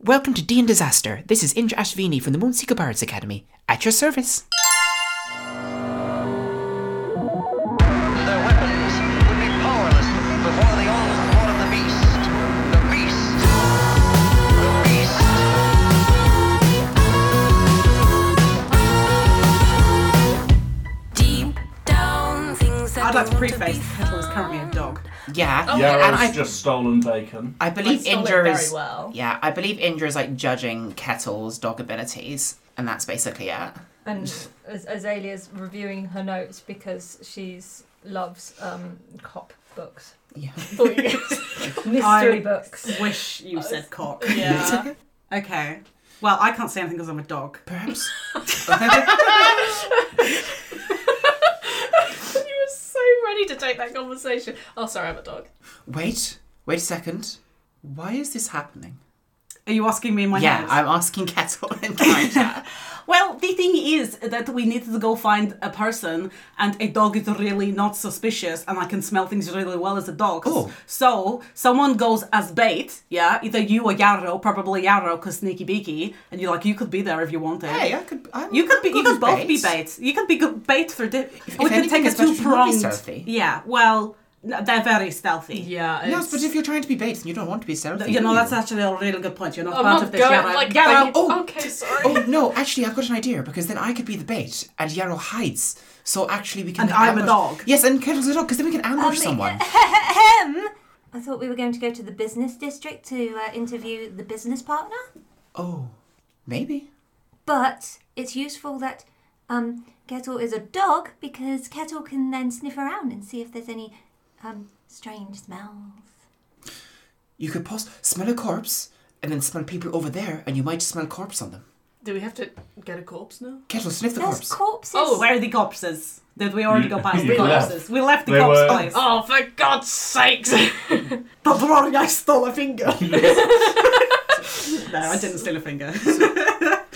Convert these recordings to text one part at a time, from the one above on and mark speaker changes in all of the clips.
Speaker 1: Welcome to D and Disaster. This is Indra Ashvini from the Moonseeker Bards Academy. At your service.
Speaker 2: Their weapons would be powerless before the onslaught of the beast. The beast. The beast.
Speaker 3: Deep down, things that
Speaker 4: I'd like to
Speaker 3: don't want
Speaker 4: preface
Speaker 3: be
Speaker 4: that Kettle is currently a
Speaker 3: found.
Speaker 4: dog.
Speaker 1: Yeah.
Speaker 4: Oh
Speaker 1: and
Speaker 5: Yarrow's
Speaker 1: I,
Speaker 5: just stolen bacon.
Speaker 1: I believe
Speaker 6: I stole it
Speaker 1: Indra
Speaker 6: very
Speaker 1: is.
Speaker 6: well.
Speaker 1: Yeah, I believe Indra is like judging Kettle's dog abilities, and that's basically it.
Speaker 6: And Az- Azalea's reviewing her notes because she's loves um, cop books,
Speaker 1: Yeah.
Speaker 6: mystery
Speaker 4: I-
Speaker 6: books.
Speaker 4: Wish you said cock.
Speaker 6: Yeah.
Speaker 4: Okay. Well, I can't say anything because I'm a dog.
Speaker 1: Perhaps.
Speaker 6: you were so ready to take that conversation.
Speaker 3: Oh, sorry, I'm a dog.
Speaker 1: Wait. Wait a second. Why is this happening?
Speaker 4: Are you asking me in my
Speaker 1: yeah,
Speaker 4: nose?
Speaker 1: I'm asking Kettle in chat.
Speaker 4: Well, the thing is that we need to go find a person, and a dog is really not suspicious, and I can smell things really well as a dog.
Speaker 1: Oh.
Speaker 4: So, someone goes as bait, yeah, either you or Yarrow, probably Yarrow, because sneaky beaky, and you're like, you could be there if you wanted.
Speaker 1: hey, I could. I'm,
Speaker 4: You could
Speaker 1: I'm
Speaker 4: be. You
Speaker 1: good
Speaker 4: could
Speaker 1: as
Speaker 4: both be
Speaker 1: baits.
Speaker 4: bait. You could be good bait for. Di- we could
Speaker 1: anything,
Speaker 4: take a
Speaker 1: it's better
Speaker 4: two
Speaker 1: if you're not be
Speaker 4: pronged.
Speaker 1: stealthy.
Speaker 4: Yeah. Well, no, they're very stealthy.
Speaker 3: Yeah.
Speaker 1: Yes, but if you're trying to be bait and you don't want to be stealthy,
Speaker 4: You know
Speaker 1: do
Speaker 4: that's actually a really good point. You're not
Speaker 3: I'm
Speaker 4: part
Speaker 3: not
Speaker 4: of this.
Speaker 3: going
Speaker 4: Yarrow.
Speaker 3: like.
Speaker 4: Yarrow,
Speaker 3: like-
Speaker 1: oh.
Speaker 3: okay, sorry.
Speaker 1: Oh no! Actually, I've got an idea because then I could be the bait, and Yarrow hides. So actually, we can.
Speaker 4: And
Speaker 1: then
Speaker 4: I'm a
Speaker 1: ambush-
Speaker 4: dog. Um,
Speaker 1: Yes, and Kettle's a dog because then we can ambush someone.
Speaker 7: I thought we were going to go to the business district to uh, interview the business partner,
Speaker 1: Oh, maybe.
Speaker 7: but it's useful that um, Kettle is a dog because Kettle can then sniff around and see if there's any um, strange smells.
Speaker 1: You could pos- smell a corpse, and then smell people over there, and you might smell corpse on them.
Speaker 3: Do we have to get a corpse now?
Speaker 1: Kettle, sniff the
Speaker 7: There's
Speaker 1: corpse.
Speaker 7: corpses.
Speaker 3: Oh,
Speaker 4: Where are the corpses? Did we already
Speaker 5: You-
Speaker 4: go past
Speaker 5: you
Speaker 4: the
Speaker 5: left.
Speaker 4: corpses? We left the
Speaker 5: They
Speaker 4: corpse
Speaker 5: were-
Speaker 4: place.
Speaker 3: Oh, for God's sakes!
Speaker 4: Don't worry, I stole a finger. no, I didn't steal a finger.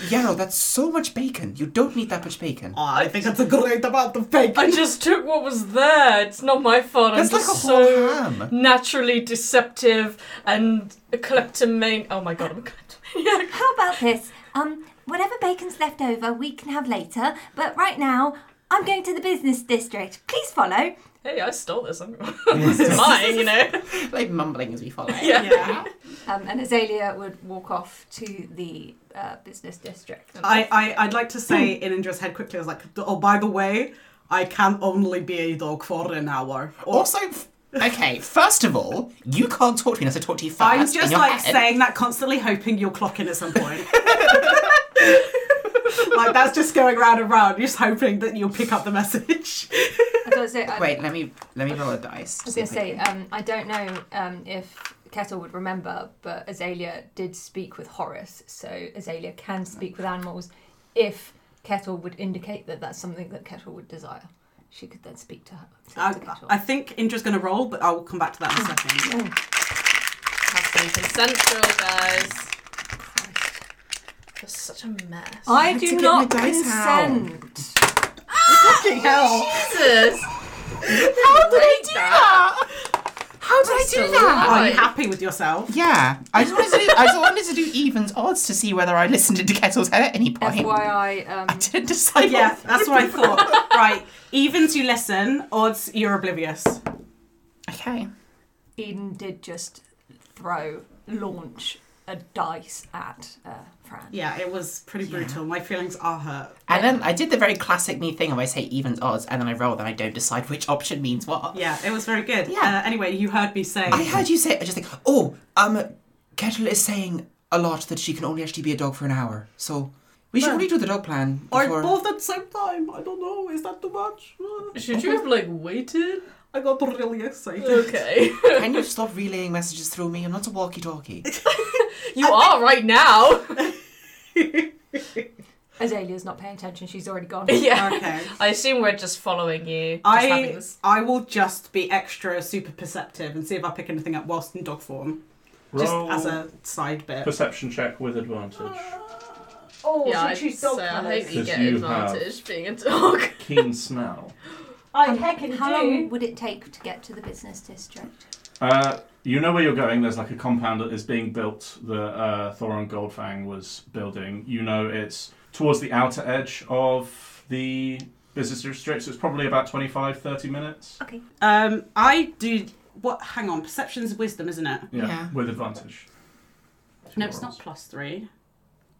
Speaker 1: Yarrow, that's so much bacon. You don't need that much bacon.
Speaker 4: Oh, I think that's a great amount of bacon.
Speaker 6: I just took what was there. It's not my fault.
Speaker 1: that's
Speaker 6: I'm
Speaker 1: like a
Speaker 6: just
Speaker 1: whole
Speaker 6: so
Speaker 1: ham.
Speaker 6: naturally deceptive and a kleptomaniac. Oh my god, I'm a kleptomaniac.
Speaker 7: How about this? Um, whatever bacon's left over, we can have later. But right now, I'm going to the business district. Please follow.
Speaker 6: Hey, I stole this. I'm, this is mine, you know.
Speaker 1: Like mumbling as we follow.
Speaker 6: Yeah.
Speaker 4: Yeah.
Speaker 3: Um, and Azalea would walk off to the uh, business district.
Speaker 4: I, I, I'd like to say in Indra's head quickly, I was like, oh, by the way, I can only be a dog for an hour. Or
Speaker 1: Also, f- okay. First of all, you can't talk to me unless I talk to you first.
Speaker 4: I'm
Speaker 1: in
Speaker 4: just
Speaker 1: your
Speaker 4: like
Speaker 1: head.
Speaker 4: saying that constantly, hoping you'll clock in at some point. like that's just going round and round, just hoping that you'll pick up the message.
Speaker 6: I don't say. I,
Speaker 1: Wait, let me let me roll a dice.
Speaker 6: I was gonna say, um, I don't know um, if Kettle would remember, but Azalea did speak with Horace, so Azalea can speak with animals if Kettle would indicate that that's something that Kettle would desire. She could then speak to her. to
Speaker 4: I,
Speaker 6: Kettle.
Speaker 4: Uh, I think Indra's going to roll, but I'll come back to that in a second.
Speaker 3: Has been consensual, guys. Christ. You're such a mess.
Speaker 6: I
Speaker 1: to
Speaker 6: do
Speaker 1: get
Speaker 6: not
Speaker 1: my dice out.
Speaker 6: consent.
Speaker 4: Fucking hell!
Speaker 3: Jesus!
Speaker 1: How did I
Speaker 3: Break
Speaker 1: do
Speaker 3: that.
Speaker 1: that? How did I do that? Oh,
Speaker 4: Are you happy with yourself?
Speaker 1: Yeah, I just wanted to do, I just wanted to do evens odds to see whether I listened to Kettle's head at any point.
Speaker 6: FYI, um,
Speaker 1: I didn't decide.
Speaker 4: Yeah,
Speaker 1: what-
Speaker 4: that's what I thought. right, evens you listen, odds you're oblivious.
Speaker 1: Okay.
Speaker 6: Eden did just throw launch a dice at uh, Fran.
Speaker 4: Yeah, it was pretty brutal. My feelings are hurt.
Speaker 1: And then I did the very classic me thing of I say evens odds and then I roll, then I don't decide which option means what.
Speaker 4: Yeah, it was very good.
Speaker 1: Yeah.
Speaker 4: Uh, anyway, you heard me say.
Speaker 1: I heard you say it, I just think, oh, um, Kettle is saying a lot that she can only actually be a dog for an hour, so we should redo the dog plan.
Speaker 4: Or
Speaker 1: before-
Speaker 4: both at the same time. I don't know. Is that too much? Uh,
Speaker 3: Should you have like waited?
Speaker 4: I got really excited.
Speaker 3: Okay.
Speaker 1: Can you stop relaying messages through me? I'm not a walkie-talkie.
Speaker 3: you are right now.
Speaker 6: Azalea's not paying attention, she's already gone.
Speaker 3: yeah.
Speaker 4: Okay.
Speaker 3: I assume we're just following you. Just having
Speaker 4: I Oh,
Speaker 3: this.
Speaker 4: I will just be extra super perceptive and see if I pick anything up whilst in dog form, just
Speaker 5: Roll
Speaker 4: as a Ah. side bit.
Speaker 5: perception check with advantage.
Speaker 6: Oh,
Speaker 3: Yeah,
Speaker 6: she
Speaker 3: I'd
Speaker 6: choose dog
Speaker 8: uh,
Speaker 3: say I hope
Speaker 6: colours.
Speaker 3: you
Speaker 5: Because
Speaker 3: get
Speaker 5: you
Speaker 3: advantage being a dog.
Speaker 5: Keen smell.
Speaker 4: I
Speaker 7: um, How long would it take to get to the business district?
Speaker 5: Uh, you know where you're going. There's like a compound that is being built that uh, Thorin Goldfang was building. You know it's towards the outer edge of the business district, so it's probably about 25, 30 minutes.
Speaker 4: Um, I do. What? Hang on. Perception's wisdom, isn't it?
Speaker 5: Yeah,
Speaker 1: Yeah.
Speaker 5: with advantage.
Speaker 4: No, it's not plus three.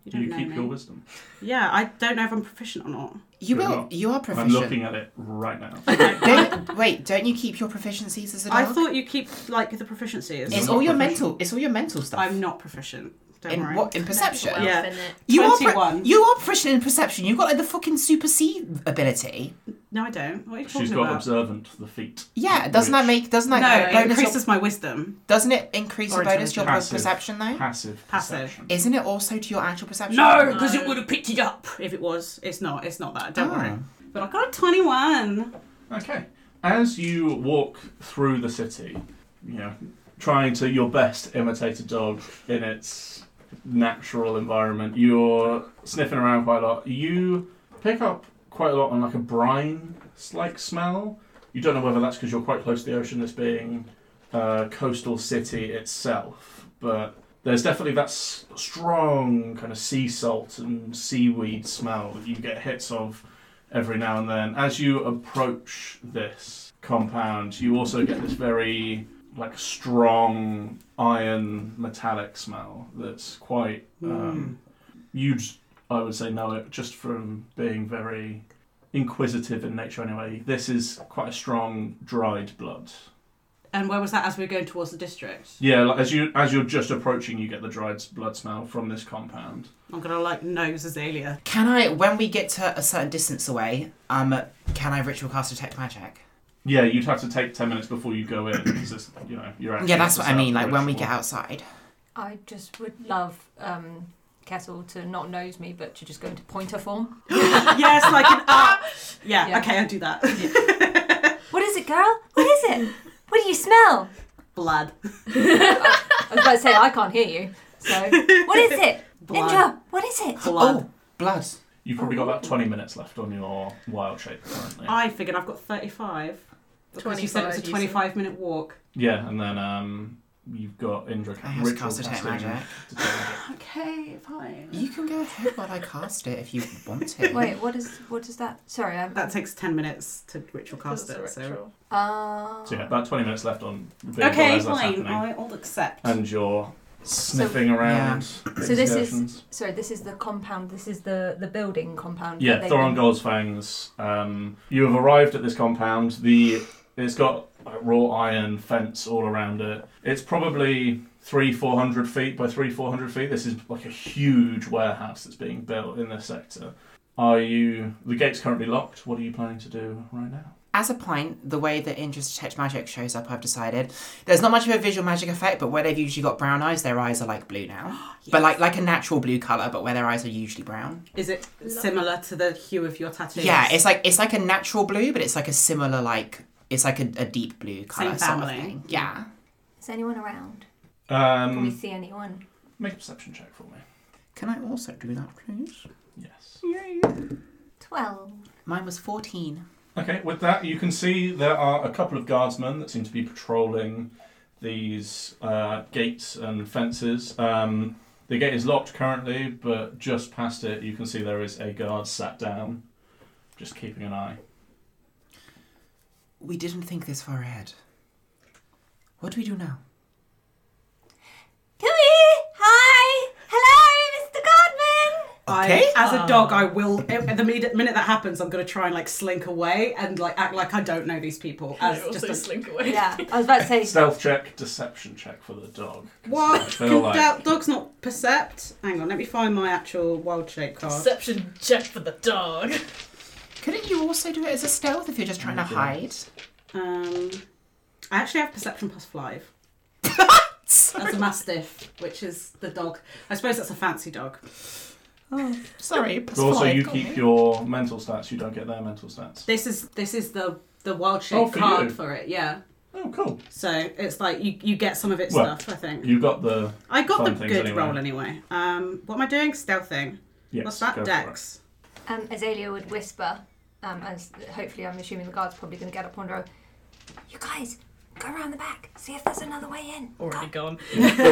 Speaker 4: You
Speaker 5: Do
Speaker 4: don't
Speaker 5: you
Speaker 4: know
Speaker 5: keep
Speaker 4: me.
Speaker 5: your wisdom?
Speaker 4: Yeah, I don't know if I'm proficient or not.
Speaker 1: You
Speaker 5: You're
Speaker 1: will.
Speaker 5: not.
Speaker 1: You are
Speaker 5: I'm
Speaker 1: proficient.
Speaker 5: looking at it right now.
Speaker 1: Don't, wait, don't you keep your proficiencies as a dog?
Speaker 4: I thought you keep like the proficiencies.
Speaker 1: it's
Speaker 5: not
Speaker 1: all your
Speaker 5: proficient.
Speaker 1: mental. It's all your mental stuff.
Speaker 4: I'm not proficient. Don't
Speaker 1: in
Speaker 4: worry.
Speaker 1: what in perception.
Speaker 4: well. Yeah.
Speaker 1: You are, pro-
Speaker 4: 21.
Speaker 1: you are proficient in perception. You've got like the fucking super C ability.
Speaker 4: No, I don't. What are you talking
Speaker 5: She's got
Speaker 4: about?
Speaker 5: observant the feet.
Speaker 1: Yeah, doesn't that
Speaker 5: Which-
Speaker 1: make doesn't that
Speaker 4: no,
Speaker 1: get a
Speaker 4: it
Speaker 1: bonus?
Speaker 4: increases my wisdom.
Speaker 1: doesn't it increase
Speaker 4: Or
Speaker 1: your bonus to your
Speaker 5: intelligence.
Speaker 1: perception though?
Speaker 5: passive?
Speaker 4: Passive.
Speaker 5: perception?
Speaker 1: Isn't it also to your actual perception?
Speaker 4: No, because it would have picked it up if it was. It's not. It's not that. Don't
Speaker 1: Ah.
Speaker 4: worry. But I got a twenty-one.
Speaker 5: Okay. As you walk through the city, you know, trying to your best imitate a dog in its natural environment, you're sniffing around quite a lot. You pick up quite a lot on like a brine like smell. You don't know whether that's because you're quite close to the ocean, this being uh, coastal city itself, but there's definitely that s- strong kind of sea salt and seaweed smell that you get hits of every now and then. As you approach this compound, you also get this very like strong iron metallic smell that's quite um, you'd I would say know it just from being very inquisitive in nature anyway. This is quite a strong dried blood.
Speaker 4: And where was that? As we were going towards the district,
Speaker 5: Yeah, like as you as you're just approaching, you get the dried blood smell from this compound.
Speaker 4: I'm gonna like nose Azalea.
Speaker 1: Can I, when we get to a certain distance away, um, can I ritual cast detect magic?
Speaker 5: Yeah, you'd have to take ten minutes before you go in because it's you know you're actually
Speaker 1: Yeah, that's what I mean. Like when we
Speaker 5: ritual.
Speaker 1: get outside.
Speaker 6: I just would love um, Kettle to not nose me, but to just go into pointer form.
Speaker 4: yes, like an up. Yeah,
Speaker 6: Yeah.
Speaker 4: Okay, I do that.
Speaker 7: What is it, girl? What is it? What do you smell?
Speaker 4: Blood.
Speaker 6: I was about to say I can't hear you, so
Speaker 7: What is it?
Speaker 4: Blood.
Speaker 7: Indra, what is it?
Speaker 4: Blood.
Speaker 1: Oh, blood.
Speaker 5: You've probably got about 20 minutes left on your wild shape currently.
Speaker 4: I figured I've got 35. Because you said it was a
Speaker 8: 25, you
Speaker 4: 25 minute walk.
Speaker 5: yeah, and then um, you've got Indra
Speaker 1: I have to
Speaker 5: ritual
Speaker 1: cast detect
Speaker 5: casting
Speaker 1: magic.
Speaker 5: detect magic.
Speaker 4: Okay, fine.
Speaker 1: You can go ahead while I cast it if you want to.
Speaker 6: wait, what is what is that? Sorry, I'm.
Speaker 4: That takes 10 minutes to ritual cast it.
Speaker 8: That's
Speaker 4: So.
Speaker 8: a ritual.
Speaker 6: Uh,
Speaker 5: So yeah, about 20 minutes left on being
Speaker 4: Okay,
Speaker 5: realised that's
Speaker 4: fine.
Speaker 5: happening.
Speaker 4: I'll accept.
Speaker 5: And you're sniffing around.
Speaker 6: So this is-
Speaker 5: excursions.
Speaker 6: sorry, this is the compound. This is the the building compound. that
Speaker 5: Yeah,
Speaker 6: they've
Speaker 5: Thoron
Speaker 6: been-
Speaker 5: Goldfangs. Um, you have arrived at this compound. The it's got like, raw iron fence all around it. It's probably three four hundred feet by three four hundred feet. This is like a huge warehouse that's being built in this sector. Are you the gate's currently locked? What are you planning to do right now?
Speaker 1: As a point, the way that Indra's detect magic shows up, I've decided there's not much of a visual magic effect, but where they've usually got brown eyes, their eyes are like blue now, but like like a natural blue color, but where their eyes are usually brown.
Speaker 4: Is it similar to the hue of your tattoos?
Speaker 1: Yeah, it's like it's like a natural blue, but it's like a similar like it's like a, a deep blue color
Speaker 4: Same
Speaker 1: sort of
Speaker 4: family.
Speaker 1: thing. Yeah.
Speaker 7: Is anyone around?
Speaker 5: Um,
Speaker 7: Can we see anyone?
Speaker 5: Make a perception check for me.
Speaker 1: Can I also do that, please?
Speaker 5: Yes.
Speaker 7: Twelve.
Speaker 1: Mine was fourteen.
Speaker 5: Okay, with that, you can see there are a couple of guardsmen that seem to be patrolling these uh, gates and fences. Um, the gate is locked currently, but just past it, you can see there is a guard sat down, just keeping an eye.
Speaker 1: We didn't think this far ahead. What do we do now?
Speaker 7: Come here! Hi! Hello, Mr. Godman!
Speaker 1: Okay.
Speaker 4: I, as a dog, I will. At the minute, minute that happens, I'm going to try and like slink away and like act like I don't know these people.
Speaker 8: I
Speaker 4: As
Speaker 8: also
Speaker 4: just a,
Speaker 8: slink away.
Speaker 6: Yeah, I was about to say.
Speaker 5: Stealth check, deception check for the dog. 'Cause
Speaker 4: what?
Speaker 5: I feel
Speaker 4: Can
Speaker 5: like-
Speaker 4: that dog's not percept? Hang on, let me find my actual wild shape card.
Speaker 8: Perception check for the dog.
Speaker 1: Couldn't you also do it as a stealth if you're just trying to hide?
Speaker 4: Um, I actually have perception plus five. That's a mastiff, which is the dog. I suppose that's a fancy dog.
Speaker 1: Sorry.
Speaker 5: But also, you keep your mental stats. You don't get their mental stats.
Speaker 4: This is this is the the wild shape
Speaker 5: Oh, for
Speaker 4: card
Speaker 5: you.
Speaker 4: for it. Yeah.
Speaker 5: Oh, cool.
Speaker 4: So it's like you, you get some of its
Speaker 5: Well,
Speaker 4: stuff. I think
Speaker 5: You got the
Speaker 4: I got the
Speaker 5: fun things
Speaker 4: good
Speaker 5: anyway.
Speaker 4: roll anyway. Um, what am I doing? Stealthing.
Speaker 5: yes.
Speaker 4: What's
Speaker 5: go
Speaker 4: that?
Speaker 5: for it.
Speaker 4: Dex.
Speaker 6: Um, Azalea would whisper, um, as hopefully I'm assuming the guard's probably going to get up on her.
Speaker 7: You guys, Go around the back. See if there's another way in.
Speaker 8: Already gone.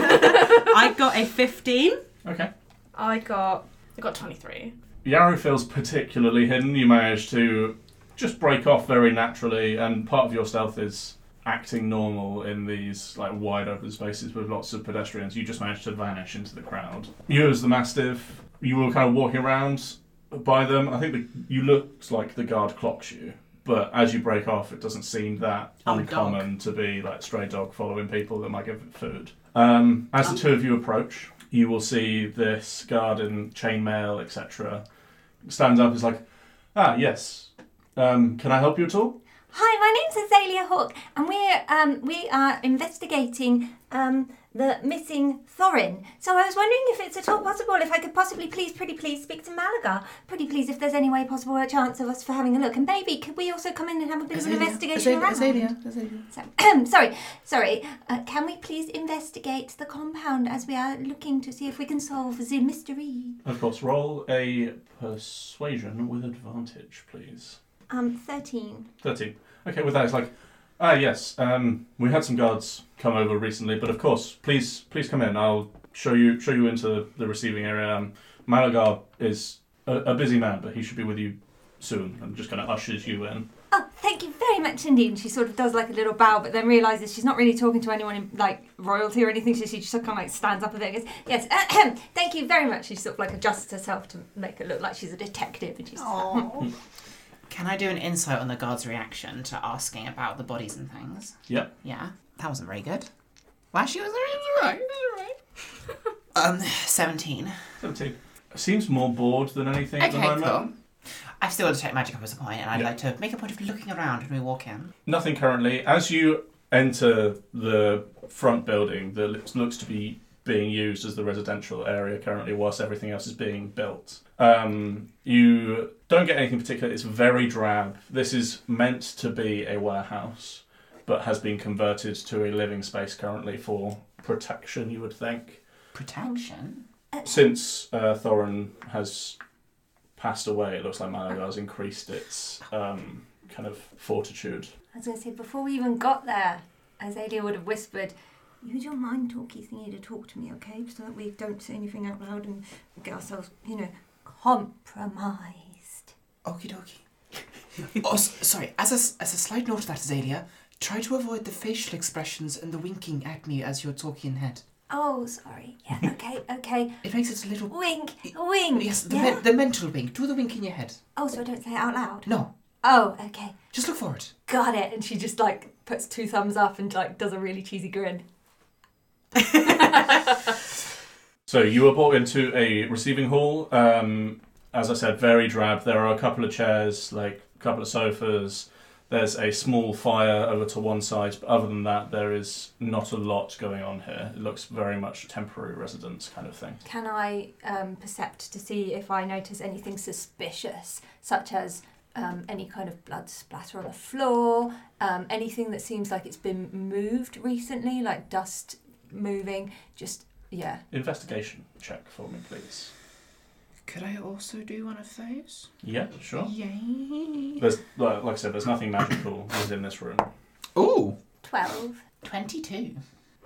Speaker 4: I got a 15.
Speaker 5: Okay.
Speaker 8: I got. I got 23.
Speaker 5: Yarrow feels particularly hidden. You manage to just break off very naturally, and part of your stealth is acting normal in these like wide open spaces with lots of pedestrians. You just manage to vanish into the crowd. You, as the mastiff, you were kind of walking around by them. I think the, you looked like the guard clocks you, but as you break off, it doesn't seem that
Speaker 4: I'm a dog.
Speaker 5: uncommon to be like stray dog following people that might give it food. Um, as the two of you approach, you will see this guard in chainmail, etc. Stands up, is like, ah, yes. Um, can I help you at all?
Speaker 7: Hi, my name's Azalea Hawk, and we're um, we are investigating um, the missing Thorin. So I was wondering if it's at all possible if I could possibly please, pretty please, speak to Malaga. Pretty please, if there's any way possible, a chance of us for having a look, and maybe could we also come in and have a bit of an investigation around? So, sorry, sorry. Uh, can we please investigate the compound as we are looking to see if we can solve the mystery?
Speaker 5: Of course, roll a persuasion with advantage, please.
Speaker 7: Um, thirteen.
Speaker 5: 13. Okay, with that, it's like, ah, yes, um, we had some guards come over recently, but of course, please, please come in. I'll show you, show you into the receiving area. Um, Malagar is a, a busy man, but he should be with you soon. I'm just kind of ushers you in.
Speaker 7: Oh, thank you very much indeed. And she sort of does like a little bow, but then realizes she's not really talking to anyone in like royalty or anything. So she just kind of like stands up a bit and goes, "Yes, ahem, thank you very much." She sort of like adjusts herself to make it look like she's a detective, and she's just like, "Hmm."
Speaker 1: Can I do an insight on the guard's reaction to asking about the bodies and things?
Speaker 5: Yep.
Speaker 1: Yeah, that wasn't very good. Well, actually, it was alright. It was alright. um, seventeen.
Speaker 5: 17. Seems more bored than anything at the
Speaker 1: Okay,
Speaker 5: moment.
Speaker 1: cool. I've still detect magic up as a point, and I'd
Speaker 5: Yeah.
Speaker 1: like to make a point of looking around when we walk in.
Speaker 5: Nothing currently. As you enter the front building that looks- looks to be being used as the residential area currently, whilst everything else is being built, um, you don't get anything particular. It's very drab. This is meant to be a warehouse, but has been converted to a living space currently for protection, you would think.
Speaker 1: Protection.
Speaker 5: Since uh, Thorin has passed away, it looks like Malagar's increased its um, kind of fortitude.
Speaker 7: I was going to say before we even got there, Azalea would have whispered, "Use your mind talkies thing to talk to me, okay? So that we don't say anything out loud and get ourselves, you know, compromised."
Speaker 1: Okie dokie. oh, s- sorry. As a s- as a slight note to that, Azalea, try to avoid the facial expressions and the winking at me as you're talking in head.
Speaker 7: Oh, sorry. Yeah. Okay. Okay.
Speaker 1: It makes it a little.
Speaker 7: Wink. Wink.
Speaker 1: Yes, the,
Speaker 7: Yeah.
Speaker 1: men- the mental wink. Do the wink in your head.
Speaker 7: Oh, so I don't say it out loud.
Speaker 1: No,
Speaker 7: Oh, okay.
Speaker 1: just look for it.
Speaker 7: Got it.
Speaker 6: And she just like puts two thumbs up and like does a really cheesy grin.
Speaker 5: So you were brought into a receiving hall. Um, as I said, very drab. There are a couple of chairs, like a couple of sofas. There's a small fire over to one side, but other than that, there is not a lot going on here. It looks very much temporary residence kind of thing.
Speaker 6: Can I um, percept to see if I notice anything suspicious, such as um, any kind of blood splatter on the floor, um, anything that seems like it's been moved recently, like dust moving? Just, yeah.
Speaker 5: Investigation check for me, please.
Speaker 1: Could I also do one of those?
Speaker 5: Yeah, sure.
Speaker 1: Yay!
Speaker 5: There's like like I said, there's nothing magical within this room.
Speaker 1: Ooh!
Speaker 6: 12.
Speaker 1: 22.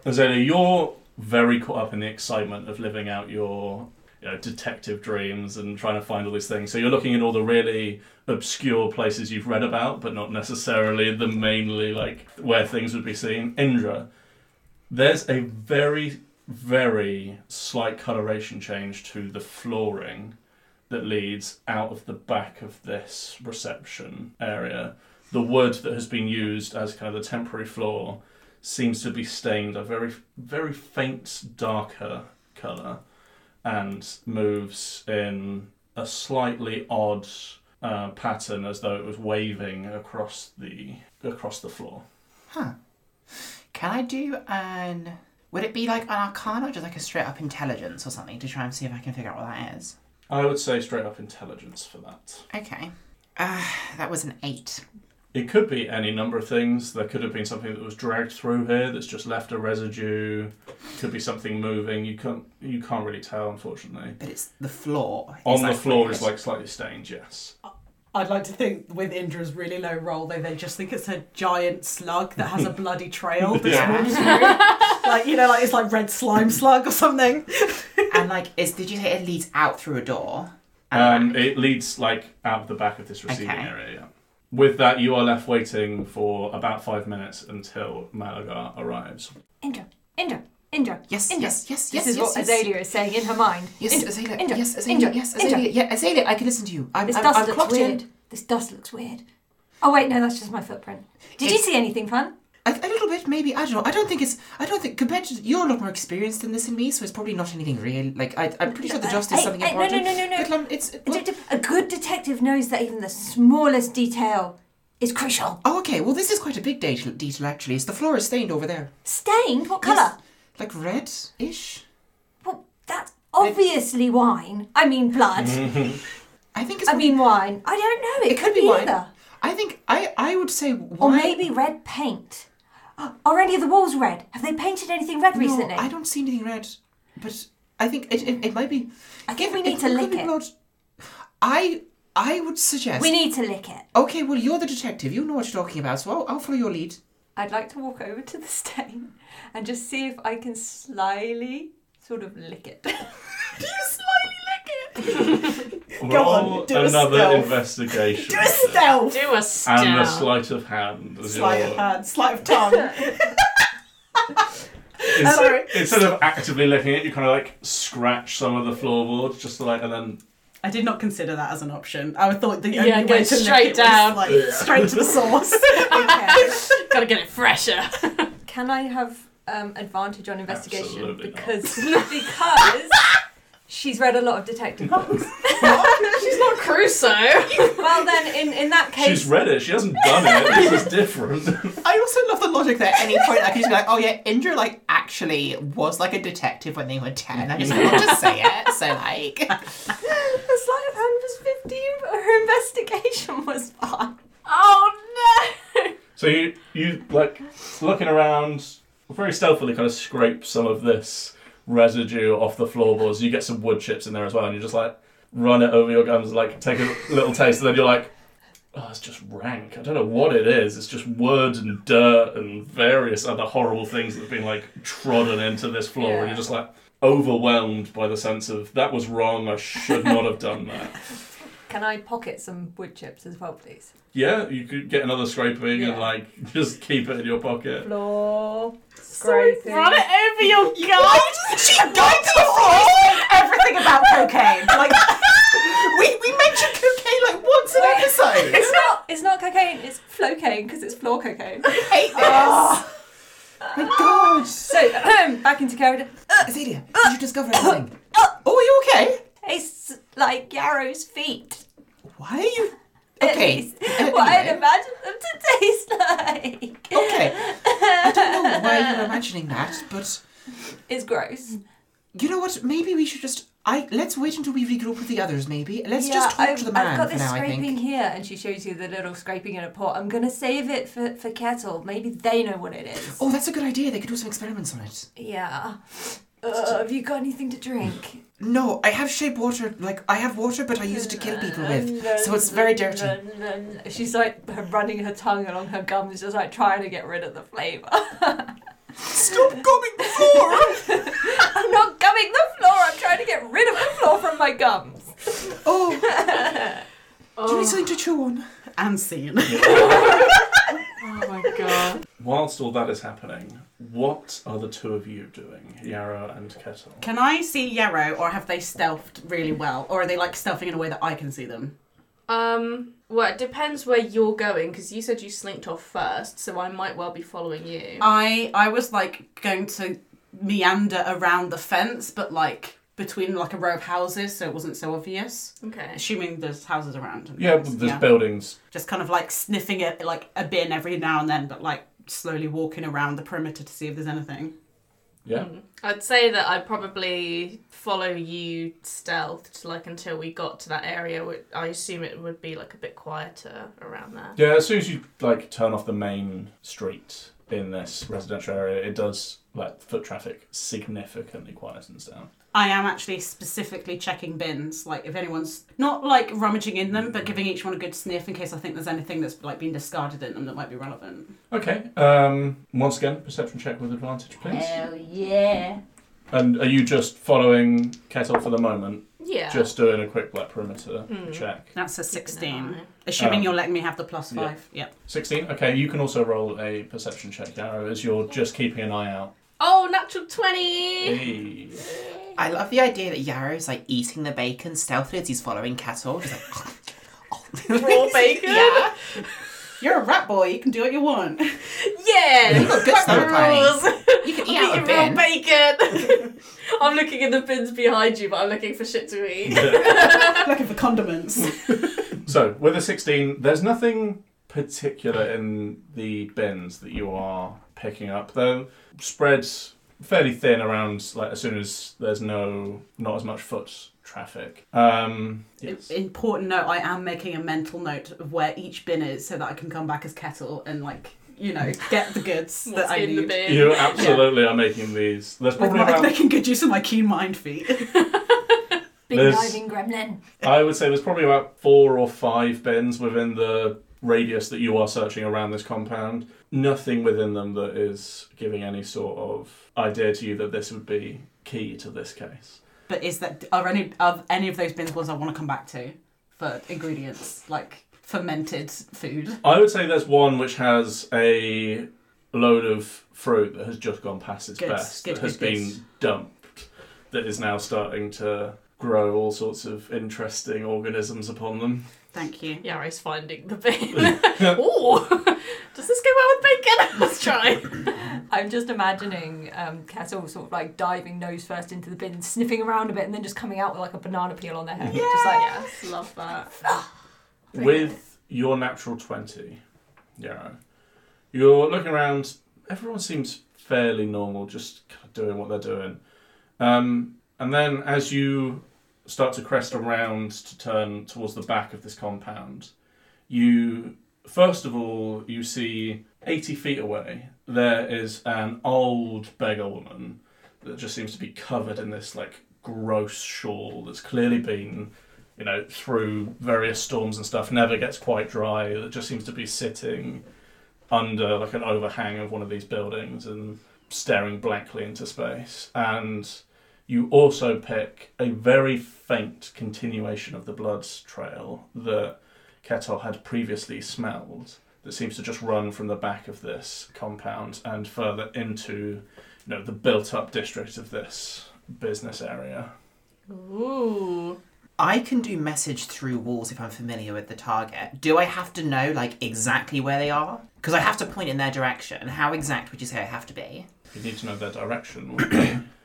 Speaker 5: Azalea, you're very caught up in the excitement of living out your you know, detective dreams and trying to find all these things. So you're looking at all the really obscure places you've read about, but not necessarily the mainly like where things would be seen. Indra, there's a very, very slight coloration change to the flooring that leads out of the back of this reception area. The wood that has been used as kind of the temporary floor seems to be stained a very very faint darker color and moves in a slightly odd uh, pattern as though it was waving across the across the floor
Speaker 1: Huh. Can I do an. Would it be like an arcana or just like a straight up intelligence or something to try and see if I can figure out what that is?
Speaker 5: i would say straight up intelligence for that
Speaker 1: Okay. Uh, that was an 8.
Speaker 5: it could be any number of things there could have been something that was dragged through here that's just left a residue could be something moving you can't you can't really tell unfortunately
Speaker 1: But it's the floor.
Speaker 5: on
Speaker 1: It's
Speaker 5: the
Speaker 1: like
Speaker 5: floor
Speaker 1: weird.
Speaker 5: is like slightly stained yes
Speaker 4: I'd like to think with Indra's really low roll, they they just think it's a giant slug that has a bloody trail. That's
Speaker 1: Yeah.
Speaker 4: walked through. like you know, like it's like red slime slug or something.
Speaker 1: and like, is did you say it leads out through a door?
Speaker 5: Um, it leads like out the back of this receiving
Speaker 1: Okay.
Speaker 5: area. Yeah. With that, you are left waiting for about five minutes until Malaga arrives.
Speaker 6: Indra, Indra, Indra.
Speaker 1: Yes,
Speaker 6: Indra.
Speaker 1: yes, yes,
Speaker 6: This
Speaker 1: yes,
Speaker 6: is
Speaker 1: yes,
Speaker 6: what
Speaker 1: yes.
Speaker 6: Azalea is saying in her mind.
Speaker 1: Yes,
Speaker 6: Indra,
Speaker 1: Azalea.
Speaker 6: Indra,
Speaker 1: yes, Azalea.
Speaker 6: Indra,
Speaker 1: yes,
Speaker 6: Indra.
Speaker 1: Azalea. Yeah, Azalea. I can listen to you. I'm,
Speaker 6: This
Speaker 1: I'm,
Speaker 6: dust
Speaker 1: I'm
Speaker 6: looks
Speaker 1: clocked
Speaker 6: weird.
Speaker 1: in.
Speaker 6: This dust looks weird.
Speaker 7: Oh wait, no, that's just my footprint. Did you
Speaker 1: It's-
Speaker 7: see anything fun?
Speaker 1: A, a little bit, maybe. I don't know. I don't think it's. I don't think compared to you're a lot more experienced than this in me, so it's probably not anything real. Like I, I'm pretty sure the dust is
Speaker 7: Hey,
Speaker 1: something
Speaker 7: hey, Uh, no, no,
Speaker 1: important.
Speaker 7: no, no, no.
Speaker 1: But, um, it's.
Speaker 7: A,
Speaker 1: well-
Speaker 7: det- a good detective knows that even the smallest detail is crucial.
Speaker 1: oh, okay. Well, this is quite a big detail, detail actually. It's the floor is stained over there,
Speaker 7: Stained? What colour?
Speaker 1: like red-ish.
Speaker 7: Well, that's obviously wine. I mean blood.
Speaker 6: Mm-hmm.
Speaker 1: I think it's.
Speaker 7: I mean wine. I don't know. It,
Speaker 1: it could be
Speaker 7: either.
Speaker 1: wine. I think I. I would say wine.
Speaker 7: Or maybe red paint. Are any of the walls red? Have they painted anything red recently?
Speaker 1: No, I don't see anything red, but I think it, it, it might be.
Speaker 7: I think we
Speaker 1: it-
Speaker 7: need
Speaker 1: it
Speaker 7: to
Speaker 1: could
Speaker 7: lick
Speaker 1: be
Speaker 7: it.
Speaker 1: blood. I I would suggest.
Speaker 7: We need to lick it.
Speaker 1: okay, well you're the detective. You know what you're talking about, so I'll, I'll follow your lead.
Speaker 6: I'd like to walk over to the stain and just see if I can slyly sort of lick it.
Speaker 5: Roll
Speaker 4: on, do a
Speaker 5: another
Speaker 4: stealth.
Speaker 5: investigation.
Speaker 4: Stealth,
Speaker 8: Do a stealth.
Speaker 5: and a sleight of hand. as
Speaker 4: sleight
Speaker 5: your-
Speaker 4: of hand, sleight of tongue.
Speaker 5: Ins-
Speaker 4: Oh, Sorry.
Speaker 5: Instead of actively licking it, you kind of like scratch some of the floorboard, just to, like, and then
Speaker 4: I did not consider that as an option. I thought the only
Speaker 8: Yeah, go
Speaker 4: way to lick
Speaker 8: straight
Speaker 4: it was,
Speaker 8: down.
Speaker 4: like, straight to the source.
Speaker 6: Okay.
Speaker 8: Gotta get it fresher.
Speaker 6: Can I have um, advantage on investigation
Speaker 5: Absolutely not.
Speaker 6: because because she's read a lot of detective books.
Speaker 8: She's not Crusoe.
Speaker 6: well, then in in that
Speaker 5: she's
Speaker 6: case,
Speaker 5: read it. She hasn't done it. This is different.
Speaker 1: I also love the logic that at any point I could just be like, oh yeah, Indra like actually was like a detective when they were ten. I just like, I'll just say it. So like,
Speaker 6: the sleight of hand was fifteen, but her investigation was five.
Speaker 8: Oh no!
Speaker 5: So you you like looking around very stealthily, kind of scrape some of this residue off the floorboards. You get some wood chips in there as well, and you just like run it over your gums, like take a little taste, and then you're like. Oh, it's just rank. I don't know what it is. It's just wood and dirt and various other horrible things that have been like trodden into this floor, and
Speaker 8: Yeah.
Speaker 5: you're just like overwhelmed by the sense of that was wrong. I should not have done that.
Speaker 6: Can I pocket some wood chips as well, please?
Speaker 5: Yeah, you could get another scraping
Speaker 6: Yeah.
Speaker 5: and like just keep it in your pocket.
Speaker 6: Floor
Speaker 8: Sorry, run it over your gums.
Speaker 1: she died to the floor. Everything about cocaine. Like we we mentioned cocaine like once an episode.
Speaker 6: It's not. It's not cocaine. It's flocane because it's floor cocaine.
Speaker 1: I hate this. My God.
Speaker 6: So um, back into character.
Speaker 1: Azealia, did you discover anything? Uh, oh, are you okay?
Speaker 6: Tastes like Yarrow's feet.
Speaker 1: Why are you
Speaker 6: At
Speaker 1: okay?
Speaker 6: least
Speaker 1: a-
Speaker 6: What I'd
Speaker 1: anyway.
Speaker 6: imagine them to taste like.
Speaker 1: Okay. I don't know why you're imagining that, but
Speaker 6: It's gross.
Speaker 1: you know what? Maybe we should just. I let's wait until we regroup with the others. Maybe let's
Speaker 6: Yeah,
Speaker 1: just talk
Speaker 6: I've,
Speaker 1: to the man
Speaker 6: I've got
Speaker 1: for
Speaker 6: this
Speaker 1: now. I
Speaker 6: scraping
Speaker 1: think.
Speaker 6: here, and she shows you the little scraping in a pot. I'm gonna save it for for kettle. Maybe they know what it is.
Speaker 1: Oh, that's a good idea. They could do some experiments on it.
Speaker 6: Yeah. Uh, have you got anything to drink?
Speaker 1: No, I have shape water. Like I have water, but I use it to kill people with, so it's very dirty.
Speaker 6: She's like running her tongue along her gums, just like trying to get rid of the flavour.
Speaker 1: Stop gobbing the floor.
Speaker 6: I'm not gumming the floor. I'm trying to get rid of the floor from my gums.
Speaker 1: Oh. Do
Speaker 6: Oh.
Speaker 1: you need something to chew on?
Speaker 4: and scene.
Speaker 8: Oh my god.
Speaker 5: Whilst all that is happening, what are the two of you doing, Yarrow and Kettle?
Speaker 4: Can I see Yarrow, or have they stealthed really well, or are they like stealthing in a way that I can see them?
Speaker 8: Um. Well, it depends where you're going because you said you slinked off first, so I might well be following you.
Speaker 4: I I was like going to meander around the fence, but like between like a row of houses, so it wasn't so obvious.
Speaker 8: okay.
Speaker 4: Assuming there's houses around. And
Speaker 5: Yeah,
Speaker 4: things,
Speaker 5: there's buildings.
Speaker 4: just kind of like sniffing it like a bin every now and then, but like slowly walking around the perimeter to see if there's anything.
Speaker 5: Yeah.
Speaker 8: I'd say that I'd probably follow you stealthed, like until we got to that area. Which I assume it would be like a bit quieter around there.
Speaker 5: Yeah, as soon as you like turn off the main street in this residential area, it does let foot traffic significantly quietens down.
Speaker 4: I am actually specifically checking bins, like if anyone's not like rummaging in them,
Speaker 5: Mm.
Speaker 4: but giving each one a good sniff in case I think there's anything that's like been discarded in them that might be relevant.
Speaker 5: Okay. Um, once again, perception check with advantage, please.
Speaker 7: Hell yeah.
Speaker 5: And are you just following Kettle for the moment?
Speaker 8: Yeah.
Speaker 5: Just doing a quick like perimeter
Speaker 8: Mm.
Speaker 5: check.
Speaker 4: That's a
Speaker 8: Keeping an
Speaker 4: sixteen.
Speaker 8: eye.
Speaker 4: Assuming
Speaker 5: Um,
Speaker 4: you're letting me have the plus
Speaker 5: yeah.
Speaker 4: five. Yep.
Speaker 5: Sixteen. Okay. You can also roll a perception check, Darrow, as you're just keeping an eye out.
Speaker 8: Oh, natural 20!
Speaker 5: Hey.
Speaker 1: I love the idea that Yarrow's like eating the bacon stealthily as he's following cattle. He's like, "Oh,
Speaker 8: Raw bacon?
Speaker 1: Yeah.
Speaker 4: You're a rat boy. You can do what you want.
Speaker 8: Yeah.
Speaker 1: You've got good
Speaker 8: Fuck the
Speaker 1: stomach lining.
Speaker 8: rules.
Speaker 1: you can eat out
Speaker 8: I'm
Speaker 1: of
Speaker 8: eating raw
Speaker 1: bin.
Speaker 8: bacon. I'm looking in the bins behind you, but I'm looking for shit to eat.
Speaker 4: Looking for condiments.
Speaker 5: So, with a 16, there's nothing particular in the bins that you are picking up. They're spread fairly thin around, like, as soon as there's no, not as much foot traffic. Um, yes.
Speaker 4: Important note: I am making a mental note of where each bin is, so that I can come back as kettle and like you know get the goods that
Speaker 8: What's
Speaker 4: I
Speaker 8: in the
Speaker 4: need.
Speaker 8: bin?
Speaker 5: You absolutely are making these. There's
Speaker 4: With
Speaker 5: probably
Speaker 4: my,
Speaker 5: about,
Speaker 4: making good use of my keen mind feet.
Speaker 7: Big
Speaker 5: There's-
Speaker 7: diving gremlin.
Speaker 5: I would say there's probably about four or five bins within the radius that you are searching around this compound. Nothing within them that is giving any sort of idea to you that this would be key to this case.
Speaker 4: But is that are any of any of those bins ones I want to come back to for ingredients like fermented food?
Speaker 5: I would say there's one which has a load of fruit that has just gone past its
Speaker 4: Good,
Speaker 5: best,
Speaker 4: good,
Speaker 5: that has
Speaker 4: good, good.
Speaker 5: been dumped, that is now starting to grow all sorts of interesting organisms upon them.
Speaker 4: Thank you.
Speaker 8: Yari's finding the bin. Ooh! Does this go well with bacon? Let's try.
Speaker 6: I'm just imagining um, Kettle sort of like diving nose first into the bin, sniffing around a bit, and then just coming out with like a banana peel on their head. Just like,
Speaker 8: yes, love that.
Speaker 5: With your natural 20, Yarrow, you're looking around, everyone seems fairly normal, just kind of doing what they're doing. Um, and then as you start to crest around to turn towards the back of this compound, you first of all, you see 80 feet away, there is an old beggar woman that just seems to be covered in this like gross shawl that's clearly been you know, through various storms and stuff, never gets quite dry. It just seems to be sitting under like an overhang of one of these buildings and staring blankly into space. And you also pick a very faint continuation of the blood trail that Kettle had previously smelled that seems to just run from the back of this compound and further into, you know, the built up district of this business area.
Speaker 8: Ooh.
Speaker 1: I can do message through walls if I'm familiar with the target. Do I have to know like exactly where they are? Because I have to point in their direction. How exact would you say I have to be?
Speaker 5: You need to know their direction.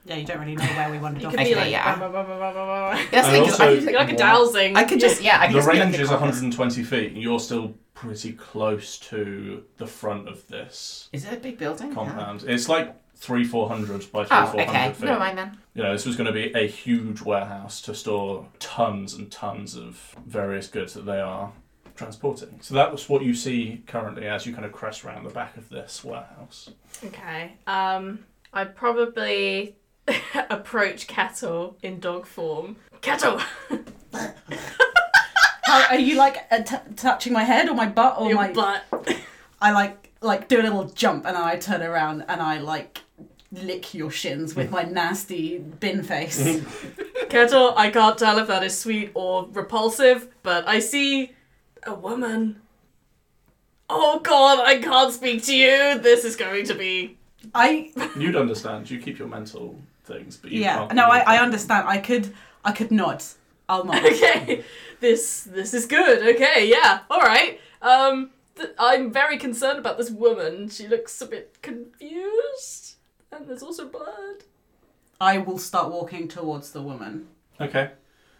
Speaker 4: Yeah, you don't really know where we wandered
Speaker 8: You
Speaker 4: off.
Speaker 8: could
Speaker 1: Okay,
Speaker 8: be like,
Speaker 1: yeah.
Speaker 8: bah, bah, bah, bah, bah, bah.
Speaker 1: Yes,
Speaker 5: I
Speaker 1: because
Speaker 5: also-
Speaker 1: I, can,
Speaker 8: You're like a dowsing.
Speaker 1: I could just yeah. I can
Speaker 5: the
Speaker 1: just be like
Speaker 5: range
Speaker 1: a
Speaker 5: is
Speaker 1: compass.
Speaker 5: 120 feet, and you're still pretty close to the front of this
Speaker 1: Is it a big building? Yeah.
Speaker 5: compound. It's like three four hundred by three
Speaker 1: Oh,
Speaker 5: four hundred
Speaker 1: okay.
Speaker 5: feet.
Speaker 1: Never mind then.
Speaker 5: You know, this was going to be a huge warehouse to store tons and tons of various goods that they are transporting. So that was what you see currently as you kind of crest around the back of this warehouse.
Speaker 8: Okay. Um, I probably approach Kettle in dog form. Kettle,
Speaker 4: How, are you like uh, t- touching my head or my butt
Speaker 1: Oh
Speaker 4: or
Speaker 8: your
Speaker 4: my?
Speaker 8: butt.
Speaker 4: I like like do a little jump and I turn around and I like lick your shins with my nasty bin face.
Speaker 8: Kettle, I can't tell if that is sweet or repulsive, but I see a woman. Oh god, I can't speak to you. This is going to be.
Speaker 4: I
Speaker 5: You'd understand. You keep your mental things, but you
Speaker 4: yeah.
Speaker 5: can't
Speaker 4: No, I, I
Speaker 5: communicate.
Speaker 4: understand. I could I could nod. I'll nod.
Speaker 8: Okay. This this is good. Okay, yeah. All right. Um th- I'm very concerned about this woman. She looks a bit confused. And there's also blood.
Speaker 4: I will start walking towards the woman
Speaker 5: Okay.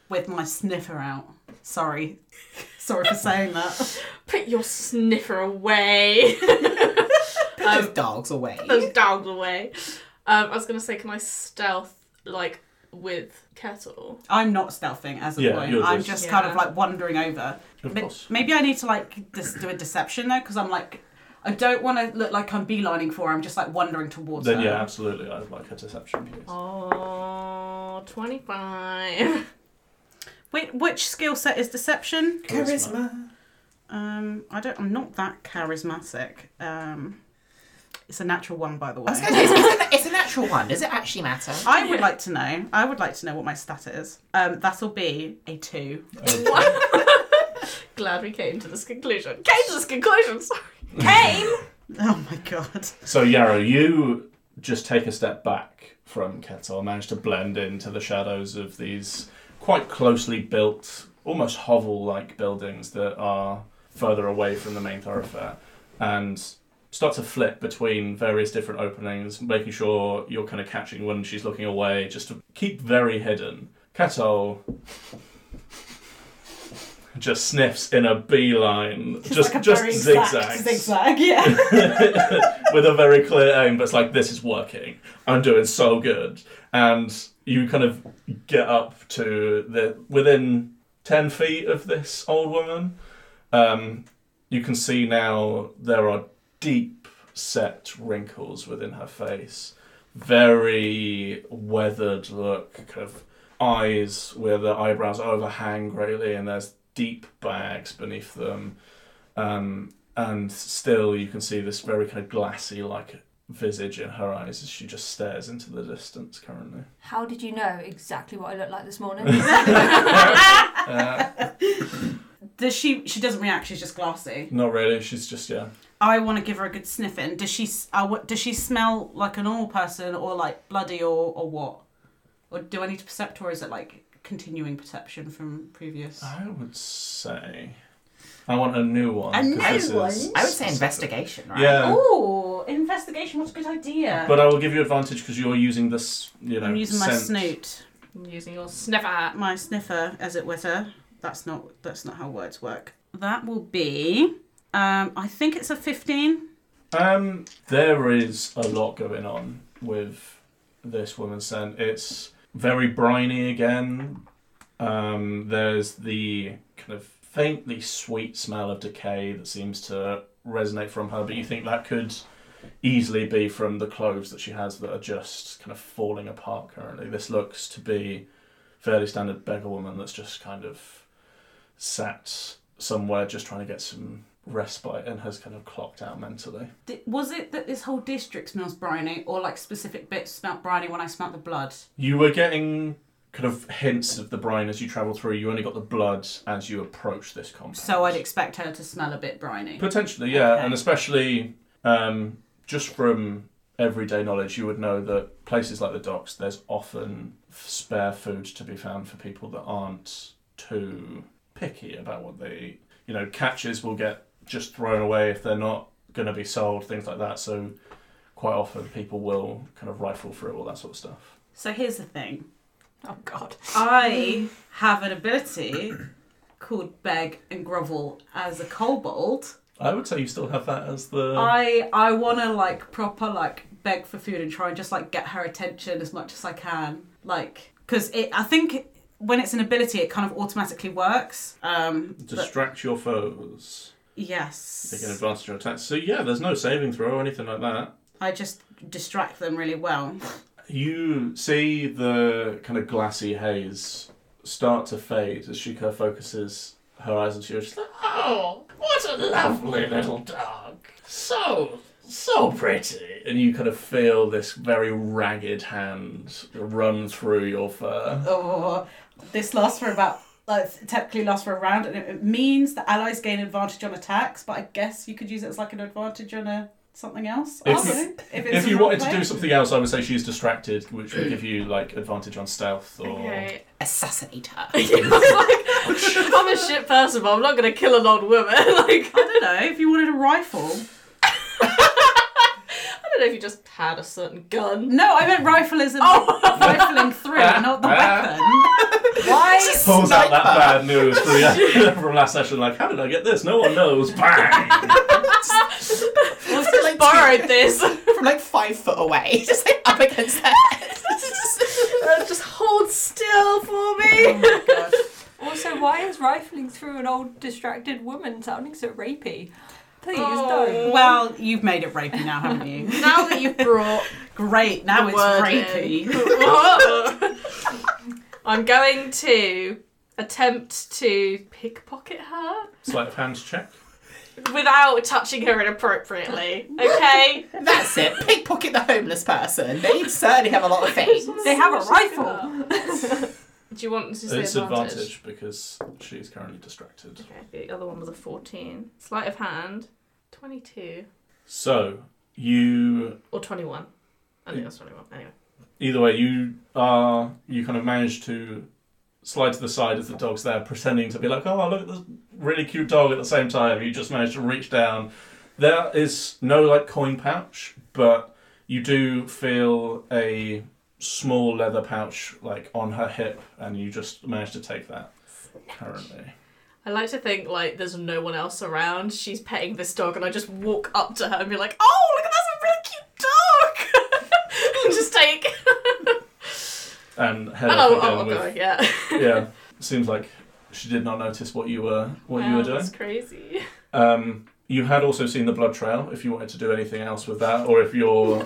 Speaker 4: with my sniffer out. Sorry, sorry for saying that.
Speaker 8: Put your sniffer away.
Speaker 1: Put
Speaker 4: Um,
Speaker 1: those dogs away.
Speaker 8: Those dogs away. Um, I was gonna say, can I stealth like with kettle?
Speaker 4: I'm not stealthing as a
Speaker 5: Yeah,
Speaker 4: point.
Speaker 5: you're
Speaker 4: I'm
Speaker 5: just-
Speaker 4: just kind of
Speaker 8: Yeah.
Speaker 4: like wandering over.
Speaker 5: Of
Speaker 4: Ma-
Speaker 5: course.
Speaker 4: Maybe I need to like dis- do a deception though, because I'm like, I don't want to look like I'm beelining for. her. I'm just like wandering towards
Speaker 5: Then
Speaker 4: her.
Speaker 5: yeah, absolutely. I'd like a deception, please.
Speaker 8: Oh, rolled 25.
Speaker 4: Which, which skill set is deception?
Speaker 5: Charisma.
Speaker 4: Um, I don't. I'm not that charismatic. Um, it's a natural one, by the way.
Speaker 1: I was going to say, it's, a, it's a natural one. Does it actually matter?
Speaker 4: I would like to know. I would like to know what my stat is. Um, that'll be a two.
Speaker 8: Glad we came to this conclusion. Came to this conclusion, sorry.
Speaker 7: Came!
Speaker 4: Oh my god.
Speaker 5: So Yarrow, you just take a step back from Kettle, manage to blend into the shadows of these quite closely built, almost hovel-like buildings that are further away from the main thoroughfare, and start to flip between various different openings, making sure you're kind of catching when she's looking away, just to keep very hidden. Kettle just sniffs in a beeline, just
Speaker 4: like a
Speaker 5: just
Speaker 4: very exact
Speaker 5: zigzags
Speaker 4: Zigzag, yeah.
Speaker 5: with a very clear aim, but it's like, this is working. I'm doing so good. And you kind of get up to the within 10 feet of this old woman. Um, you can see now there are deep set wrinkles within her face, very weathered look, kind of eyes where the eyebrows overhang greatly, and there's deep bags beneath them. Um, and still you can see this very kind of glassy like visage in her eyes as she just stares into the distance currently
Speaker 6: How did you know exactly what I looked like this morning? Oh,
Speaker 5: uh,
Speaker 4: Does she? She doesn't react. She's just glassy.
Speaker 5: not really she's just yeah
Speaker 4: I want to give her a good sniffing. Does she? s- I w- does she smell like a normal person or like bloody or or what? Or do I need to percept or is it like continuing perception from previous?
Speaker 5: i would say i want a new one
Speaker 4: A
Speaker 5: 'cause
Speaker 4: new
Speaker 5: this is
Speaker 1: I would say
Speaker 5: specific.
Speaker 1: investigation, right?
Speaker 5: yeah
Speaker 4: Oh, investigation! What a good idea.
Speaker 5: but i will give you advantage because you're using this you know
Speaker 4: I'm using my
Speaker 5: scent.
Speaker 4: snoot,
Speaker 8: I'm using your sniffer.
Speaker 4: my sniffer, as it were. That's not that's not how words work. That will be. Um, I think it's a fifteen.
Speaker 5: Um, there is a lot going on with this woman's scent. It's very briny again. Um, there's the kind of faintly sweet smell of decay that seems to resonate from her, but you think that could easily be from the clothes that she has that are just kind of falling apart currently. This looks to be fairly standard beggar woman that's just kind of sat somewhere just trying to get some respite and has kind of clocked out mentally.
Speaker 4: Di- Was it that this whole district smells briny, or like specific bits smelt briny when I smelt the blood?
Speaker 5: You were getting kind of hints of the brine as you travel through. You only got the blood as you approach this compound.
Speaker 4: So I'd expect her to smell a bit briny.
Speaker 5: potentially, yeah,
Speaker 4: Okay.
Speaker 5: and especially um, just from everyday knowledge, you would know that places like the docks, there's often spare food to be found for people that aren't too picky about what they eat. You know, catches will get just thrown away if they're not going to be sold, things like that. So quite often people will kind of rifle through all that sort of stuff.
Speaker 4: So here's the thing.
Speaker 6: oh God.
Speaker 4: I have an ability called beg and grovel as a kobold.
Speaker 5: I would say you still have that as the.
Speaker 4: I I want to like proper like beg for food and try and just like get her attention as much as I can. Like cuz it I think when it's an ability it kind of automatically works. Um but-
Speaker 5: Distract your foes.
Speaker 4: yes.
Speaker 5: Taking advantage of your attacks. So yeah, there's no saving throw or anything like that.
Speaker 4: I just distract them really well.
Speaker 5: You see the kind of glassy haze start to fade as she kind of focuses her eyes and she's just like, "Oh, what a lovely little dog! So, so pretty." And you kind of feel this very ragged hand run through your fur.
Speaker 4: Oh, this lasts for about like technically lasts for a round, and it, it means the allies gain advantage on attacks. But I guess you could use it as like an advantage on a something else. I
Speaker 5: If-
Speaker 4: don't know, if, it's
Speaker 5: If
Speaker 4: a
Speaker 5: you
Speaker 4: role
Speaker 5: wanted to
Speaker 4: play.
Speaker 5: do something else, I would say she's distracted, which would give you like advantage on stealth or.
Speaker 8: Okay.
Speaker 1: Assassinate her.
Speaker 8: I'm a shit person, but I'm not gonna kill an old woman.
Speaker 4: I
Speaker 8: like,
Speaker 4: don't know if you wanted a rifle.
Speaker 8: I don't know if you just had a certain gun.
Speaker 4: No, I meant rifle as in
Speaker 5: Oh.
Speaker 4: rifling through, not the weapon.
Speaker 1: Why?
Speaker 5: pulls out that bad news from, the- from last session. Like, how did I get this? No one knows. Bang!
Speaker 1: From like,
Speaker 8: Borrowed this.
Speaker 1: from like five foot away, just like up against her.
Speaker 8: Uh, just hold still for me.
Speaker 6: Also, why is rifling through an old distracted woman sounding so rapey? Please
Speaker 7: Oh.
Speaker 6: don't.
Speaker 8: Oh.
Speaker 4: Well, you've made it rapey now, haven't you?
Speaker 8: now that you've brought
Speaker 4: Great, now
Speaker 8: the
Speaker 4: it's
Speaker 8: word
Speaker 4: rapey.
Speaker 8: in. I'm going to attempt to pickpocket her
Speaker 5: Sleight of hand check.
Speaker 8: without touching her inappropriately. Okay?
Speaker 1: That's it. Pickpocket the homeless person. They certainly have a lot of things.
Speaker 4: They have a rifle.
Speaker 8: Do you want to say
Speaker 5: It's
Speaker 8: advantage?
Speaker 5: advantage because she's currently distracted.
Speaker 8: Okay, the other one was a 14. Sleight of hand, 22.
Speaker 5: So you,
Speaker 8: Or 21. I think that's 21. Anyway.
Speaker 5: either way, you are you kind of manage to slide to the side as the dog's there, pretending to be like, oh, look at this really cute dog. At the same time, you just manage to reach down. There is no like coin pouch, but you do feel a small leather pouch like on her hip, and you just manage to take that. Currently,
Speaker 8: I like to think like there's no one else around. She's petting this dog, and I just walk up to her and be like, "Oh, look at that's a really cute dog!" and just take.
Speaker 5: and head
Speaker 8: and
Speaker 5: off
Speaker 8: I'll,
Speaker 5: again
Speaker 8: I'll
Speaker 5: with
Speaker 8: go. Yeah.
Speaker 5: yeah. Seems like she did not notice what you were what you
Speaker 8: Wow,
Speaker 5: were doing.
Speaker 8: That's crazy.
Speaker 5: Um, you had also seen the blood trail. If you wanted to do anything else with that, or if you're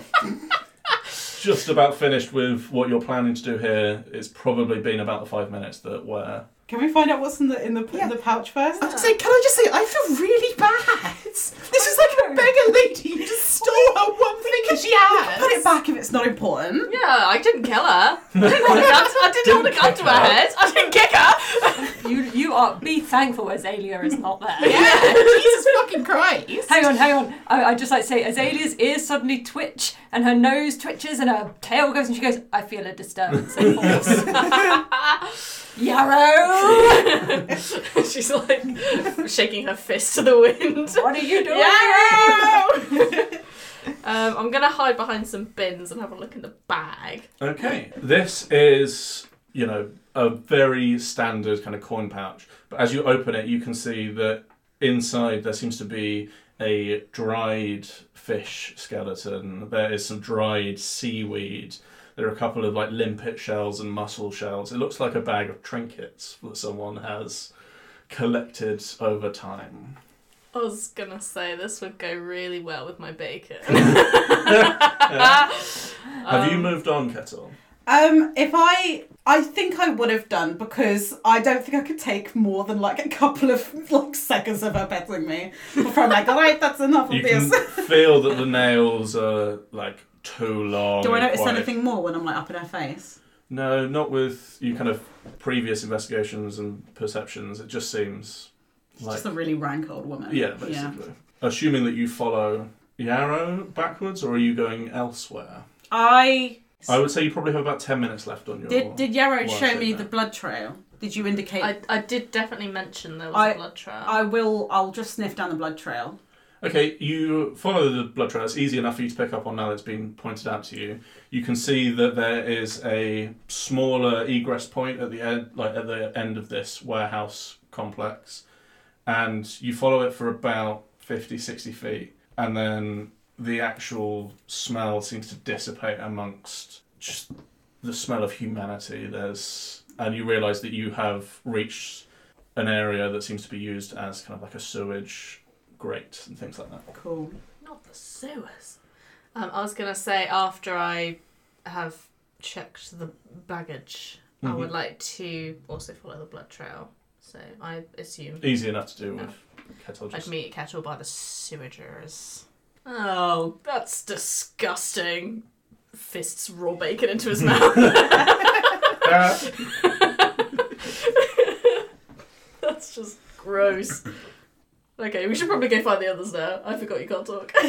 Speaker 5: just about finished with what you're planning to do here, it's probably been about the five minutes that were.
Speaker 4: Can we find out what's in the in the, in the pouch first?
Speaker 1: I was gonna say, can I just say, I feel really bad. This is like a beggar lady who just stole her one thing that she has.
Speaker 4: Put it back if it's not important.
Speaker 8: Yeah, I didn't kill her. I didn't hold a gun. To, I didn't hold a gun to her head. I didn't kick her.
Speaker 6: You you are be thankful Azalea is not there.
Speaker 1: Yeah, Jesus fucking Christ.
Speaker 6: Hang on, hang on. I, I just like to say Azalea's ears suddenly twitch and her nose twitches and her tail goes and she goes, I feel a disturbance in force. Yarrow!
Speaker 8: She's like shaking her fist to the wind.
Speaker 6: What are you doing?
Speaker 8: Yeah. um, I'm gonna hide behind some bins and have a look in the bag.
Speaker 5: Okay, this is you know a very standard kind of coin pouch, but as you open it, you can see that inside there seems to be a dried fish skeleton. There is some dried seaweed. There are a couple of like limpet shells and mussel shells. It looks like a bag of trinkets that someone has collected over time.
Speaker 8: I was gonna say this would go really well with my bacon.
Speaker 5: Have you moved on, Kettle?
Speaker 4: Um, if I, I think I would have done because I don't think I could take more than like a couple of like seconds of her petting me before I'm like, all right, that's enough
Speaker 5: You
Speaker 4: of
Speaker 5: can
Speaker 4: this.
Speaker 5: feel that the nails are like too long.
Speaker 4: Do I
Speaker 5: and
Speaker 4: notice
Speaker 5: quite-
Speaker 4: anything more when I'm like up in her face?
Speaker 5: No, not with you kind of previous investigations and perceptions. It just seems
Speaker 4: She's
Speaker 5: like
Speaker 4: Just a really rank old woman.
Speaker 5: yeah, basically. Assuming that you follow Yarrow backwards, or are you going elsewhere?
Speaker 4: I
Speaker 5: I would say you probably have about ten minutes left on your.
Speaker 4: did. Did Yarrow
Speaker 5: Well,
Speaker 4: show
Speaker 5: shit,
Speaker 4: me
Speaker 5: no.
Speaker 4: the blood trail? Did you indicate?
Speaker 8: I, I did definitely mention there was
Speaker 4: I-
Speaker 8: a blood trail.
Speaker 4: I will. I'll just sniff down the blood trail.
Speaker 5: Okay, you follow the blood trail. It's easy enough for you to pick up on now that it's been pointed out to you. You can see that there is a smaller egress point at the end, like at the end of this warehouse complex, and you follow it for about 50, 60 feet, and then the actual smell seems to dissipate amongst just the smell of humanity. There's and you realise that you have reached an area that seems to be used as kind of like a sewage great and things like that.
Speaker 4: Cool.
Speaker 8: Not the sewers. Um, I was gonna say after I have checked the baggage, I
Speaker 4: Mm-hmm.
Speaker 8: would like to also follow the blood trail. So I assume
Speaker 5: Easy enough to do with kettle
Speaker 8: I'd
Speaker 5: just
Speaker 8: meet Kettle by the sewagers. Oh, that's disgusting. Fists raw bacon into his mouth.
Speaker 5: Ah,
Speaker 8: That's just gross. Okay, we should probably go find the others now. I forgot you can't talk.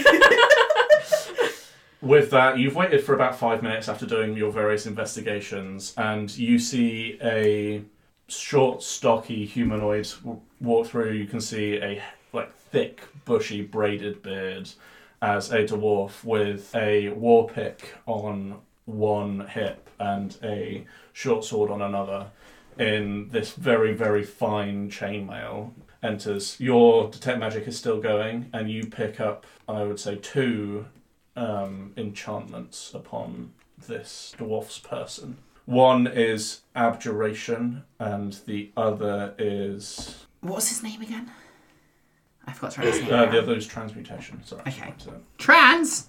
Speaker 5: With that, you've waited for about five minutes after doing your various investigations, and you see a short, stocky humanoid w- walk through. You can see a like thick, bushy, braided beard as a dwarf with a war pick on one hip and a short sword on another. In this very, very fine chainmail, enters. Your detect magic is still going, and you pick up, I would say, two um, enchantments upon this dwarf's person. One is abjuration, and the other is
Speaker 1: What was his name again? I forgot to write his name.
Speaker 5: uh,
Speaker 1: down.
Speaker 5: the other is transmutation. Sorry,
Speaker 1: Okay.
Speaker 5: So,
Speaker 1: Trans.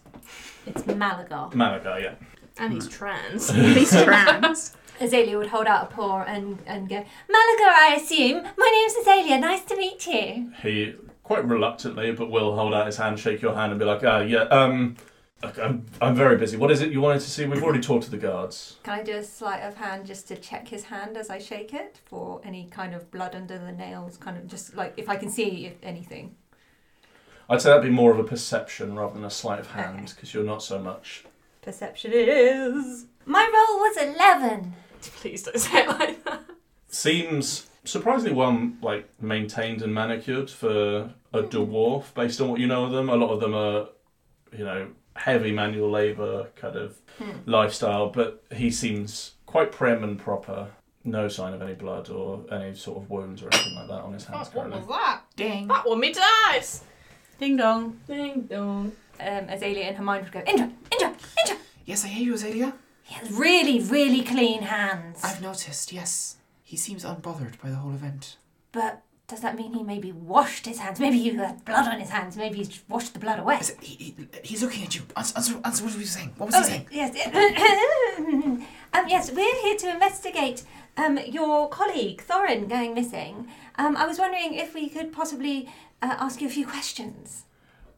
Speaker 7: It's Malagar.
Speaker 5: Malaga, yeah.
Speaker 8: and he's trans.
Speaker 1: He's trans.
Speaker 7: Azalea would hold out a paw and, and go, Malaga, I assume. My name's Azalea. Nice to meet you.
Speaker 5: He quite reluctantly, but will hold out his hand, shake your hand, and be like, "Ah, yeah, um, look, I'm, I'm very busy. What is it you wanted to see? We've already talked to the guards.
Speaker 7: Can I do a sleight of hand just to check his hand as I shake it for any kind of blood under the nails? Kind of just like if I can see if anything.
Speaker 5: I'd say that'd be more of a perception rather than a sleight of hand, because you're not so much.
Speaker 7: Perception it is. My roll was 11.
Speaker 8: Please don't say it like that.
Speaker 5: Seems surprisingly well, like maintained and manicured for
Speaker 8: Hmm.
Speaker 5: a dwarf. Based on what you know of them, a lot of them are, you know, heavy manual labour kind of
Speaker 8: Hmm.
Speaker 5: lifestyle. But he seems quite prim and proper. No sign of any blood or any sort of wounds or anything like that on his hands
Speaker 8: What
Speaker 5: currently.
Speaker 8: was that?
Speaker 1: Ding.
Speaker 8: That one me dies.
Speaker 4: Ding dong.
Speaker 8: Ding dong.
Speaker 7: Um, Azalea in her mind would go, Indra, Indra, Indra.
Speaker 1: Yes, I hear you, Azalea.
Speaker 7: He has really, really clean hands.
Speaker 1: I've noticed, yes. He seems unbothered by the whole event.
Speaker 7: But does that mean he maybe washed his hands? Maybe he had blood on his hands. Maybe he's washed the blood away.
Speaker 1: Is it- he, he, he's looking at you. Answer, answer, answer what were you saying? What was he
Speaker 7: Oh,
Speaker 1: saying?
Speaker 7: yes. um, yes, we're here to investigate um, your colleague, Thorin, going missing. Um, I was wondering if we could possibly uh, ask you a few questions.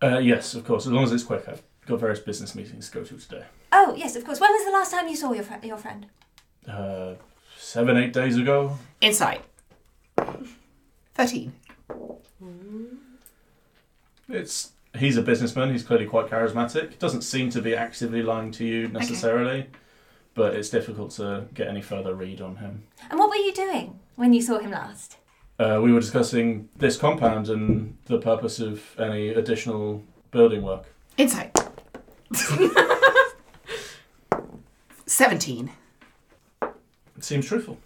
Speaker 5: Uh, yes, of course. As long as it's quick, I've got various business meetings to go to today.
Speaker 7: Oh, yes, of course. When was the last time you saw your, fri your friend?
Speaker 5: Uh, seven, eight days ago.
Speaker 1: Insight. 13.
Speaker 5: It's he's a businessman. He's clearly quite charismatic. Doesn't seem to be actively lying to you necessarily, but it's difficult to get any further read on him.
Speaker 7: And what were you doing when you saw him last?
Speaker 5: Uh, we were discussing this compound and the purpose of any additional building work.
Speaker 1: Insight. 17.
Speaker 5: It seems truthful.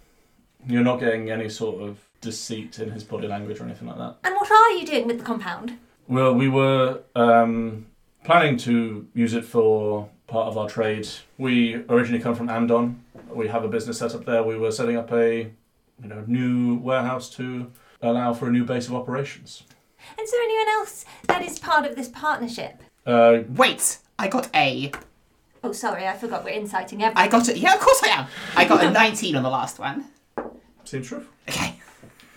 Speaker 5: You're not getting any sort of deceit in his body language or anything like that.
Speaker 7: And what are you doing with the compound?
Speaker 5: Well, we were um, planning to use it for part of our trade. We originally come from Amdon. We have a business set up there. We were setting up a you know new warehouse to allow for a new base of operations.
Speaker 7: And is there anyone else that is part of this partnership?
Speaker 5: Uh,
Speaker 1: Wait, I got a.
Speaker 7: Oh, sorry, I forgot we're inciting everyone.
Speaker 1: I got a. Yeah, of course I am. I got a 19 on the last one.
Speaker 5: seems true.
Speaker 1: Okay.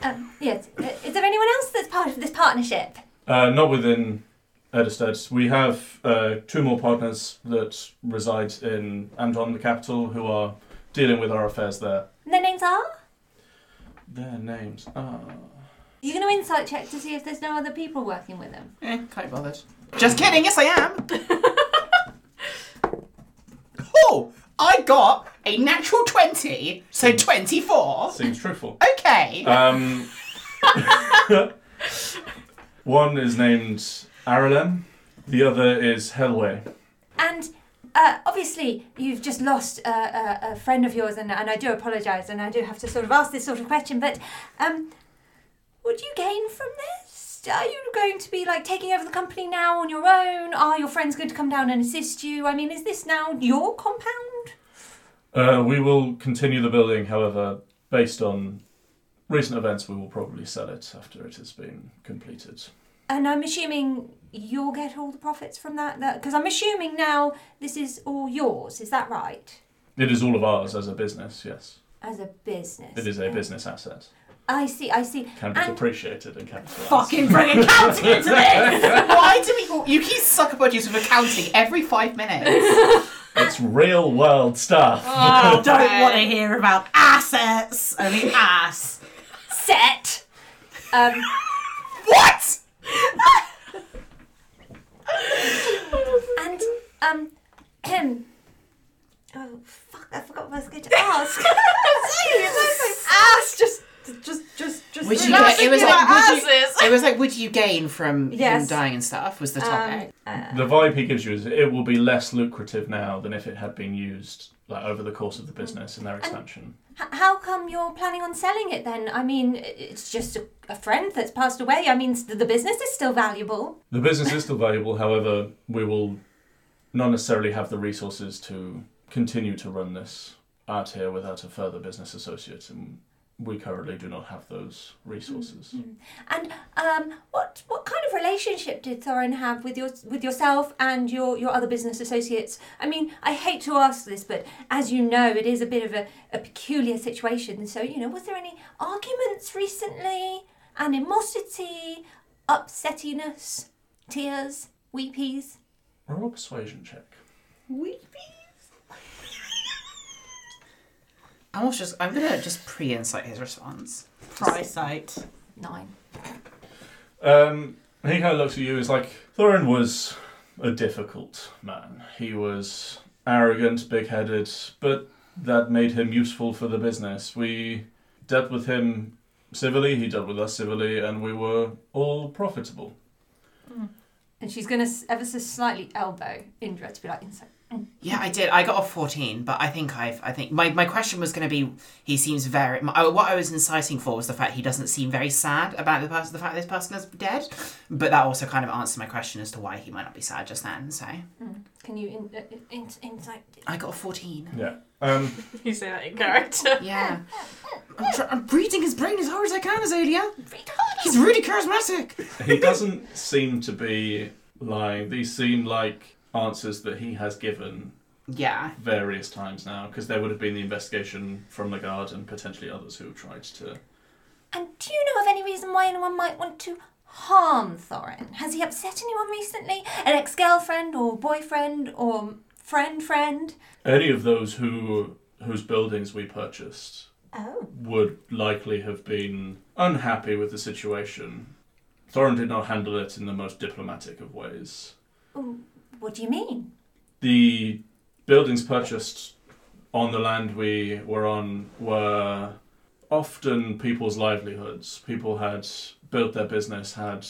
Speaker 7: Um, yes. Uh, Is there anyone else that's part of this partnership?
Speaker 5: Uh, not within Ederstead. We have uh, two more partners that reside in Amdon, the capital, who are dealing with our affairs there.
Speaker 7: And their names are?
Speaker 5: Their names are.
Speaker 7: You're going to insight check to see if there's no other people working with them.
Speaker 1: Eh, can't be bothered. Just kidding, yes I am! oh! I got a natural 20, so 24.
Speaker 5: Seems truthful.
Speaker 1: Okay.
Speaker 5: Um, one is named Aralem, the other is Helway.
Speaker 7: And uh, obviously, you've just lost a, a, a friend of yours, and, and I do apologise, and I do have to sort of ask this sort of question, but um, what do you gain from this? Are you going to be like taking over the company now on your own? Are your friends going to come down and assist you? I mean, is this now your compound?
Speaker 5: Uh, we will continue the building, however, based on recent events, we will probably sell it after it has been completed.
Speaker 7: And I'm assuming you'll get all the profits from that, because I'm assuming now this is all yours. Is that right?
Speaker 5: It is all of ours as a business, yes.
Speaker 7: As a business.
Speaker 5: It is a business asset.
Speaker 7: I see. I see.
Speaker 5: Can be
Speaker 7: And-
Speaker 5: depreciated and capitalized.
Speaker 1: Fucking bring accounting into this! Why do people. You keep sucker budgets with accounting every five minutes.
Speaker 5: It's real world stuff.
Speaker 4: I don't want to hear about assets. Only ass.
Speaker 7: Set. Um,
Speaker 1: What?
Speaker 7: and um, ahem. oh fuck! I forgot what I was going to ask.
Speaker 4: ass. Just, just, just, just.
Speaker 1: Would you
Speaker 8: That's
Speaker 1: get, it was
Speaker 8: your
Speaker 1: like would you,
Speaker 8: asses.
Speaker 1: it was like would you gain from
Speaker 7: Yes.
Speaker 1: him dying and stuff was the topic.
Speaker 7: um, uh,
Speaker 5: The vibe he gives you is it will be less lucrative now than if it had been used like over the course of the business and their expansion.
Speaker 7: h- how come you're planning on selling it then? I mean, i- it's just a, a friend that's passed away. I mean, s- the business is still valuable.
Speaker 5: The business is still valuable, however, we will not necessarily have the resources to continue to run this out here without a further business associate. And we currently do not have those resources.
Speaker 7: And um, what what kind of relationship did Thorin have with your with yourself and your, your other business associates? I mean, I hate to ask this, but as you know, it is a bit of a, a peculiar situation. So you know, was there any arguments recently? Animosity, upsettiness, tears, weepies.
Speaker 5: Roll a persuasion check.
Speaker 1: I'm also just I'm gonna just pre-insight his response.
Speaker 4: Prysight.
Speaker 7: Nine.
Speaker 5: Um, he kind of looks at you as like Thorin was a difficult man. He was arrogant, big-headed, but that made him useful for the business. We dealt with him civilly. He dealt with us civilly, and we were all profitable.
Speaker 6: And she's gonna s- ever so slightly elbow Indra to be like, "Inside."
Speaker 1: Yeah, I did. I got a fourteen, but I think I've. I think my, my question was going to be. He seems very. My, uh, what I was inciting for was the fact he doesn't seem very sad about the person. The fact this person is dead, but that also kind of answers my question as to why he might not be sad just then. So
Speaker 6: Can you in- uh, in- insight?
Speaker 1: I got a fourteen.
Speaker 5: Yeah. Um,
Speaker 8: You say that in character.
Speaker 1: Yeah, I'm, tr- I'm breathing his brain as hard as I can, Azalea. He's really charismatic.
Speaker 5: he doesn't seem to be lying. These seem like answers that he has given
Speaker 1: Yeah,
Speaker 5: various times now, because there would have been the investigation from the guard and potentially others who have tried to.
Speaker 7: And do you know of any reason why anyone might want to harm Thorin? Has he upset anyone recently? An ex girlfriend or boyfriend or friend friend?
Speaker 5: Any of those who whose buildings we purchased
Speaker 7: Oh.
Speaker 5: would likely have been unhappy with the situation. Thorin did not handle it in the most diplomatic of ways.
Speaker 7: What do you mean?
Speaker 5: The buildings purchased on the land we were on were often people's livelihoods. People had built their business, had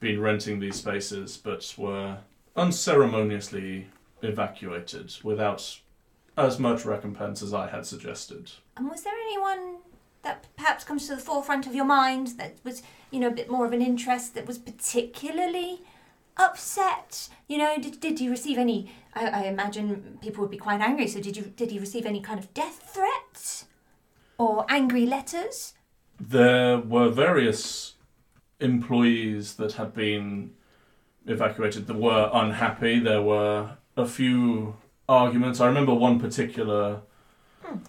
Speaker 5: been renting these spaces, but were unceremoniously evacuated without as much recompense as I had suggested.
Speaker 7: And was there anyone that perhaps comes to the forefront of your mind that was, you know, a bit more of an interest that was particularly upset? You know, did, did you receive any? I, I imagine people would be quite angry. So did you did you receive any kind of death threats or angry letters?
Speaker 5: There were various employees that had been evacuated that were unhappy. There were a few arguments. I remember one particular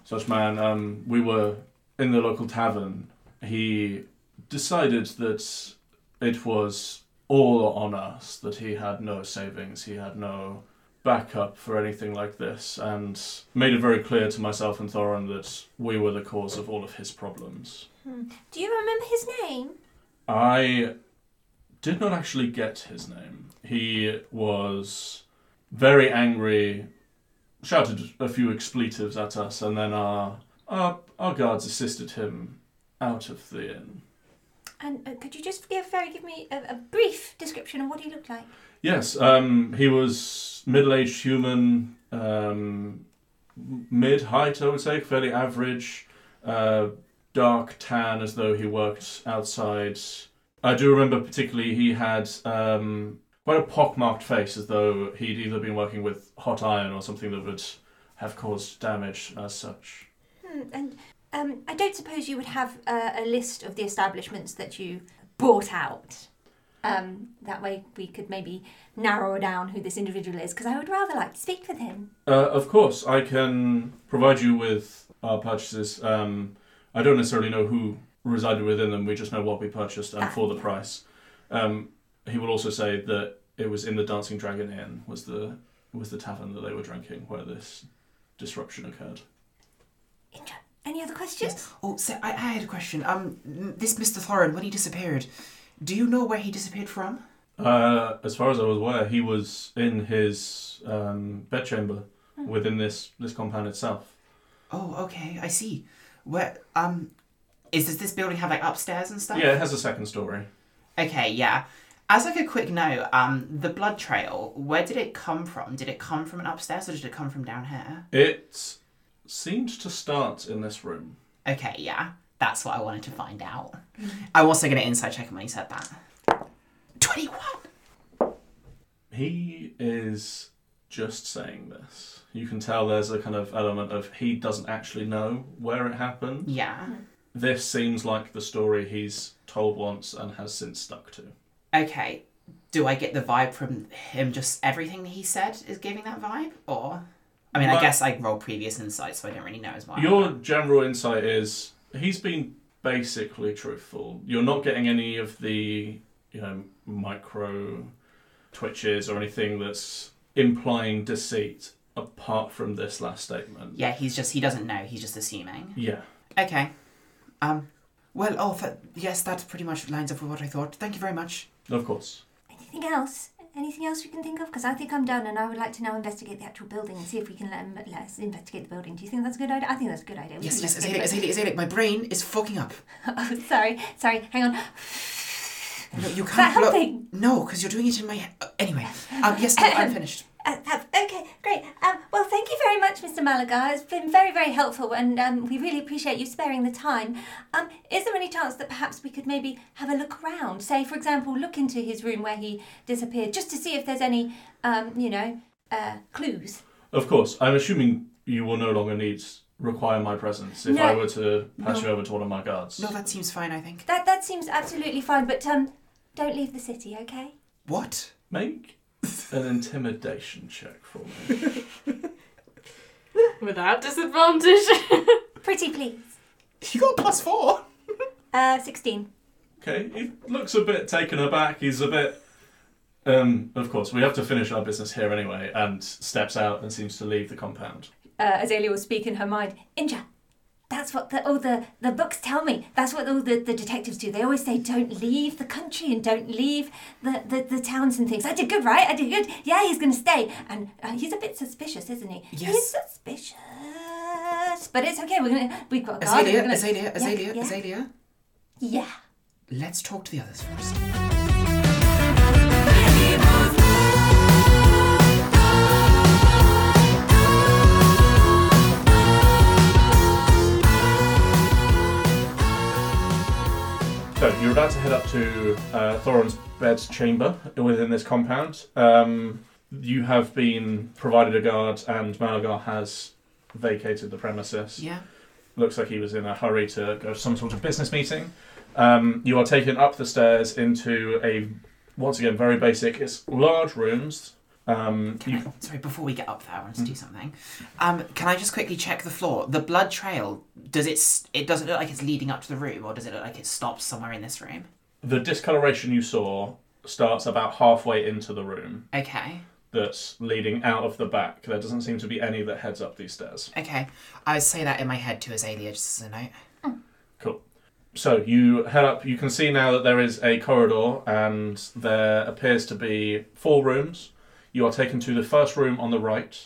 Speaker 5: such man. Um, we were in the local tavern. He decided that it was all on us, that he had no savings, he had no backup for anything like this, and made it very clear to myself and Thorin that we were the cause of all of his problems.
Speaker 7: Do you remember his name?
Speaker 5: I did not actually get his name. He was very angry, shouted a few expletives at us, and then our our, our guards assisted him out of the inn.
Speaker 7: And uh, could you just give very give me a, a brief description of what he looked like?
Speaker 5: Yes, um, he was middle-aged human, um, mid-height, I would say, fairly average, uh, dark tan, as though he worked outside. I do remember particularly he had um, quite a pockmarked face, as though he'd either been working with hot iron or something that would have caused damage as such.
Speaker 7: Hmm, and um, I don't suppose you would have uh, a, a list of the establishments that you bought out. Um, that way we could maybe narrow down who this individual is, because I would rather like to speak with him.
Speaker 5: Uh, of course, I can provide you with our purchases. Um, I don't necessarily know who resided within them. We just know what we purchased and for the price. Um, he will also say that it was in the Dancing Dragon Inn was the was the tavern that they were drinking where this disruption occurred.
Speaker 7: Indra, any other questions?
Speaker 1: Oh, so I, I had a question. Um, this Mr. Thorin, when he disappeared, do you know where he disappeared from?
Speaker 5: Uh, as far as I was aware, he was in his um, bedchamber within this this compound itself.
Speaker 1: Oh, okay, I see. Where um is does this building have like upstairs and stuff?
Speaker 5: Yeah, it has a second story.
Speaker 1: Okay, yeah. As like a quick note, um, the blood trail, where did it come from? Did it come from an upstairs or did it come from down here?
Speaker 5: It seemed to start in this room.
Speaker 1: Okay, yeah. That's what I wanted to find out. I'm also gonna insight check him when he said that. Twenty-one!
Speaker 5: He is just saying this. You can tell there's a kind of element of he doesn't actually know where it happened.
Speaker 1: Yeah.
Speaker 5: this seems like the story he's told once and has since stuck to.
Speaker 1: Okay. Do I get the vibe from him? Just everything he said is giving that vibe, or I mean,
Speaker 5: Well-
Speaker 1: I guess I roll previous insight, so I don't really know as well.
Speaker 5: Your general insight is he's been basically truthful. You're not getting any of the you know micro twitches or anything that's implying deceit apart from this last statement.
Speaker 1: yeah, he's just he doesn't know. He's just assuming.
Speaker 5: Yeah.
Speaker 1: Okay. Um. Well, oh, th- yes, that pretty much lines up with what I thought. Thank you very much.
Speaker 5: Of course.
Speaker 7: Anything else? Anything else we can think of? Because I think I'm done, and I would like to now investigate the actual building and see if we can let, him, let us investigate the building. Do you think that's a good idea? I think that's a good idea. We
Speaker 1: Yes,
Speaker 7: can
Speaker 1: yes, Azalea,
Speaker 7: investigate
Speaker 1: Azalea, Azalea, my brain is fucking up.
Speaker 7: the- Oh, sorry, sorry. Hang on.
Speaker 1: No, you
Speaker 7: that
Speaker 1: can't. blow-
Speaker 7: helping?
Speaker 1: No, because you're doing it in my head. anyway, um, yes, no, I'm finished.
Speaker 7: Uh, uh, okay, great. Um, well, thank you very much, Mr. Malaga. It's been very, very helpful, and um, we really appreciate you sparing the time. Um, is there any chance that perhaps we could maybe have a look around? Say, for example, look into his room where he disappeared, just to see if there's any, um, you know, uh, clues.
Speaker 5: Of course. I'm assuming you will no longer need require my presence if
Speaker 7: No.
Speaker 5: I were to pass you over to one of my guards.
Speaker 1: No, that seems fine. I think.
Speaker 7: That that seems absolutely fine, but um, don't leave the city, okay?
Speaker 1: What?
Speaker 5: Make an intimidation check for me.
Speaker 8: Without disadvantage.
Speaker 7: Pretty please.
Speaker 1: You got plus four.
Speaker 7: Uh, sixteen.
Speaker 5: Okay, he looks a bit taken aback. He's a bit. Um, of course, we have to finish our business here anyway, and steps out and seems to leave the compound.
Speaker 7: Uh, Azalea will speak in her mind. Inja, that's what the, all the, the books tell me. That's what all the, the detectives do. They always say, don't leave the country and don't leave the, the, the towns and things. I did good, right? I did good. Yeah, he's going to stay. And uh, he's a bit suspicious, isn't he? He's
Speaker 1: Yes.
Speaker 7: suspicious. But it's okay. We're going to, we've got a guard. We're
Speaker 1: Azalea,
Speaker 7: gonna-
Speaker 1: Azalea, Azalea,
Speaker 7: yeah.
Speaker 1: Azalea.
Speaker 7: Yeah.
Speaker 1: Let's talk to the others first.
Speaker 5: So you're about to head up to uh, Thorin's bed's chamber within this compound. Um, you have been provided a guard, and Malagar has vacated the premises.
Speaker 1: Yeah.
Speaker 5: looks like he was in a hurry to go to some sort of business meeting. Um, you are taken up the stairs into a once again very basic. It's large rooms. Um,
Speaker 1: Can
Speaker 5: you,
Speaker 1: I, sorry, before we get up there, I want to do something. Um, can I just quickly check the floor? The blood trail does it? s- It doesn't look like it's leading up to the room, or does it look like it stops somewhere in this room?
Speaker 5: the discoloration you saw starts about halfway into the room.
Speaker 1: Okay,
Speaker 5: That's leading out of the back. There doesn't seem to be any that heads up these stairs.
Speaker 1: okay. I would say that in my head to Azalea just as a note.
Speaker 5: Cool. So you head up. You can see now that there is a corridor, and there appears to be four rooms. You are taken to the first room on the right.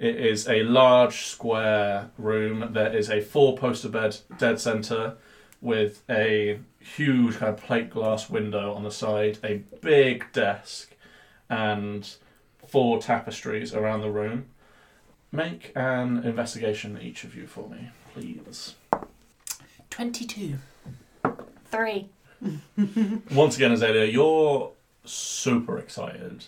Speaker 5: It is a large square room. There is a four-poster bed dead center with a huge kind of plate glass window on the side, a big desk, and four tapestries around the room. Make an investigation each of you for me, please.
Speaker 1: Twenty-two.
Speaker 7: Three.
Speaker 5: Once again, Azalea, you're super excited.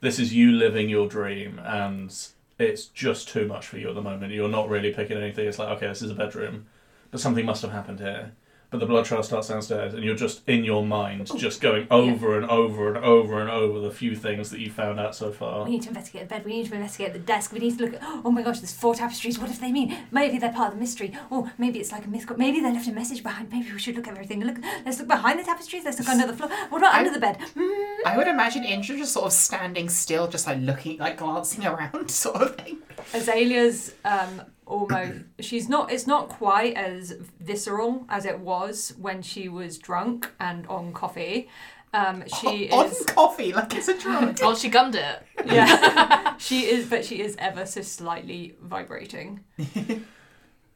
Speaker 5: This is you living your dream, and it's just too much for you at the moment. You're not really picking anything. It's like, okay, this is a bedroom, but something must have happened here. But the blood trail starts downstairs, and you're just in your mind, just going over and over and over and over the few things that you found out so far.
Speaker 7: We need to investigate the bed. We need to investigate the desk. We need to look at. Oh my gosh, there's four tapestries. What do they mean? Maybe they're part of the mystery. Or maybe it's like a myth. Maybe they left a message behind. Maybe we should look at everything. Look, let's look behind the tapestries. Let's look under the floor. What about
Speaker 1: I-
Speaker 7: under the bed? Hmm.
Speaker 1: I would imagine Indra just sort of standing still, just like looking, like glancing around, sort of thing.
Speaker 6: Azalea's um almost she's not it's not quite as visceral as it was when she was drunk and on coffee. Um she
Speaker 1: on
Speaker 6: is
Speaker 1: coffee, like it's a drug.
Speaker 8: oh, she gummed it.
Speaker 6: yeah. she is but she is ever so slightly vibrating.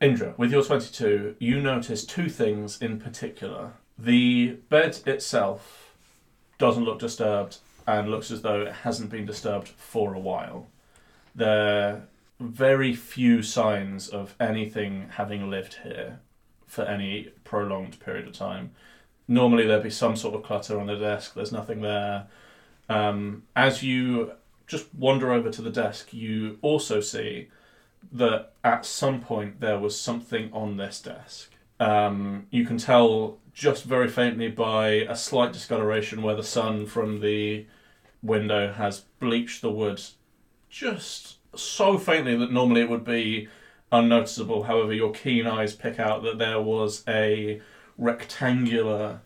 Speaker 5: Indra, with your 22, you notice two things in particular. The bed itself doesn't look disturbed and looks as though it hasn't been disturbed for a while. There are very few signs of anything having lived here for any prolonged period of time. Normally, there'd be some sort of clutter on the desk, there's nothing there. Um, as you just wander over to the desk, you also see that at some point there was something on this desk. Um, you can tell just very faintly by a slight discoloration where the sun from the window has bleached the wood just so faintly that normally it would be unnoticeable. However, your keen eyes pick out that there was a rectangular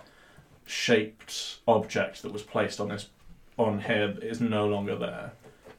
Speaker 5: shaped object that was placed on this on here that is no longer there.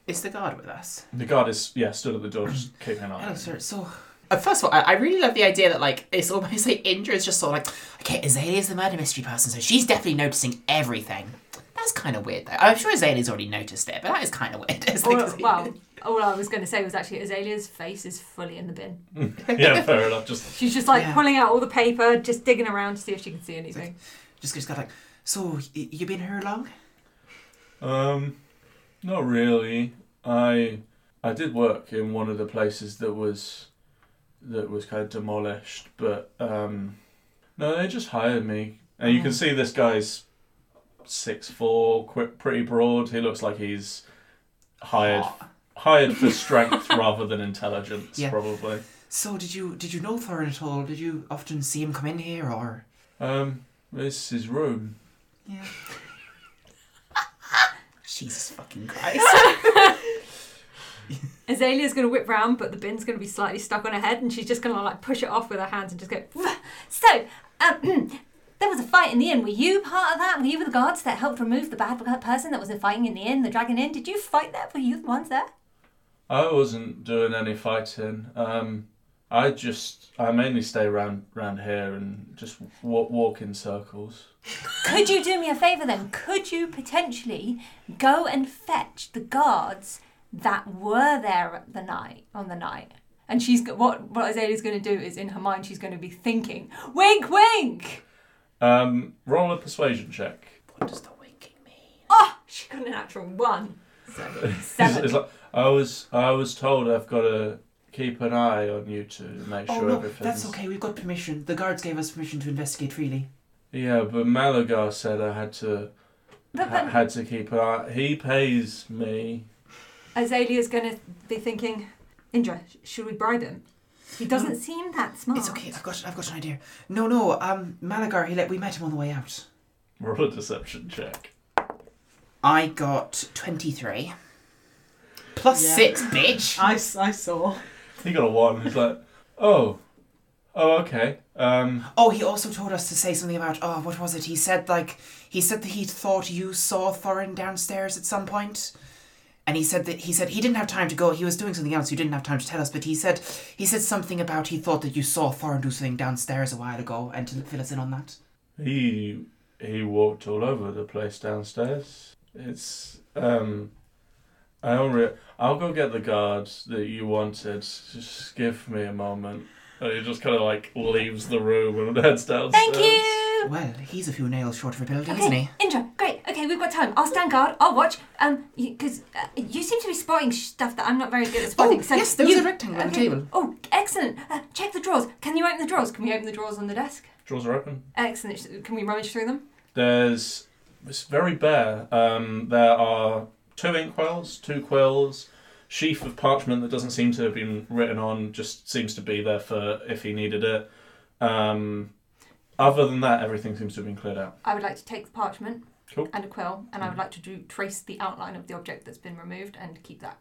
Speaker 1: Is the guard with us?
Speaker 5: The guard is yeah stood at the door just keeping an eye.
Speaker 1: Oh, sorry. So, uh, first of all, I, I really love the idea that like it's almost like Indra is just sort of like, okay, Azalea's the murder mystery person, so she's definitely noticing everything. That's kind of weird, though. I'm sure Azalea's already noticed it, but that is kind of weird. It's like-
Speaker 6: Or, well, all I was going to say was actually Azalea's face is fully in the bin.
Speaker 5: yeah, fair enough. Just
Speaker 6: She's just like
Speaker 1: Yeah.
Speaker 6: pulling out all the paper, just digging around to see if she can see anything.
Speaker 1: just just got like, so y- you been here long?
Speaker 5: Um, not really. I I did work in one of the places that was that was kind of demolished, but um, no, they just hired me. And you can see this guy's six four, quite pretty broad. He looks like he's hired hired for strength rather than intelligence,
Speaker 1: Yeah.
Speaker 5: probably.
Speaker 1: So did you did you know Thorin at all? Did you often see him come in here or?
Speaker 5: Um, this is his room.
Speaker 1: Yeah. Jesus fucking Christ.
Speaker 6: Azalea's going to whip round, but the bin's going to be slightly stuck on her head, and she's just going to like push it off with her hands and just go.
Speaker 7: So, um, there was a fight in the inn. Were you part of that? Were you with the guards that helped remove the bad person that was fighting in the inn, the dragon inn? Did you fight there? Were you the ones there?
Speaker 5: I wasn't doing any fighting. Um, I just I mainly stay round round here and just walk walk in circles.
Speaker 7: Could you do me a favour then? Could you potentially go and fetch the guards that were there at the night on the night?
Speaker 6: And she's go- what what Azalea's going to do is in her mind she's going to be thinking, wink, wink.
Speaker 5: Um, roll a persuasion check.
Speaker 1: what does the winking mean?
Speaker 6: Oh, she got an actual one.
Speaker 5: It's,
Speaker 6: Seven.
Speaker 5: it's like, I was I was told I've got to keep an eye on you to make
Speaker 1: Oh
Speaker 5: sure
Speaker 1: no,
Speaker 5: everything's.
Speaker 1: that's okay. We've got permission. The guards gave us permission to investigate freely.
Speaker 5: Yeah, but Malagar said I had to
Speaker 6: But-
Speaker 5: ha-
Speaker 6: but-
Speaker 5: had to keep an eye. He pays me.
Speaker 6: Azalea's going to be thinking, Indra, sh- should we bribe him? He doesn't seem that smart.
Speaker 1: It's okay. I've got I've got an idea. No, no. Um, Malagar. He let we met him on the way out.
Speaker 5: Roll a deception check.
Speaker 1: I got twenty three. Plus
Speaker 4: Yeah.
Speaker 1: six, bitch.
Speaker 4: I, s- I saw.
Speaker 5: He got a one. He's like, oh, oh okay. Um.
Speaker 1: Oh, he also told us to say something about oh, what was it? He said like he said that he thought you saw Thorin downstairs at some point. And he said that he said he didn't have time to go. He was doing something else. You didn't have time to tell us. But he said he said something about he thought that you saw Thorin do something downstairs a while ago, and to fill us in on that.
Speaker 5: He he walked all over the place downstairs. It's um, I don't re- I'll go get the guards that you wanted. Just give me a moment. And he just kind of like leaves the room and heads downstairs.
Speaker 7: Thank you.
Speaker 1: Well, he's a few nails short of ability, isn't he?
Speaker 7: Okay, Indra, great. Okay, we've got time. I'll stand guard. I'll watch. Um, because uh, you seem to be spotting stuff that I'm not very good at spotting.
Speaker 1: Oh,
Speaker 7: so
Speaker 1: yes, there was
Speaker 7: you-
Speaker 1: a rectangle on the
Speaker 7: okay.
Speaker 1: table.
Speaker 7: Oh, excellent. Uh, check the drawers. Can you open the drawers? Can we open the drawers on the desk?
Speaker 5: Drawers are open.
Speaker 6: Excellent. Can we rummage through them?
Speaker 5: There's it's very bare. Um, there are two inkwells, two quills, sheaf of parchment that doesn't seem to have been written on, just seems to be there for if he needed it. Um, other than that, everything seems to have been cleared out.
Speaker 6: I would like to take the parchment
Speaker 5: Cool.
Speaker 6: and a quill, and I would like to do, trace the outline of the object that's been removed and keep that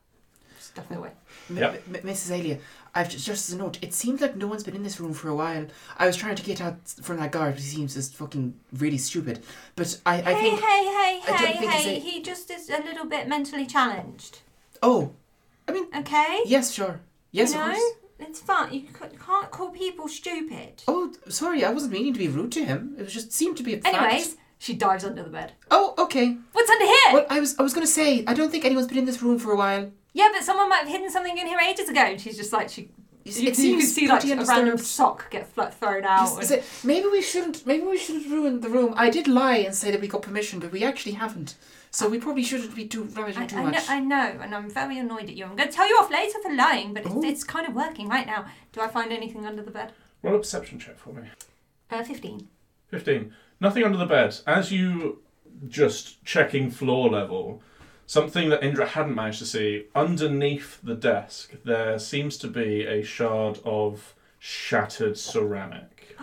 Speaker 6: stuff away.
Speaker 1: M-
Speaker 5: Yep.
Speaker 1: M- Mrs. Alia, I've just, just as a note, it seems like no one's been in this room for a while. I was trying to get out from that guard, but he seems just fucking really stupid. But I, I
Speaker 7: hey,
Speaker 1: think.
Speaker 7: hey,
Speaker 1: I
Speaker 7: hey,
Speaker 1: don't
Speaker 7: hey,
Speaker 1: think it's
Speaker 7: hey.
Speaker 1: a-
Speaker 7: He just is a little bit mentally challenged.
Speaker 1: Oh,
Speaker 7: Okay.
Speaker 1: yes, sure. Yes,
Speaker 7: you
Speaker 1: of
Speaker 7: know,
Speaker 1: course.
Speaker 7: it's fine. You c- can't call people stupid.
Speaker 1: Oh, sorry, I wasn't meaning to be rude to him. It was just seemed to be a fact.
Speaker 7: Anyways,
Speaker 6: She dives under the bed.
Speaker 1: Oh, okay.
Speaker 7: what's under here?
Speaker 1: Well, I was I was gonna say I don't think anyone's been in this room for a while.
Speaker 7: Yeah, but someone might have hidden something in here ages ago.
Speaker 6: And she's just like, she.
Speaker 1: It
Speaker 6: You, you can
Speaker 1: seems
Speaker 6: see like
Speaker 1: pretty
Speaker 6: a random
Speaker 1: undisturbed.
Speaker 6: sock get fl- thrown out.
Speaker 7: Oh.
Speaker 1: Is- is
Speaker 6: and-
Speaker 1: it- maybe we shouldn't. Maybe we shouldn't ruin the room. I did lie and say that we got permission, but we actually haven't. So we probably shouldn't be too
Speaker 7: I,
Speaker 1: rummaging too
Speaker 7: I,
Speaker 1: much.
Speaker 7: know, I know, and I'm very annoyed at you. I'm going to tell you off later for lying, but it's,
Speaker 1: Ooh.
Speaker 7: it's kind of working right now.
Speaker 6: Do I find anything under the bed?
Speaker 5: Roll a perception check for me.
Speaker 7: Uh, 15.
Speaker 5: 15. Nothing under the bed. As you just checking floor level, something that Indra hadn't managed to see, underneath the desk, there seems to be a shard of shattered ceramic.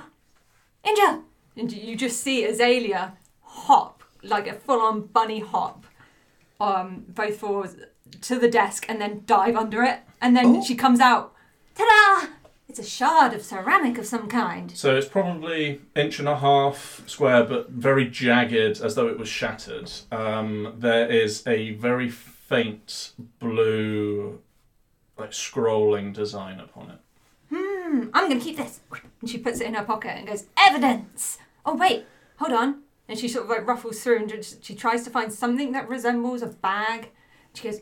Speaker 6: and you- you just see Azalea hop like a full-on bunny hop, um, both fours to the desk and then dive under it, and then she comes out.
Speaker 7: Oh. Ta-da! It's a shard of ceramic of some kind.
Speaker 5: So it's probably inch and a half square, but very jagged, as though it was shattered. Um, there is a very faint blue, like scrolling design upon it.
Speaker 7: Hmm, I'm gonna keep this.
Speaker 6: And she puts it in her pocket and goes.
Speaker 7: Evidence! Oh, wait,
Speaker 6: Hold on, and she sort of like ruffles through and just, she tries to find something that resembles a bag. She goes,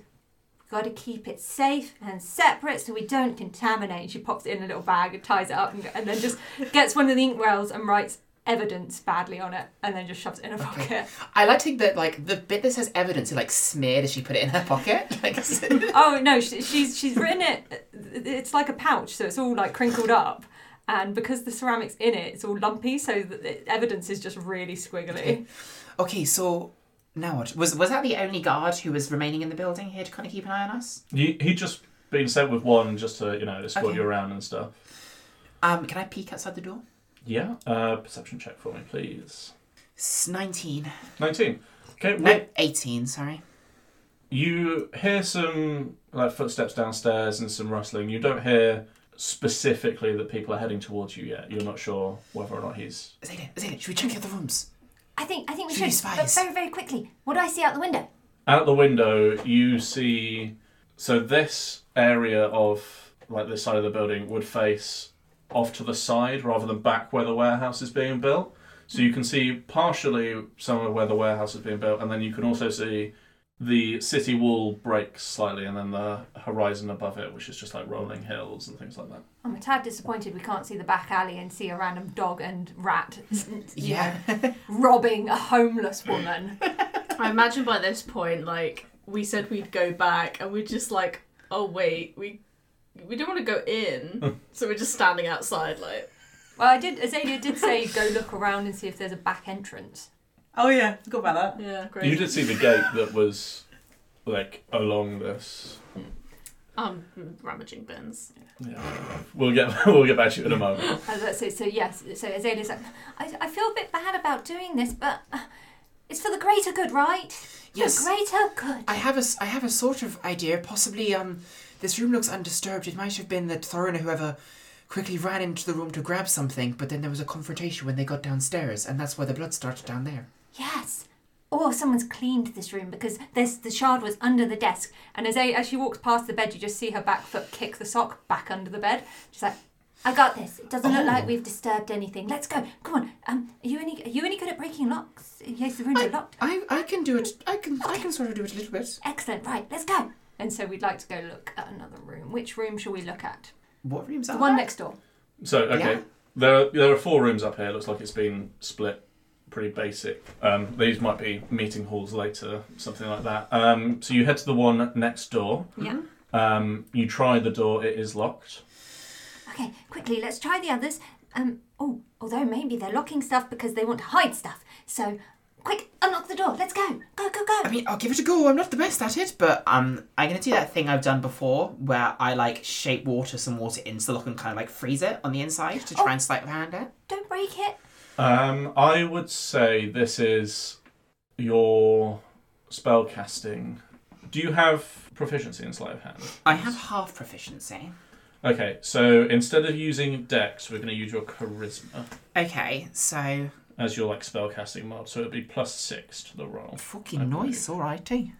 Speaker 7: gotta keep it safe and separate so we don't contaminate.
Speaker 6: She pops it in a little bag and ties it up and, and then just gets one of the ink wells and writes evidence badly on it and then just shoves it in her pocket.
Speaker 1: I like to think that like the bit that says evidence is like smeared as she put it in her pocket. Like s-
Speaker 6: oh no, she, she's she's written it. It's like a pouch, so it's all like crinkled up, and because the ceramic's in it, it's all lumpy, so the, the evidence is just really squiggly.
Speaker 1: Okay, so now what was was that the only guard who was remaining in the building here to kind of keep an eye on us?
Speaker 5: He, he'd just been sent with one just to, you know, escort
Speaker 1: Okay.
Speaker 5: you around and stuff.
Speaker 1: Um, can I peek outside the door?
Speaker 5: Yeah. Uh, perception check for me, please.
Speaker 1: It's nineteen.
Speaker 5: 19. Okay, well,
Speaker 1: No, eighteen. Sorry.
Speaker 5: you hear some like footsteps downstairs and some rustling. You don't hear specifically that people are heading towards you yet. You're not sure whether or not he's
Speaker 1: Zayden, Zayden, should we check the other rooms?
Speaker 7: I think I think we
Speaker 1: Should we
Speaker 7: should, but
Speaker 1: spice?
Speaker 7: very, very quickly. What do I see out the window?
Speaker 5: out the window. You see, so this area of like this side of the building would face off to the side rather than back where the warehouse is being built. So you can see partially some of where the warehouse is being built, and then you can also see the city wall breaks slightly, and then the horizon above it, which is just like rolling hills and things like that.
Speaker 6: I'm a tad disappointed we can't see the back alley and see a random dog and rat
Speaker 1: Yeah.
Speaker 6: robbing a homeless woman.
Speaker 8: I imagine by this point, like we said, we'd go back, and we're just like, oh wait, we we don't want to go in, so we're just standing outside, like.
Speaker 6: Well, I did. Azalea did say go look around and see if there's a back entrance.
Speaker 4: Oh yeah, forgot about that.
Speaker 8: Yeah, great.
Speaker 5: You did see the gate that was like along this.
Speaker 8: Um, rummaging bins.
Speaker 5: Yeah. We'll get we'll get back to you in a moment.
Speaker 6: Uh, that's it. So yes, so Azalea's like,
Speaker 7: I, I feel a bit bad about doing this, but uh, it's for the greater good, right?
Speaker 1: Yes.
Speaker 7: The greater good.
Speaker 1: I have a s- I have a sort of idea. Possibly, um, this room looks undisturbed. It might have been that Thorin or whoever quickly ran into the room to grab something, but then there was a confrontation when they got downstairs, and that's where the blood started down there.
Speaker 7: Yes. Or someone's cleaned this room because there's the shard was under the desk.
Speaker 6: and as, as she walks past the bed, you just see her back foot kick the sock back under the bed. She's like,
Speaker 7: I got this. It doesn't look
Speaker 1: Oh.
Speaker 7: like we've disturbed anything. Let's go. Come on. Um, are you any are you any good at breaking locks in case the rooms are locked?
Speaker 1: I I can do it. I can I can sort of do it a little bit.
Speaker 7: Excellent. Right. Let's go.
Speaker 6: and so we'd like to go look at another room. Which room shall we look at?
Speaker 1: What rooms
Speaker 6: The
Speaker 1: are
Speaker 6: one
Speaker 1: there?
Speaker 6: next door.
Speaker 5: So okay,
Speaker 1: Yeah.
Speaker 5: there are, there are four rooms up here. Looks like it's been split pretty basic. Um, these might be meeting halls later, something like that. Um, so you head to the one next door.
Speaker 6: Yeah.
Speaker 5: Um, you try the door. It is locked.
Speaker 7: Okay. Quickly. Let's try the others. Um. Oh. Although maybe they're locking stuff because they want to hide stuff. So, quick. Unlock the door. Let's go. Go. Go. Go.
Speaker 1: I mean, I'll give it a go. I'm not the best at it, but um, I'm gonna do that thing I've done before, where I like shape water some water into the lock and kind of like freeze it on the inside
Speaker 6: Oh.
Speaker 1: to try and sleight of hand it.
Speaker 7: Don't break it.
Speaker 5: Um, I would say this is your spell casting. Do you have proficiency in sleight of hand?
Speaker 1: I have half proficiency.
Speaker 5: Okay, so instead of using dex, we're going to use your charisma
Speaker 1: Okay, so
Speaker 5: as your like spell casting mod. So it'd be plus six to the roll.
Speaker 1: fucking nice, alrighty.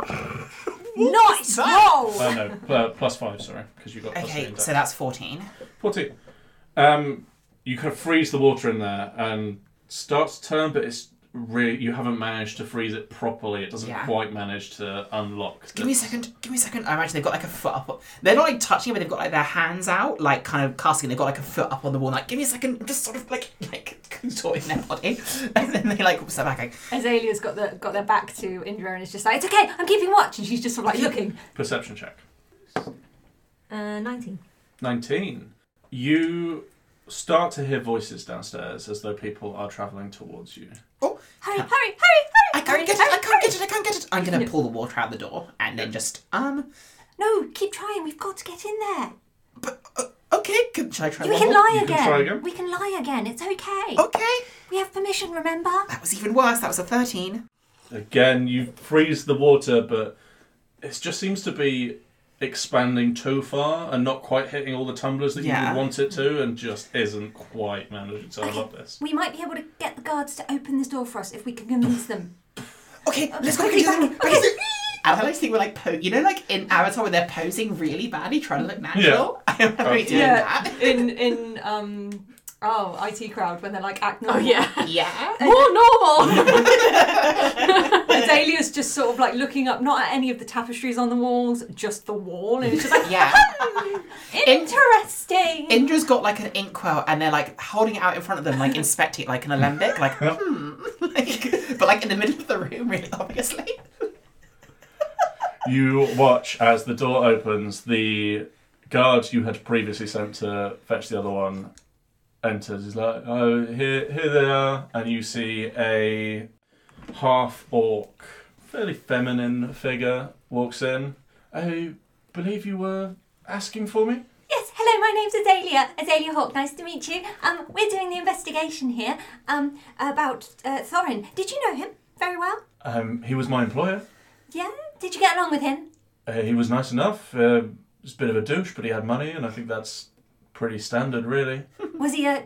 Speaker 7: Nice roll.
Speaker 5: Oh no, pl- plus five. Sorry, because you got plus three
Speaker 1: Okay,
Speaker 5: in dex.
Speaker 1: so that's fourteen.
Speaker 5: Fourteen. Um, you kind of freeze the water in there and starts to turn, but it's really you haven't managed to freeze it properly. It doesn't
Speaker 1: Yeah.
Speaker 5: quite manage to unlock.
Speaker 1: Give me a second. Give me a second. I imagine they've got like a foot up. They're not like touching it, but they've got like their hands out, like kind of casting. They've got like a foot up on the wall. Like, give me a second. I'm just sort of like like contorting their body, and then they like step back. Like,
Speaker 6: Azalea's got the got their back to Indra and is just like, it's okay, I'm keeping watch, and she's just sort of like looking.
Speaker 5: Perception check.
Speaker 7: Uh, nineteen.
Speaker 5: 19. You start to hear voices downstairs as though people are travelling towards you.
Speaker 7: Hurry. Hurry. Hurry. Hurry.
Speaker 1: Oh, uh, I can't get it. I can't get it. I can't get it. I'm gonna pull the water out the door and then just um.
Speaker 7: No, keep trying. We've got to get in there.
Speaker 1: But uh, okay, can, should I try
Speaker 7: We
Speaker 1: one
Speaker 7: can
Speaker 1: more?
Speaker 7: lie
Speaker 5: You can
Speaker 7: again.
Speaker 5: try again.
Speaker 7: We can lie again. It's okay.
Speaker 1: Okay.
Speaker 7: We have permission, remember?
Speaker 1: That was even worse. That was Oh. a 13.
Speaker 5: Again, you freeze the water, but it just seems to be expanding too far and not quite hitting all the tumblers that you
Speaker 1: Yeah.
Speaker 5: would want it to, and just isn't quite managing. So I love this.
Speaker 7: We might be able to get the guards to open this door for us if we can convince them.
Speaker 1: Okay, let's go
Speaker 7: quickly
Speaker 1: do that
Speaker 7: back.
Speaker 1: one. Back to- I like to think we're like, po- you know, like in Avatar when they're posing really badly, trying to look natural. I don't know
Speaker 5: Oh.
Speaker 1: we doing
Speaker 6: Yeah.
Speaker 1: that.
Speaker 6: in in um oh IT crowd when they're like acting.
Speaker 8: Oh yeah.
Speaker 1: Yeah.
Speaker 6: More normal. Azalea's just sort of like looking up, not at any of the tapestries on the walls, just the wall, and it's just like
Speaker 1: Yeah.
Speaker 6: interesting.
Speaker 1: Indra's got like an inkwell and they're like holding it out in front of them, like inspecting it like an alembic, like, hmm. like, but like in the middle of the room, really obviously.
Speaker 5: You watch as the door opens, the guard you had previously sent to fetch the other one enters. He's like, oh, here, here they are. And you see a half orc, fairly feminine figure walks in. I believe you were asking for me?
Speaker 7: Yes, hello, my name's Azalea. Azalea Hawk, nice to meet you. Um, we're doing the investigation here um, about uh, Thorin. Did you know him very well?
Speaker 5: Um, he was my employer.
Speaker 7: Yeah? Did you get along with him?
Speaker 5: Uh, he was nice enough. Uh, was a bit of a douche, but he had money, and I think that's pretty standard, really.
Speaker 7: Was he a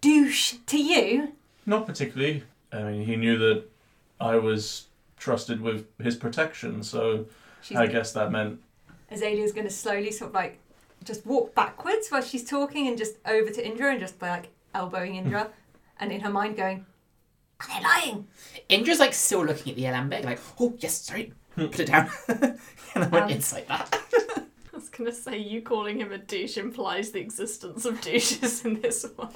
Speaker 7: douche to you?
Speaker 5: Not particularly. I mean, he knew that I was trusted with his protection, so
Speaker 6: She's
Speaker 5: I guess that meant.
Speaker 6: Azalea's going to slowly sort of like just walk backwards while she's talking and just over to Indra and just by like elbowing Indra and in her mind going,
Speaker 7: Are they lying?
Speaker 1: Indra's like still looking at the alembic, like, oh, yes, sorry,
Speaker 4: Hmm.
Speaker 1: put it down. and I went
Speaker 6: Um.
Speaker 1: inside that.
Speaker 8: I was gonna say you calling him a douche implies the existence of douches in this world.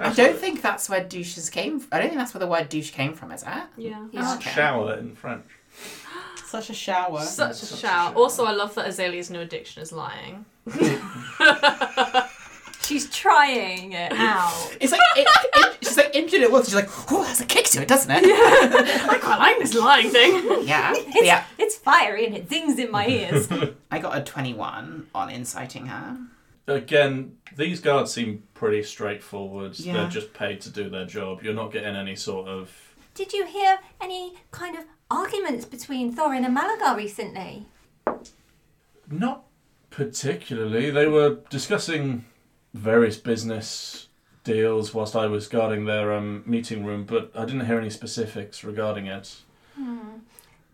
Speaker 1: I don't think that's where douches came from. I don't think that's where the word douche came from, is it?
Speaker 8: Yeah.
Speaker 6: Yeah.
Speaker 1: Okay.
Speaker 5: Shower in French.
Speaker 4: Such a shower.
Speaker 8: Such a
Speaker 5: Such a
Speaker 8: shout.
Speaker 5: shout.
Speaker 8: Also, I love that Azalea's new addiction is lying.
Speaker 6: she's trying it out.
Speaker 1: It's like, it, it, she's like injured it once. She's like, oh, that's a kick to it, doesn't it?
Speaker 8: I quite like this lying thing.
Speaker 1: Yeah. But yeah.
Speaker 6: It's fiery and it zings in my ears.
Speaker 1: I got a 21 on inciting her.
Speaker 5: Again, these guards seem pretty straightforward.
Speaker 1: Yeah.
Speaker 5: They're just paid to do their job. You're not getting any sort of.
Speaker 7: Did you hear any kind of arguments between Thorin and Malaga recently?
Speaker 5: Not particularly. They were discussing various business deals whilst I was guarding their um, meeting room, but I didn't hear any specifics regarding it.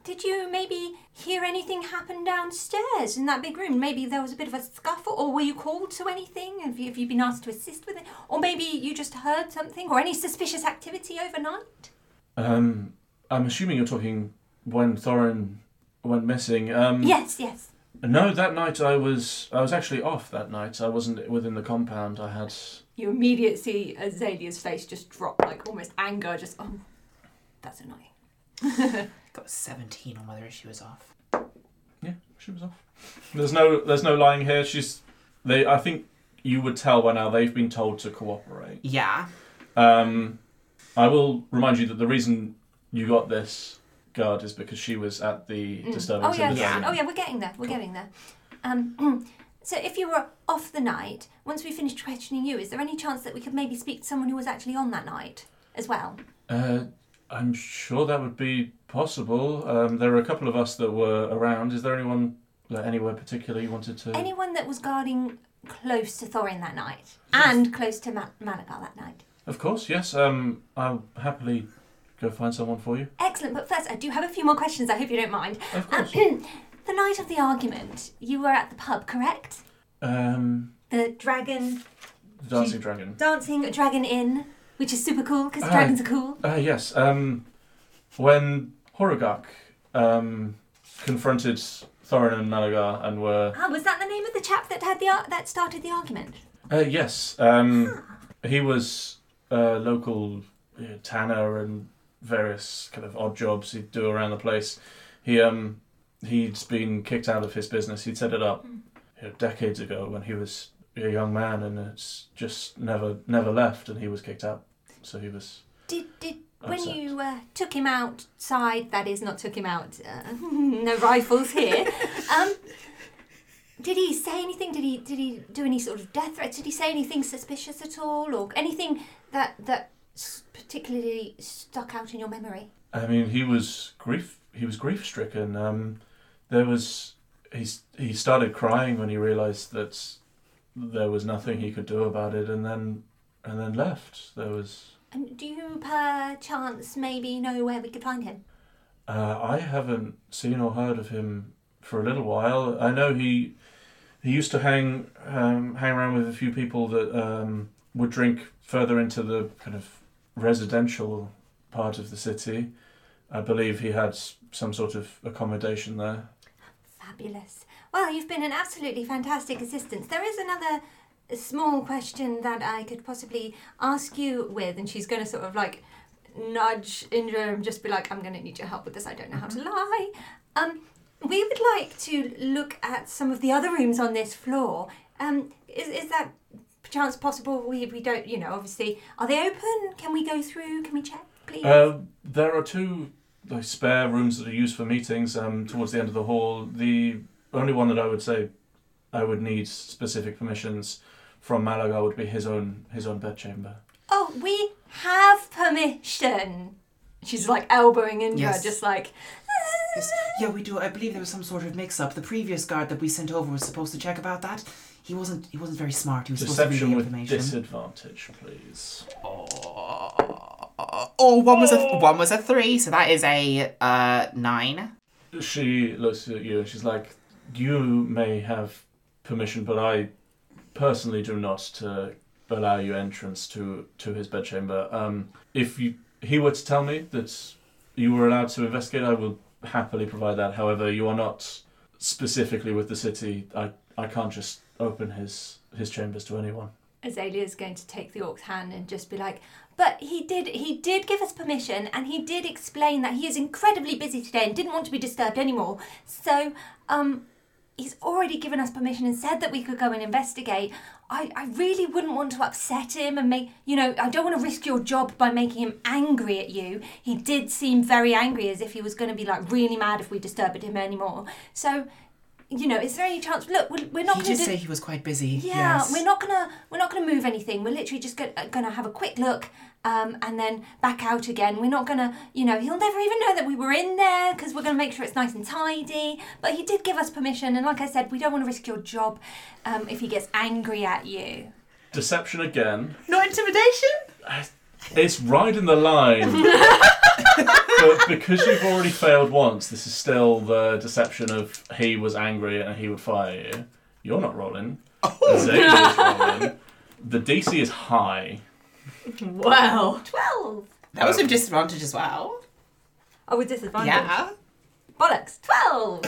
Speaker 7: Did you maybe hear anything happen downstairs in that big room? Maybe there was a bit of a scuffle, or were you called to anything? Have you, have you been asked to assist with it? Or maybe you just heard something, or any suspicious activity overnight?
Speaker 5: Um, I'm assuming you're talking when Thorin went missing. Um,
Speaker 7: Yes, yes.
Speaker 5: No, that night I was I was actually off. That night I wasn't within the compound. I had
Speaker 6: You immediately see Azalea's face just drop, like almost anger, just, oh, that's annoying.
Speaker 1: Got a 17 on whether she was off.
Speaker 5: yeah, she was off. There's no there's no lying here. She's they. I think you would tell by now. They've been told to cooperate.
Speaker 1: Yeah.
Speaker 5: Um, I will remind you that the reason you got this guard is because she was at the
Speaker 7: Oh
Speaker 5: disturbance
Speaker 7: yeah,
Speaker 5: in the
Speaker 7: yeah.
Speaker 5: dungeon.
Speaker 7: Oh yeah, we're getting there. We're getting there. Um, so if you were off the night, once we finished questioning you, is there any chance that we could maybe speak to someone who was actually on that night as well?
Speaker 5: Uh, I'm sure that would be possible. Um, there were a couple of us that were around. Is there anyone like, anywhere particular you wanted to?
Speaker 7: Anyone that was guarding close to Thorin that night and close to Mal- Malagar that night.
Speaker 5: Of course, yes. Um, I'll happily go find someone for you.
Speaker 7: Excellent. But first, I do have a few more questions. I hope you don't mind.
Speaker 5: Of
Speaker 7: Um,
Speaker 5: course.
Speaker 7: the night of the argument, you were at the pub, correct?
Speaker 5: Um,
Speaker 7: The Dragon
Speaker 5: the dancing dragon.
Speaker 7: Dancing Dragon Inn, which is super cool because
Speaker 5: Ah.
Speaker 7: dragons are cool.
Speaker 5: Ah, yes. Um, when Horogak um confronted Thorin and Malagar and were
Speaker 7: Ah, was that the name of the chap that had the ar- that started the argument?
Speaker 5: uh, yes, um, he was a local uh, tanner and various kind of odd jobs he'd do around the place. He um he'd been kicked out of his business. He'd set it up you know, decades ago when he was a young man, and it's just never never left. And he was kicked out, so he was.
Speaker 7: Did did when
Speaker 5: Upset.
Speaker 7: you uh, took him outside? That is not took him out. Uh, no rifles here. um, did he say anything? Did he did he do any sort of death threats? Did he say anything suspicious at all, or anything that that s- particularly stuck out in your memory?
Speaker 5: I mean, he was grief. He was grief stricken. Um, there was he. s- He started crying when he realised that there was nothing he could do about it, and then and then left. There was.
Speaker 7: And do you perchance maybe know where we could find him?
Speaker 5: Uh, I haven't seen or heard of him for a little while. I know he he used to hang um, hang around with a few people that um, would drink further into the kind of residential part of the city. I believe he had s- some sort of accommodation there.
Speaker 7: Fabulous. Well, you've been an absolutely fantastic assistant. There is another small question that I could possibly ask you with, and she's going to sort of like nudge Indra and just be like, I'm going to need your help with this. I don't know how to lie. Um, we would like to look at some of the other rooms on this floor. Um, is, is that perchance possible? We, we don't, you know, obviously. Are they open? Can we go through? Can we check, please?
Speaker 5: Uh, there are two like, spare rooms that are used for meetings um, towards the end of the hall. The only one that I would say I would need specific permissions from Malaga would be his own his own bedchamber.
Speaker 7: Oh, we have permission. She's like elbowing Indra,
Speaker 1: Yes.
Speaker 7: just like,
Speaker 1: Yes. Yeah, we do. I believe there was some sort of mix-up. The previous guard that we sent over was supposed to check about that. He wasn't. He wasn't very smart. He was supposed to
Speaker 5: Deception
Speaker 1: read the
Speaker 5: with
Speaker 1: information.
Speaker 5: disadvantage, please.
Speaker 1: oh, one was a one was a three, so that is a uh nine.
Speaker 5: She looks at you and she's like, "You may have permission, but I personally do not to allow you entrance to to his bedchamber. Um, if you, he were to tell me that you were allowed to investigate, I will happily provide that. However, you are not specifically with the city. I I can't just open his his chambers to anyone.
Speaker 6: Azalea's going to take the orc's hand and just be like,
Speaker 7: but he did, he did give us permission, and he did explain that he is incredibly busy today and didn't want to be disturbed anymore. So, um, he's already given us permission and said that we could go and investigate. I, I really wouldn't want to upset him and make, you know, I don't want to risk your job by making him angry at you. He did seem very angry, as if he was going to be like really mad if we disturbed him anymore. So. You know, is there any chance? Look, we're, we're not
Speaker 1: he
Speaker 7: going to
Speaker 1: did say he was quite busy.
Speaker 7: yeah,
Speaker 1: yes.
Speaker 7: we're not gonna we're not gonna move anything. We're literally just gonna, gonna have a quick look um, and then back out again. We're not gonna, you know, he'll never even know that we were in there because we're gonna make sure it's nice and tidy. But he did give us permission, and like I said, we don't want to risk your job um, if he gets angry at you.
Speaker 5: Deception again.
Speaker 9: Not intimidation?
Speaker 5: It's riding the line. but because you've already failed once, this is still the deception of he was angry and he would fire you. You're not rolling. Xavier's rolling. The DC is high.
Speaker 9: Wow.
Speaker 7: Twelve.
Speaker 1: That was a disadvantage as well.
Speaker 7: Oh, with disadvantage.
Speaker 1: Yeah.
Speaker 7: Bollocks. Twelve.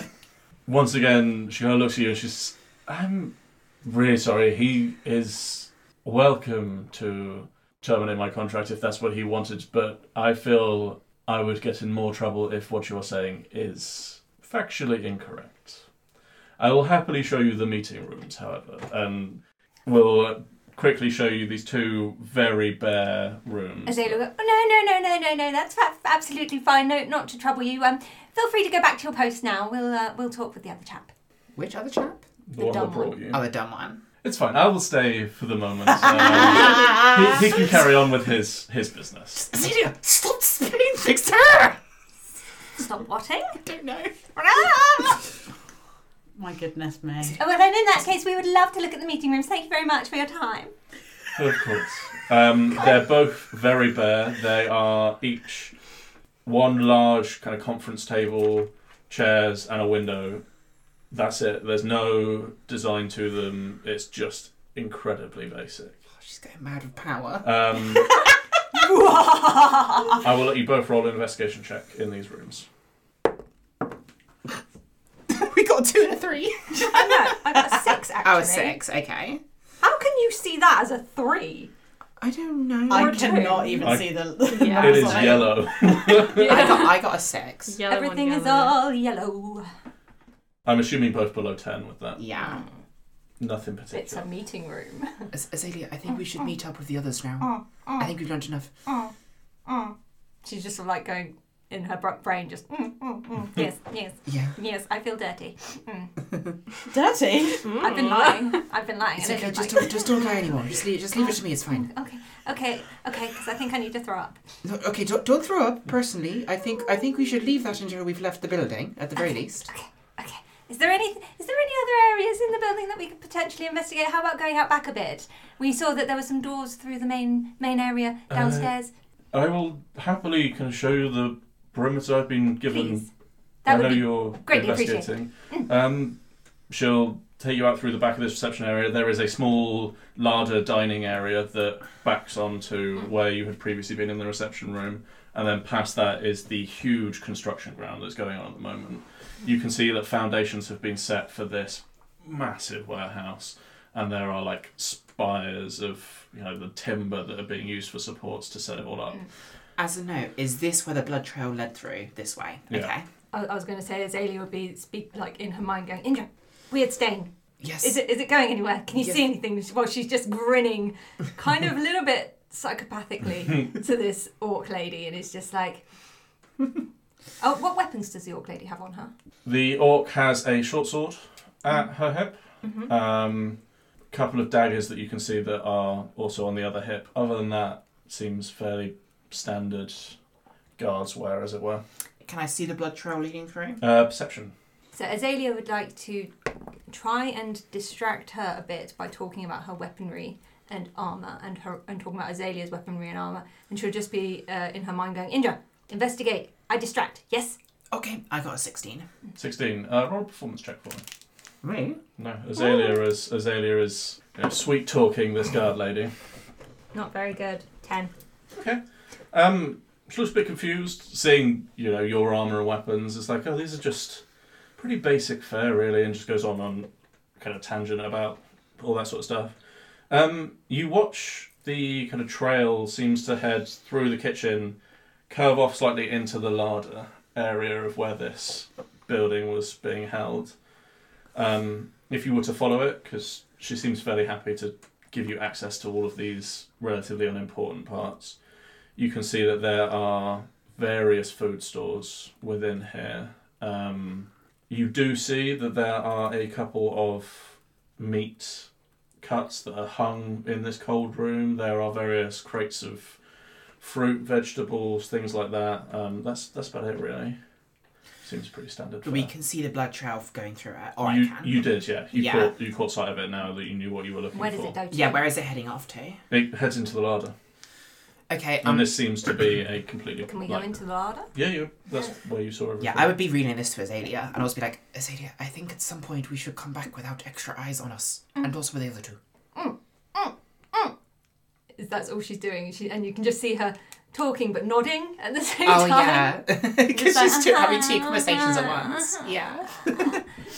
Speaker 5: Once again, she kind of looks at you and she's, I'm really sorry. He is welcome to terminate my contract if that's what he wanted, but I feel I would get in more trouble if what you're saying is factually incorrect. I will happily show you the meeting rooms, however, and we'll quickly show you these two very bare rooms.
Speaker 7: Azalea will go, oh, no, no, no, no, no, no, that's fa- absolutely fine. No, not to trouble you. Um, feel free to go back to your post now. We'll uh, we'll talk with the other chap.
Speaker 1: Which other chap?
Speaker 5: the one
Speaker 7: dumb
Speaker 5: that brought you.
Speaker 1: Oh, the dumb one.
Speaker 5: It's fine. I will stay for the moment. Um, he, he can carry on with his his business.
Speaker 1: Celia, stop spinning things to her.
Speaker 7: Stop watting.
Speaker 1: Don't know.
Speaker 9: My goodness me.
Speaker 7: Oh, Well, then, in that case, we would love to look at the meeting rooms. Thank you very much for your time.
Speaker 5: Of course. Um, they're both very bare. They are each one large kind of conference table, chairs, and a window. That's it. There's no design to them. It's just incredibly basic.
Speaker 1: Oh, she's going mad with power.
Speaker 5: Um, I will let you both roll an investigation check in these rooms.
Speaker 1: we got two and a three.
Speaker 7: Oh, no, I got six actually.
Speaker 1: I was six. Okay.
Speaker 7: How can you see that as a three?
Speaker 1: I don't know.
Speaker 9: I cannot even
Speaker 5: I-
Speaker 9: see the. the
Speaker 10: Yeah.
Speaker 5: It is
Speaker 9: maps on
Speaker 5: yellow.
Speaker 1: I got, I got a six.
Speaker 10: Yellow on
Speaker 7: Everything is
Speaker 10: yellow.
Speaker 7: all Oh, yellow.
Speaker 5: I'm assuming both below 10 with that.
Speaker 1: Yeah.
Speaker 5: Nothing
Speaker 6: it's a
Speaker 5: particular.
Speaker 6: meeting room.
Speaker 1: Az- Azalea, I think we
Speaker 7: Oh,
Speaker 1: should meet up with the others now. I think we've learned enough.
Speaker 6: She's just sort of like going
Speaker 7: in her br- brain just, mm, mm, mm, yes, yes,
Speaker 1: Yeah.
Speaker 7: yes, I feel dirty. Mm.
Speaker 4: Dirty.
Speaker 7: I've been lying. I've been lying.
Speaker 1: It's
Speaker 7: and I
Speaker 1: okay.
Speaker 7: don't
Speaker 1: Just
Speaker 7: like Oh.
Speaker 1: don't, just don't lie anymore. Just leave, just leave it to me. It's fine.
Speaker 7: it. Okay, okay, okay, because I think I need to throw up.
Speaker 1: No, okay. Don't, don't throw up. Personally, I think I think we should leave that until we've left the building, at the very least.
Speaker 7: Okay, okay. Is there any is there any other areas in the building that we could potentially investigate? How about going out back a bit? We saw that there were some doors through the main main area
Speaker 5: Uh,
Speaker 7: downstairs.
Speaker 5: I will happily can show you the perimeter I've been given.
Speaker 7: Please. that
Speaker 5: I know
Speaker 7: would be
Speaker 5: you're
Speaker 7: greatly
Speaker 5: investigating. Um, she'll take you out through the back of this reception area. There is a small larder dining area that backs onto where you had previously been in the reception room, and then past that is the huge construction ground that's going on at the moment. You can see that foundations have been set for this massive warehouse, and there are like spires of you know the timber that are being used for supports to set it all up.
Speaker 1: As a note, is this where the blood trail led through? This way.
Speaker 5: Yeah.
Speaker 1: Okay.
Speaker 11: I, I was going to say Azalea would be speak like in her mind going,
Speaker 7: Indra, weird stain.
Speaker 1: Yes.
Speaker 7: Is it is it going anywhere? Can you
Speaker 1: Yes.
Speaker 7: see anything? Well, she's just grinning, kind of a little bit psychopathically to this orc lady, and it's just like, oh, what weapons does the orc lady have on her?
Speaker 5: The orc has a short sword at her hip. Um, couple of daggers that you can see that are also on the other hip. Other than that, seems fairly standard guards wear, as it were.
Speaker 1: Can I see the blood trail leading through?
Speaker 5: Uh, perception.
Speaker 7: So Azalea would like to try and distract her a bit by talking about her weaponry and armor, and her and talking about Azalea's weaponry and armor, and she'll just be uh, in her mind going, "Indra, investigate. I distract. Yes,
Speaker 1: Okay. I got a sixteen.
Speaker 5: 16. Uh, roll a performance check for me.
Speaker 1: Me?
Speaker 5: No, Azalea is Azalea is you know, sweet talking this guard lady.
Speaker 7: not very good. Ten.
Speaker 5: Um, she looks a bit confused, seeing you know your armor and weapons. It's like, oh, these are just pretty basic fare, really, and just goes on on kind of tangent about all that sort of stuff. Um, you watch the kind of trail seems to head through the kitchen, curve off slightly into the larder area of where this building was being held. Um, if you were to follow it, because she seems fairly happy to give you access to all of these relatively unimportant parts you can see that there are various food stores within here. Um, you do see that there are a couple of meat cuts that are hung in this cold room. There are various crates of fruit, vegetables, things like that. Um, that's that's about it, really. Seems pretty standard.
Speaker 1: We
Speaker 5: fare.
Speaker 1: can see the blood trail going through it, or
Speaker 5: you,
Speaker 1: I can.
Speaker 5: you did, yeah. You
Speaker 1: Yeah.
Speaker 5: caught you caught sight of it now that you knew what you were looking
Speaker 7: Where
Speaker 5: for.
Speaker 7: does it go to?
Speaker 1: Yeah. Where is it heading off to?
Speaker 5: It heads into the larder,
Speaker 1: Okay.
Speaker 5: and
Speaker 1: Um.
Speaker 5: this seems to be a completely.
Speaker 7: Can we go
Speaker 5: like-
Speaker 7: into the larder?
Speaker 5: Yeah, you. That's where you saw everything.
Speaker 1: Yeah, I would be reading this to Azalea, and I would be like, Azalea, I think at some point we should come back without extra eyes on us, and also with the other two.
Speaker 11: "Is that's all she's doing?" She, and you can just see her talking but nodding at the same
Speaker 1: Oh
Speaker 11: time.
Speaker 1: yeah, because she's two, having two conversations at once. Yeah.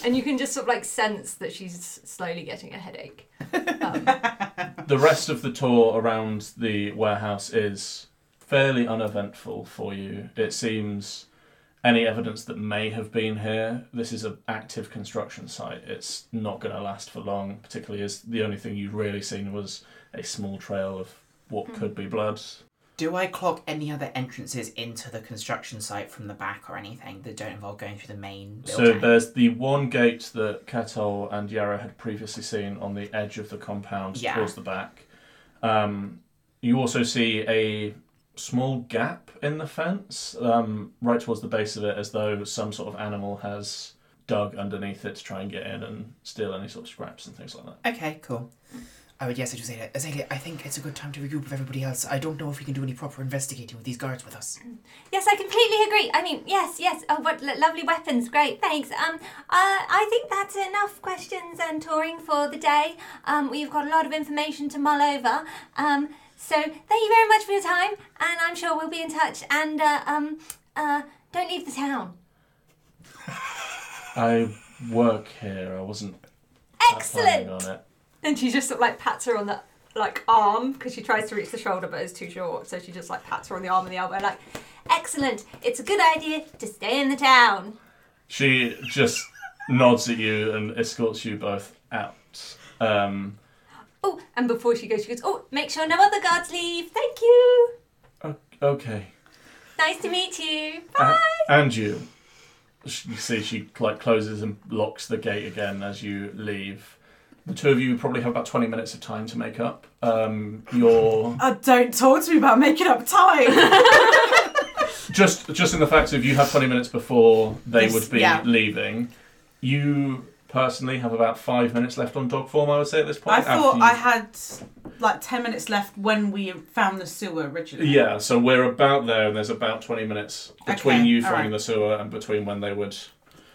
Speaker 11: And you can just sort of like sense that she's slowly getting a headache. Um,
Speaker 5: The rest of the tour around the warehouse is fairly uneventful for you. It seems any evidence that may have been here, this is an active construction site. It's not going to last for long, particularly as the only thing you've really seen was a small trail of what
Speaker 7: Hmm.
Speaker 5: could be blood.
Speaker 1: Do I clock any other entrances into the construction site from the back or anything that don't involve going through the main
Speaker 5: So
Speaker 1: building?
Speaker 5: there's the one gate that Katol and Yara had previously seen on the edge of the compound
Speaker 1: Yeah.
Speaker 5: towards the back. Um, you also see a small gap in the fence, um, right towards the base of it, as though some sort of animal has dug underneath it to try and get in and steal any sort of scraps and things like that.
Speaker 1: okay, cool. I would yes, I just say that. Azalea, I think it's a good time to regroup with everybody else. I don't know if we can do any proper investigating with these guards with us.
Speaker 7: Yes, I completely agree. I mean, yes, yes. Oh, what lo- lovely weapons. Great, thanks. Um, uh, I think that's enough questions and touring for the day. Um, we've got a lot of information to mull over. Um, so thank you very much for your time, and I'm sure we'll be in touch. And uh, um, uh, don't leave the town.
Speaker 5: I work here. I wasn't planning
Speaker 7: Excellent.
Speaker 5: on it.
Speaker 11: And she just sort of like pats her on the like arm because she tries to reach the shoulder but it's too short. So she just like pats her on the arm and the elbow like.
Speaker 7: Excellent. It's a good idea to stay in the town.
Speaker 5: She just nods at you and escorts you both out. Um,
Speaker 11: Oh, and before she goes, she goes, "Oh,
Speaker 7: Make sure no other guards leave. Thank you.
Speaker 5: o- okay.
Speaker 7: Now Nice to meet you.
Speaker 12: A- and you. Sh- You see, she like closes and locks the gate again as you leave. The two of you probably have about twenty minutes of time to make up. Um, you're
Speaker 4: Uh, don't talk to me about making up time.
Speaker 12: just just in the fact of you have twenty minutes before they
Speaker 4: This-
Speaker 12: would be
Speaker 4: yeah.
Speaker 12: leaving. You personally have about five minutes left on dog form. I would say at this point.
Speaker 4: I thought
Speaker 12: after you-
Speaker 4: I had like ten minutes left when we found the sewer originally.
Speaker 12: Yeah, so we're about there, and there's about 20 minutes between
Speaker 4: Okay,
Speaker 12: you
Speaker 4: all
Speaker 12: finding
Speaker 4: right.
Speaker 12: the sewer and between when they would.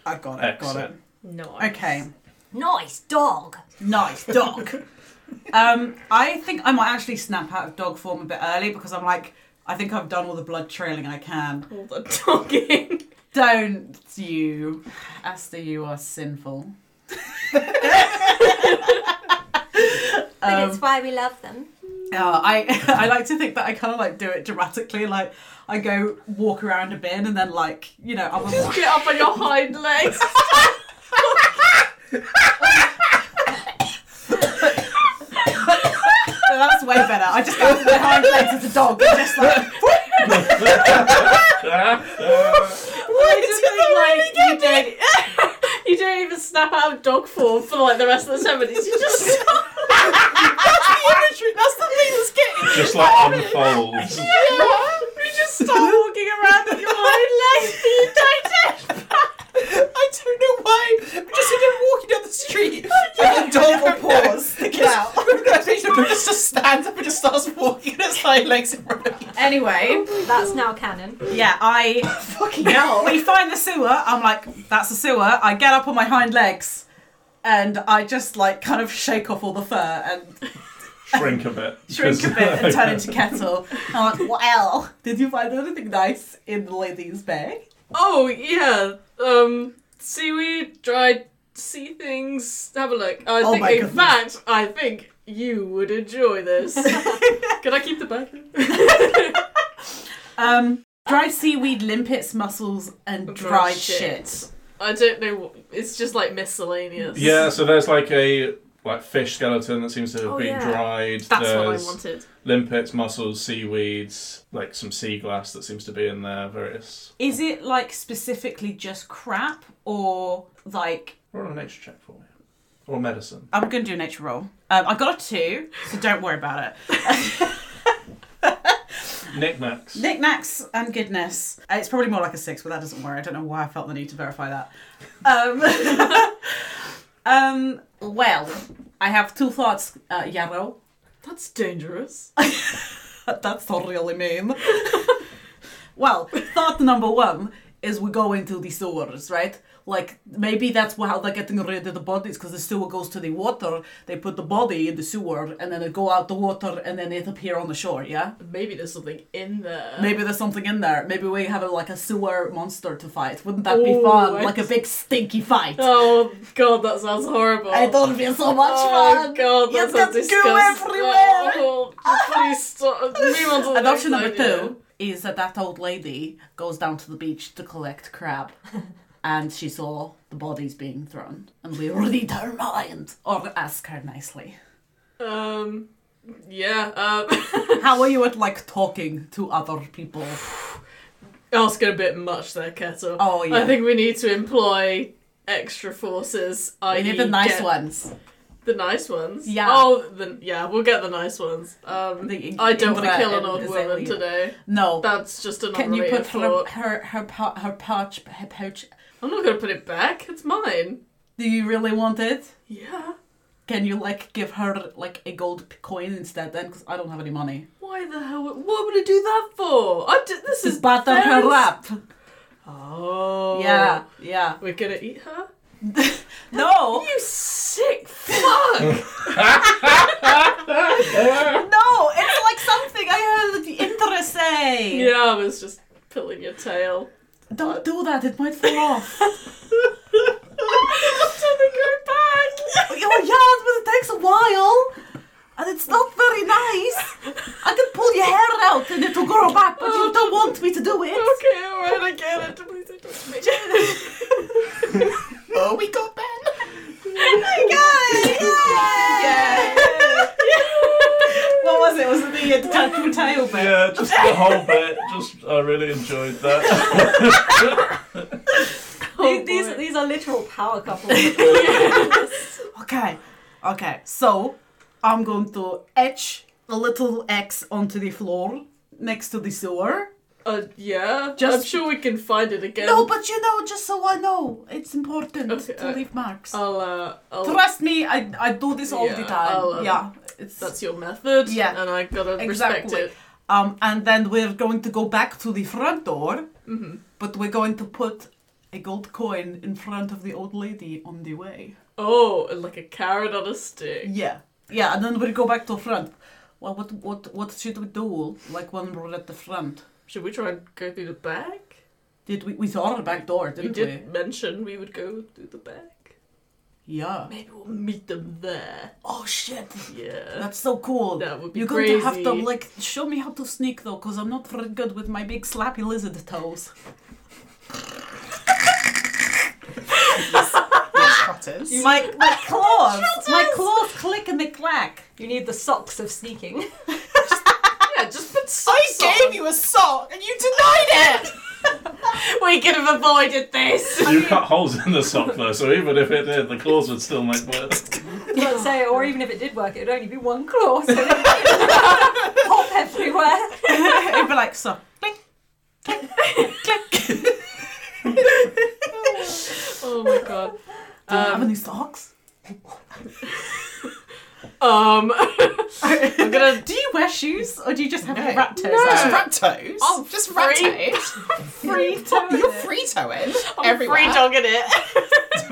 Speaker 4: I got it. Got
Speaker 12: Excellent.
Speaker 4: it.
Speaker 8: No.
Speaker 4: Okay.
Speaker 7: Nice dog.
Speaker 4: Nice dog. um, I think I might actually snap out of dog form a bit early because I'm like, I think I've done all the blood trailing I can.
Speaker 8: All the talking.
Speaker 4: Don't you, Esther? You are sinful.
Speaker 7: But it's why we love them.
Speaker 4: Uh, I I like to think that I kind of like do it dramatically. Like I go walk around a bin and then like you know I'm a,
Speaker 8: Get up on your hind legs.
Speaker 4: that's way better. I just go behind legs as a dog. And just like
Speaker 12: Ah,
Speaker 8: I just think, like, you, don't, you don't even snap out of dog form for like the rest of the ten minutes. You just
Speaker 4: that's the thing that's getting
Speaker 12: Just like unfolds.
Speaker 4: You just start walking around with your hind legs. You don't
Speaker 1: I don't know why. but Just as I'm walking down the street, and the dog will pause. Yeah. just, just stands up and just starts walking on its hind legs in front of you.
Speaker 4: Anyway,
Speaker 6: That's now canon.
Speaker 4: yeah, I fucking hell. We find the sewer. I'm like, that's the sewer. I get up on my hind legs, and I just like kind of shake off all the fur and
Speaker 12: Shrink a bit.
Speaker 4: shrink a bit and turn into kettle. I'm like, well, did you find anything nice in the lady's bag?
Speaker 8: Oh yeah. Um seaweed, dried sea things. Have a look. I
Speaker 4: Oh
Speaker 8: think
Speaker 4: my
Speaker 8: in
Speaker 4: goodness.
Speaker 8: fact I think you would enjoy this. Can I keep the bag?
Speaker 4: Um, dried seaweed, limpets, mussels, and dried shit.
Speaker 8: I don't know what it's just like miscellaneous.
Speaker 12: Yeah, so there's like a like fish skeleton that seems to have
Speaker 8: Oh,
Speaker 12: been
Speaker 8: yeah.
Speaker 12: dried.
Speaker 8: That's
Speaker 12: there's
Speaker 8: what I wanted.
Speaker 12: limpets, mussels, seaweeds, like some sea glass that seems to be in there, various.
Speaker 4: Is it like specifically just crap or like
Speaker 12: Roll a nature check for me. Or medicine.
Speaker 4: I'm gonna do a nature roll. Um, I got a two, so don't worry about it.
Speaker 12: Knickknacks.
Speaker 4: Knickknacks and goodness. Uh, It's probably more like a six, but that doesn't worry. I don't know why I felt the need to verify that. Um, um, well, I have two thoughts, uh, Yarrow.
Speaker 8: That's dangerous.
Speaker 4: That's not really mean. well, thought number one is we go into the sewers, right? Like maybe that's wh- how they're getting rid of the bodies because the sewer goes to the water. They put the body in the sewer and then it go out the water and then it appear on the shore. Yeah.
Speaker 8: Maybe there's something in there.
Speaker 4: Maybe there's something in there. Maybe we have a, like a sewer monster to fight. Wouldn't that be
Speaker 8: Ooh,
Speaker 4: fun?
Speaker 8: I-
Speaker 4: Like a big stinky fight.
Speaker 8: Oh god, that sounds horrible.
Speaker 4: It would be so much
Speaker 8: oh
Speaker 4: fun.
Speaker 8: god,
Speaker 4: You
Speaker 8: that sounds
Speaker 4: can
Speaker 8: disgusting.
Speaker 4: go everywhere.
Speaker 8: Oh, please stop. Move on to the
Speaker 4: And option number
Speaker 8: next idea.
Speaker 4: two is that that old lady goes down to the beach to collect crab, and she saw the bodies being thrown, and we read her mind or ask her nicely.
Speaker 8: Um, yeah. Um,
Speaker 4: How are you at like talking to other people?
Speaker 8: asking a bit much there, Kettle.
Speaker 4: Oh, yeah.
Speaker 8: I think we need to employ extra forces.
Speaker 4: I
Speaker 8: I
Speaker 4: need the nice
Speaker 8: get
Speaker 4: ones.
Speaker 8: The nice ones.
Speaker 4: Yeah.
Speaker 8: Oh, the, yeah. We'll get the nice ones. Um,
Speaker 4: The
Speaker 8: I don't want to
Speaker 4: Indra
Speaker 8: kill an
Speaker 4: and
Speaker 8: old
Speaker 4: Azalea.
Speaker 8: woman today.
Speaker 4: No.
Speaker 8: That's just an
Speaker 4: Can you
Speaker 8: unrelated
Speaker 4: put her
Speaker 8: thought.
Speaker 4: her her po- her pouch her pouch?
Speaker 8: I'm not gonna put it back. It's mine.
Speaker 4: Do you really want it?
Speaker 8: Yeah.
Speaker 4: Can you like give her like a gold p- coin instead then? Because I don't have any money.
Speaker 8: Why the hell? would- What would I do that for? I d- this is
Speaker 4: Just butter
Speaker 8: very
Speaker 4: her up.
Speaker 8: Oh.
Speaker 4: Yeah, yeah.
Speaker 8: We're gonna eat her?
Speaker 4: No,
Speaker 8: You sick fuck!
Speaker 4: no, it's like something I heard the Indra say.
Speaker 8: yeah, I was just pulling your tail.
Speaker 4: Don't do that; it might fall off.
Speaker 8: i
Speaker 4: oh yeah, but it takes a while, and it's not very nice. I can pull your hair out and it'll grow back, but you don't want me to do it.
Speaker 8: Okay, alright, I get it. Please don't touch me.
Speaker 1: Oh, we got Ben.
Speaker 4: What was it? Was it the uh, tattoo tail bit?
Speaker 12: Yeah, just the whole bit.
Speaker 5: I just I really enjoyed that.
Speaker 8: Oh,
Speaker 4: these, these,
Speaker 8: boy.
Speaker 4: these are
Speaker 6: These are literal power couples.
Speaker 4: Okay, okay. So I'm going to etch a little X onto the floor next to the sewer.
Speaker 8: Uh, yeah.
Speaker 4: Just-
Speaker 8: I'm sure we can find it again.
Speaker 4: No, but you know, just so I know, it's important
Speaker 8: Um, Okay,
Speaker 4: to
Speaker 8: uh,
Speaker 4: leave marks.
Speaker 8: I'll, uh, I'll,
Speaker 4: Trust me, I, I do this all the
Speaker 8: Yeah,
Speaker 4: time.
Speaker 8: I'll, um,
Speaker 4: yeah, it's
Speaker 8: that's your method.
Speaker 4: Yeah.
Speaker 8: And I gotta
Speaker 4: Exactly.
Speaker 8: respect it.
Speaker 4: um. And then we're going to go back to the front door,
Speaker 8: Mm-hmm.
Speaker 4: but we're going to put a gold coin in front of the old lady on the way.
Speaker 8: Oh, and like a carrot on a stick.
Speaker 4: Yeah, yeah, and then we'll go back to front. Well, what what what should we do? Like when we're at the front?
Speaker 8: Should we try and go through the back?
Speaker 4: Did we we saw the back door?
Speaker 8: We
Speaker 4: Didn't we?
Speaker 8: did mention we would go through the back.
Speaker 4: Yeah.
Speaker 8: Maybe we'll meet them there.
Speaker 4: Oh shit.
Speaker 8: Yeah.
Speaker 4: That's so cool.
Speaker 8: That would be
Speaker 4: You're
Speaker 8: crazy.
Speaker 4: going to have to like show me how to sneak though, because I'm not very good with my big slappy lizard toes.
Speaker 1: Trotters.
Speaker 4: My my claws, my claws click and they clack.
Speaker 6: you need the socks of sneaking.
Speaker 8: yeah, just put
Speaker 1: I gave you a sock and you denied it!
Speaker 8: We could have avoided this.
Speaker 5: You cut holes in the sock though, so even if it did, the claws would still make work.
Speaker 6: Let's say, or even if it did work, it would only be one claw, so it'd pop everywhere.
Speaker 4: It'd be like so. Click.
Speaker 8: Oh my god.
Speaker 4: Do you have any socks?
Speaker 8: Um, I'm gonna
Speaker 4: Do you wear shoes or do you just have
Speaker 1: No.
Speaker 4: your rat toes?
Speaker 1: Just
Speaker 4: out?
Speaker 1: rat toes.
Speaker 8: Oh,
Speaker 1: just
Speaker 8: free-
Speaker 1: rat toes.
Speaker 4: Free toes.
Speaker 1: You're free toeing
Speaker 8: I'm
Speaker 1: everywhere.
Speaker 8: free dogging it.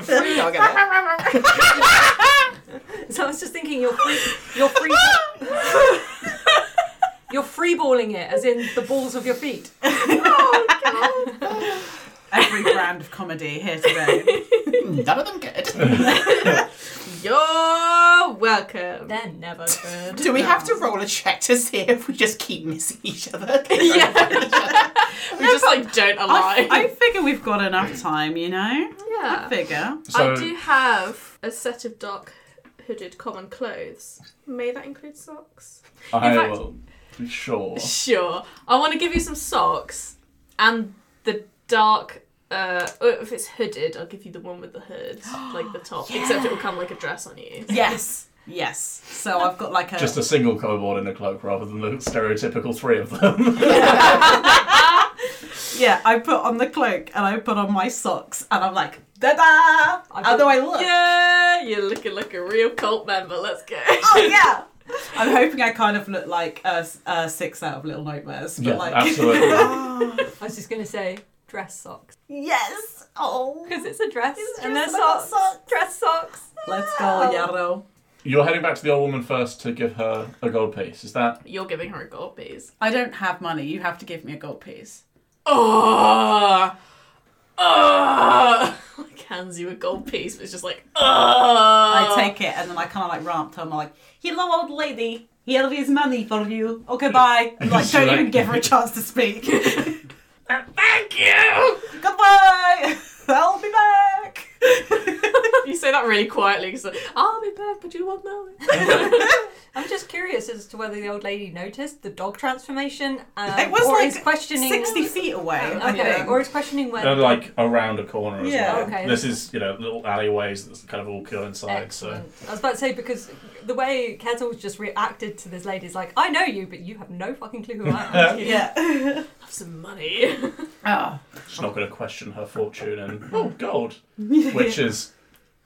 Speaker 1: Free dog in it.
Speaker 6: So I was just thinking, you're free, you're free, you're freeballing it, as in the balls of your feet.
Speaker 4: Every brand of comedy here today.
Speaker 1: None of them good.
Speaker 8: You're welcome.
Speaker 6: They're never good.
Speaker 1: Do we have to roll a check to see if we just keep missing each other?
Speaker 8: We just like
Speaker 4: I,
Speaker 8: don't align.
Speaker 4: I figure we've got enough time, you know. I
Speaker 8: yeah.
Speaker 4: figure.
Speaker 5: So
Speaker 8: I do have a set of dark hooded common clothes. May that include socks?
Speaker 5: I
Speaker 8: fact-
Speaker 5: will be sure.
Speaker 8: Sure. I want to give you some socks and the dark. Uh, oh, if it's hooded, I'll give you the one with the hood, like the top. Except it will come like a dress on you.
Speaker 4: Yes. Yes. So I've got like a.
Speaker 5: Just a single kobold in a cloak rather than the stereotypical three of them.
Speaker 4: Yeah, I put on the cloak and I put on my socks and I'm like, da da! How do I look?
Speaker 8: Yeah, you're looking like a real cult member. Let's go.
Speaker 4: Oh, yeah! I'm hoping I kind of look like a, a six out of Little Nightmares. But
Speaker 5: yeah,
Speaker 4: like,
Speaker 5: absolutely.
Speaker 6: I was just gonna say dress socks
Speaker 4: yes! Oh!
Speaker 6: because it's a dress and they're
Speaker 4: dress and I've got
Speaker 6: socks. Dress socks.
Speaker 4: Let's go, Yarrow.
Speaker 5: You're heading back to the old woman first to give her a gold piece. Is that
Speaker 8: You're giving her a gold piece.
Speaker 4: I don't have money. You have to give me a gold piece.
Speaker 8: Oh, oh. Like hands you a gold piece, but it's just like, oh. I
Speaker 4: I take it and then I kind of like ramp to her. I'm like, hello, old lady. Here is money for you. Okay, bye. I'm like,
Speaker 5: She's
Speaker 4: don't
Speaker 5: like-
Speaker 4: even give her a chance to speak.
Speaker 8: Thank you.
Speaker 4: Goodbye. I'll be back.
Speaker 8: You say that really quietly because I'll be back, but you won't know it.
Speaker 6: I'm just curious as to whether the old lady noticed the dog transformation. Um,
Speaker 4: It was
Speaker 6: or
Speaker 4: like
Speaker 6: is questioning.
Speaker 4: sixty feet away. I um,
Speaker 6: Okay,
Speaker 4: think.
Speaker 6: or is questioning where.
Speaker 5: Uh, like around a corner as
Speaker 4: Yeah.
Speaker 5: well.
Speaker 6: Okay.
Speaker 5: This is, you know, little alleyways that's kind of all coincide.
Speaker 6: Excellent. I was about to say because the way Kettle just reacted to this lady is like, I know you, but you have no fucking clue who I am.
Speaker 4: Yeah.
Speaker 8: Have some money.
Speaker 4: Oh.
Speaker 5: So she's not going to question her fortune and oh, gold, which is,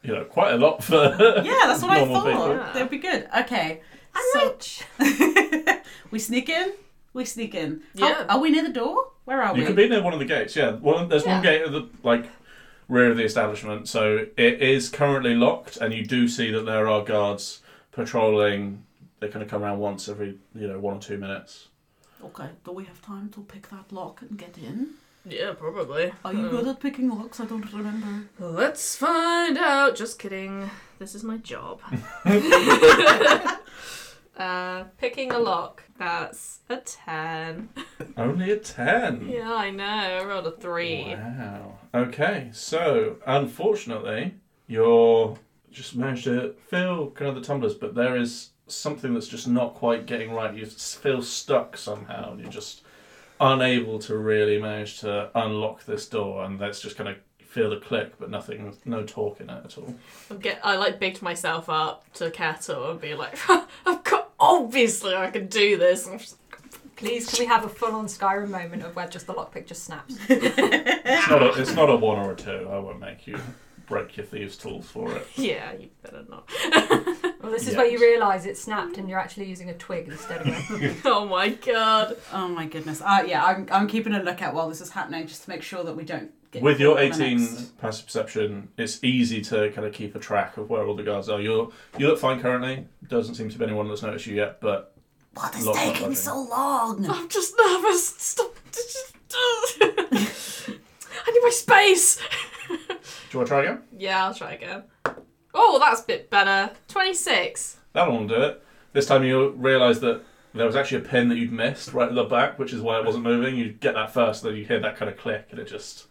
Speaker 5: you know, quite a lot for.
Speaker 4: Yeah, that's what
Speaker 5: Normal
Speaker 4: I thought.
Speaker 5: people.
Speaker 8: Yeah.
Speaker 4: That'd be good. Okay.
Speaker 6: rich.
Speaker 4: so we sneak in. We sneak in. How-
Speaker 8: Yeah.
Speaker 4: are we near the door? Where are
Speaker 5: You
Speaker 4: we?
Speaker 5: could be near one of the gates. Yeah, one, there's one gate at the like rear of the establishment, so it is currently locked, and you do see that there are guards patrolling. They kind of come around once every, you know, one or two minutes.
Speaker 4: okay. Do we have time to pick that lock and get in?
Speaker 8: Yeah, probably.
Speaker 4: Are you
Speaker 6: Hmm.
Speaker 4: good at picking locks? I don't remember.
Speaker 8: Let's find out. Just kidding. This is my job. uh, picking a lock. That's a ten.
Speaker 5: Only a ten.
Speaker 8: Yeah, I know. I rolled a three.
Speaker 5: Wow. Okay, so unfortunately, you're just managed to fill kind of the tumblers, but there is something that's just not quite getting right. You s- feel stuck somehow, and you're just unable to really manage to unlock this door, and that's just kind of feel the click, but nothing, no talk in it at all.
Speaker 8: I get I like bigged myself up to Kettle and be like, I've got obviously I can do this. And I'm just-
Speaker 6: Please, can we have a full-on Skyrim moment of where just the lockpick just snaps?
Speaker 5: It's not a, it's not a one or a two. I won't make you break your thieves' tools for it.
Speaker 8: yeah, you better not.
Speaker 6: Well, this is
Speaker 5: Yeah.
Speaker 6: where you realise it snapped and you're actually using a twig instead of a.
Speaker 8: oh my god.
Speaker 4: Oh my goodness. Uh, yeah, I'm, I'm keeping a lookout while this is happening just to make sure that we don't get
Speaker 5: With your
Speaker 4: caught on the
Speaker 5: 18
Speaker 4: next-
Speaker 5: passive perception, it's easy to kind of keep a track of where all the guards are. You're you look fine currently. Doesn't seem to be anyone that's noticed you yet, but
Speaker 13: What
Speaker 5: is Lock, lock, taking lock, so
Speaker 13: long?
Speaker 8: I'm just nervous. Stop. I need my space.
Speaker 5: do you want to try again?
Speaker 8: yeah, I'll try again. Oh, that's a bit better. 26.
Speaker 5: That'll do it. This time you'll realise that there was actually a pin that you'd missed right at the back, which is why it wasn't moving. You get that first, then you hear that kind of click, and it just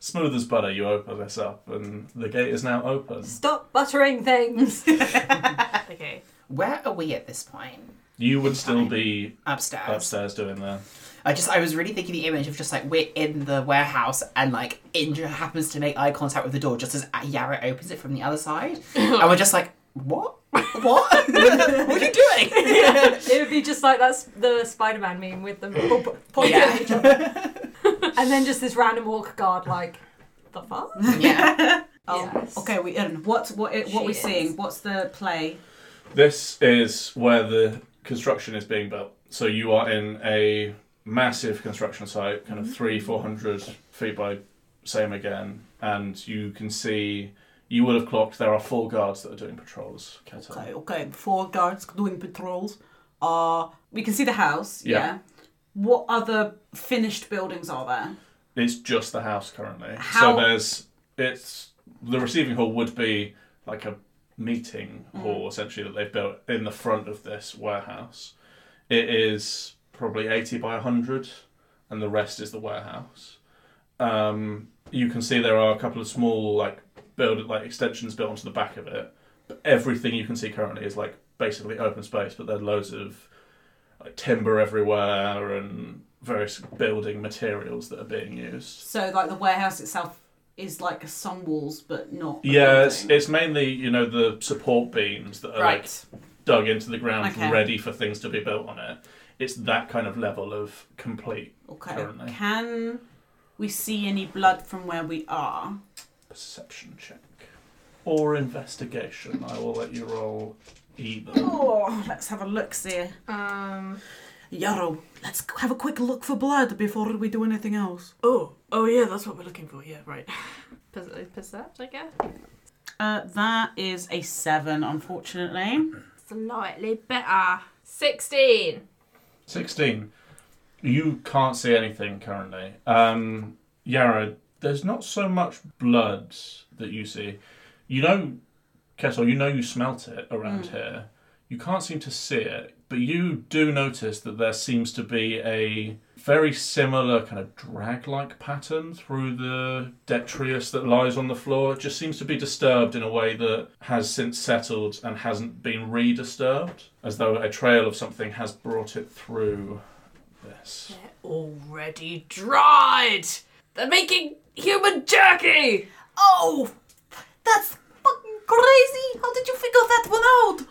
Speaker 5: smooth as butter. You open this up, and the gate is now open.
Speaker 6: Stop buttering things.
Speaker 8: Okay.
Speaker 1: Where are we at this point?
Speaker 5: You would still be
Speaker 1: Upstairs.
Speaker 5: upstairs doing that.
Speaker 1: I just I was really thinking the image of just like we're in the warehouse and like Indra happens to make eye contact with the door just as Yara opens it from the other side, and we're just like, what? What? what are you doing?
Speaker 6: it would be just like that's the Spider-Man meme with them po- pointing at each other,
Speaker 1: Yeah.
Speaker 6: and then just this random walk guard like the fuck.
Speaker 1: yeah.
Speaker 4: Oh,
Speaker 6: Yes.
Speaker 4: okay. We and what what eh, what
Speaker 6: She
Speaker 4: we're
Speaker 6: is.
Speaker 4: seeing? What's the play?
Speaker 5: This is where the construction is being built. So you are in a massive construction site, kind of
Speaker 4: Mm-hmm.
Speaker 5: three, four hundred feet by same again, and you can see you would have clocked there are four guards that are doing patrols. Keto.
Speaker 4: Okay, okay. Four guards doing patrols. Are we can see the house?
Speaker 5: Yeah.
Speaker 4: What other finished buildings are there?
Speaker 5: It's just the house currently.
Speaker 4: How-
Speaker 5: So there's it's the receiving hall would be like a meeting
Speaker 4: Mm-hmm.
Speaker 5: hall essentially that they've built in the front of this warehouse. It is probably eighty by hundred, and the rest is the warehouse. Um, you can see there are a couple of small like build like extensions built onto the back of it. But everything you can see currently is like basically open space, but there are loads of like timber everywhere and various building materials that are being used.
Speaker 4: So like the warehouse itself is like some walls, but not. a
Speaker 5: Yeah, it's,
Speaker 4: building.
Speaker 5: it's mainly you know the support beams that are like
Speaker 4: right.
Speaker 5: dug into the ground,
Speaker 4: Okay.
Speaker 5: ready for things to be built on it. It's that kind of level of complete
Speaker 4: Okay.
Speaker 5: currently.
Speaker 4: Can we see any blood from where we are?
Speaker 5: perception check or investigation. I will let you roll either.
Speaker 4: Oh, let's have a look, see.
Speaker 8: Um.
Speaker 4: Yarrow, let's g- have a quick look for blood before we do anything else.
Speaker 8: Oh. Oh yeah, that's what we're looking for. Yeah, right. Percept, I guess.
Speaker 4: Uh, that is a seven, unfortunately.
Speaker 8: Slightly better. 16.
Speaker 5: Sixteen. You can't see anything currently. Um, Yara, there's not so much blood that you see. You know, Kessel, you know you smelt it around here. You can't seem to see it, but you do notice that there seems to be a very similar kind of drag like pattern through the detritus that lies on the floor. It just seems to be disturbed in a way that has since settled and hasn't been re disturbed, as though a trail of something has brought it through this.
Speaker 8: Already dried. They're making human jerky.
Speaker 4: Oh, that's fucking crazy! How did you figure that one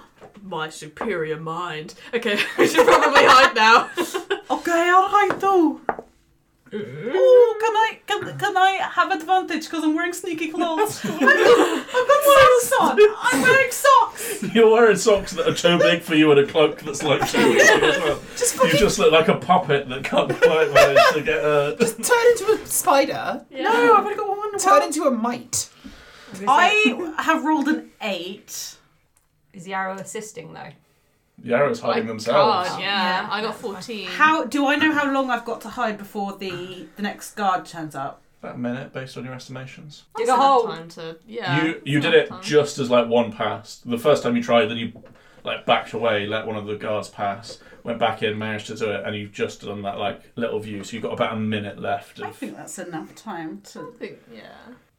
Speaker 8: My superior mind. Okay, we should probably hide now.
Speaker 4: out? Okay, alright, though. Oh, can I can, can I have advantage because I'm wearing sneaky clothes? I've got, I've got socks on. I'm wearing socks.
Speaker 5: You're wearing socks that are too big for you and a cloak that's like too big for you as well.
Speaker 4: Just
Speaker 5: You just look like a puppet that can't quite manage to get hurt.
Speaker 1: Turn into a spider.
Speaker 4: No, I've only got one.
Speaker 1: Turn into a mite.
Speaker 4: I have rolled an eight.
Speaker 6: Is Yarrow assisting though?
Speaker 5: Yarrow's hiding themselves.
Speaker 8: God, Oh, yeah.
Speaker 6: Yeah.
Speaker 8: I got 14.
Speaker 4: How do I know how long I've got to hide before the the next guard turns up?
Speaker 5: About a minute, based on your estimations.
Speaker 8: That's
Speaker 6: Dig a
Speaker 8: enough
Speaker 6: hole.
Speaker 8: Time to, Uh, yeah.
Speaker 5: you you
Speaker 8: that's
Speaker 5: did it
Speaker 8: enough time.
Speaker 5: just as like one passed. The first time you tried, then you like backed away, let one of the guards pass, went back in, managed to do it, and you've just done that like little view. So you've got about a minute left.
Speaker 4: I
Speaker 5: Of...
Speaker 4: think that's enough time to.
Speaker 8: I think, yeah.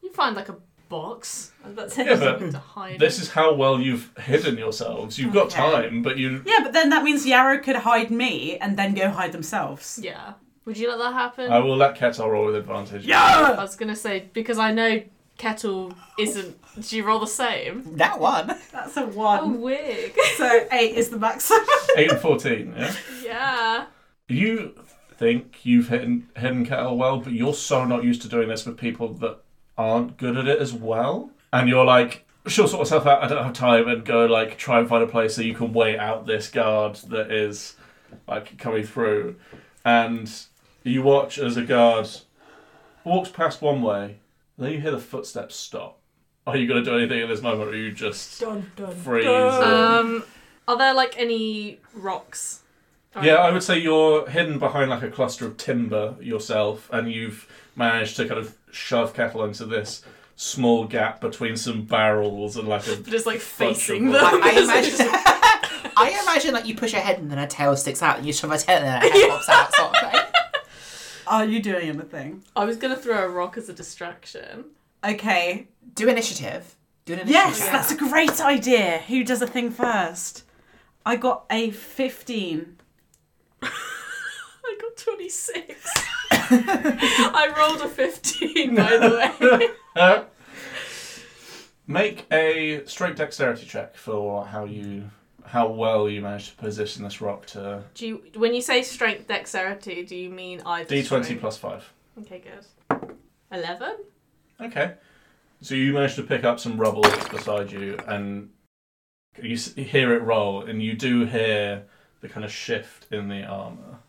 Speaker 8: You find like a box.
Speaker 6: I was about to say.
Speaker 5: Yeah, but
Speaker 8: something to hide.
Speaker 5: Uh, this is how well you've hidden yourselves. You've got
Speaker 4: Okay.
Speaker 5: time, but you
Speaker 4: Yeah, but then that means Yarrow could hide me and then go hide themselves.
Speaker 8: Yeah. Would you let that happen?
Speaker 5: I will let Ketel roll with advantage.
Speaker 8: I was gonna say because I know kettle isn't. Do you roll the same?
Speaker 1: That one.
Speaker 4: That's a
Speaker 8: Oh,
Speaker 4: one.
Speaker 8: wig.
Speaker 4: So eight is the maximum.
Speaker 5: Eight and fourteen. Yeah.
Speaker 8: yeah.
Speaker 5: You think you've hidden hidden Kettle well, but you're so not used to doing this with people that aren't good at it as well. And you're like, she'll sort herself out. I don't have time, and go like try and find a place so you can wait out this guard that is like coming through. And you watch as a guard walks past one way, then you hear the footsteps stop. Are you going to do anything at this moment, or are you just
Speaker 6: Dun, dun.
Speaker 5: freeze?
Speaker 8: Um, are there like any rocks? Or-
Speaker 5: Yeah, I would say you're hidden behind like a cluster of timber yourself, and you've managed to kind of shove cattle into this small gap between some barrels and like a.
Speaker 8: But it's like facing
Speaker 5: Fudgeable.
Speaker 8: them.
Speaker 1: I, I imagine. I imagine like you push her head and then her tail sticks out, and you shove her tail and then her head pops out, sort of thing.
Speaker 4: Are you doing anything?
Speaker 8: I was gonna throw a rock as a distraction.
Speaker 4: Okay.
Speaker 1: Do initiative. Do an initiative.
Speaker 4: Yes, that's a great idea. Who does a thing first? I got a fifteen.
Speaker 8: I got 26. I rolled a 15, by the way.
Speaker 5: Uh, make a straight dexterity check for how you how well you managed to position this rock to
Speaker 8: Do you, when you say strength dexterity, do you mean either?
Speaker 5: d twenty
Speaker 8: strength?
Speaker 5: plus five.
Speaker 8: Okay, good. 11?
Speaker 5: Okay. So you manage to pick up some rubble that's beside you, and you s- you hear it roll, and you do hear the kind of shift in the armor.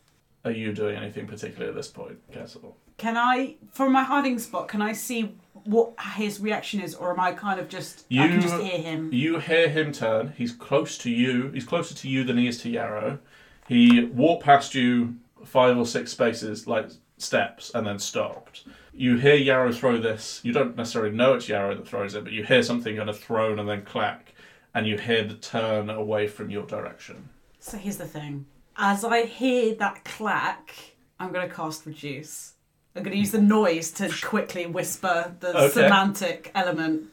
Speaker 5: Are you doing anything particular at this point, Castle?
Speaker 4: Can I, from my hiding spot, can I see what his reaction is, or am I kind of just I
Speaker 5: You-
Speaker 4: can just hear him?
Speaker 5: You hear him turn. He's close to you. He's closer to you than he is to Yarrow. He walked past you five or six spaces, like steps, and then stopped. You hear Yarrow throw this. You don't necessarily know it's Yarrow that throws it, but you hear something kind of thrown and then clack, and you hear the turn away from your direction.
Speaker 4: So here's the thing: as I hear that clack, I'm gonna cast reduce. I'm gonna use the noise to quickly whisper the
Speaker 5: Okay.
Speaker 4: semantic element,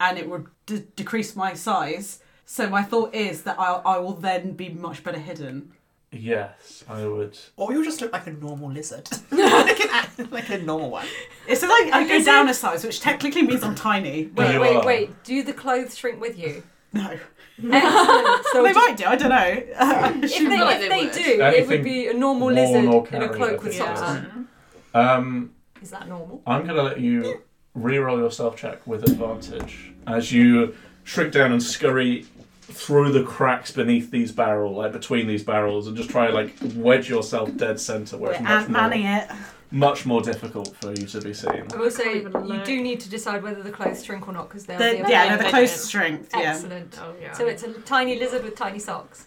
Speaker 4: and it will d- decrease my size. So my thought is that I'll, I will then be much better hidden.
Speaker 5: Yes, I would.
Speaker 1: Or you'll just look like a normal lizard, like, an, act- like a normal one.
Speaker 4: It's like I go down a size, which technically means I'm tiny.
Speaker 5: Well,
Speaker 6: Wait,
Speaker 5: you
Speaker 6: wait,
Speaker 5: are.
Speaker 6: wait. Do the clothes shrink with you?
Speaker 4: No,
Speaker 6: Excellent. So
Speaker 4: they
Speaker 6: just-
Speaker 4: might do. I don't know.
Speaker 6: if they,
Speaker 8: feel like they
Speaker 6: if they
Speaker 8: would.
Speaker 6: do, it
Speaker 5: Anything
Speaker 6: would be a normal
Speaker 5: worn or
Speaker 6: lizard in a
Speaker 5: carried, I
Speaker 6: cloak with
Speaker 5: think
Speaker 6: socks
Speaker 5: it
Speaker 6: on.
Speaker 5: Um,
Speaker 6: Is that normal?
Speaker 5: I'm gonna let you re-roll your stealth check with advantage as you shrink down and scurry through the cracks beneath these barrels, like between these barrels, and just try and like wedge yourself dead center where it's much
Speaker 4: Ant manning
Speaker 5: more,
Speaker 4: it.
Speaker 5: much more difficult for you to be seen.
Speaker 6: I will say
Speaker 8: even
Speaker 6: you
Speaker 8: look.
Speaker 6: do need to decide whether the clothes shrink or not because they're
Speaker 4: The,
Speaker 6: the
Speaker 4: yeah,
Speaker 8: no,
Speaker 4: no, the
Speaker 8: they
Speaker 4: close
Speaker 8: did.
Speaker 4: strength. Yeah,
Speaker 6: excellent.
Speaker 8: Oh, yeah.
Speaker 6: So it's a tiny lizard with tiny socks.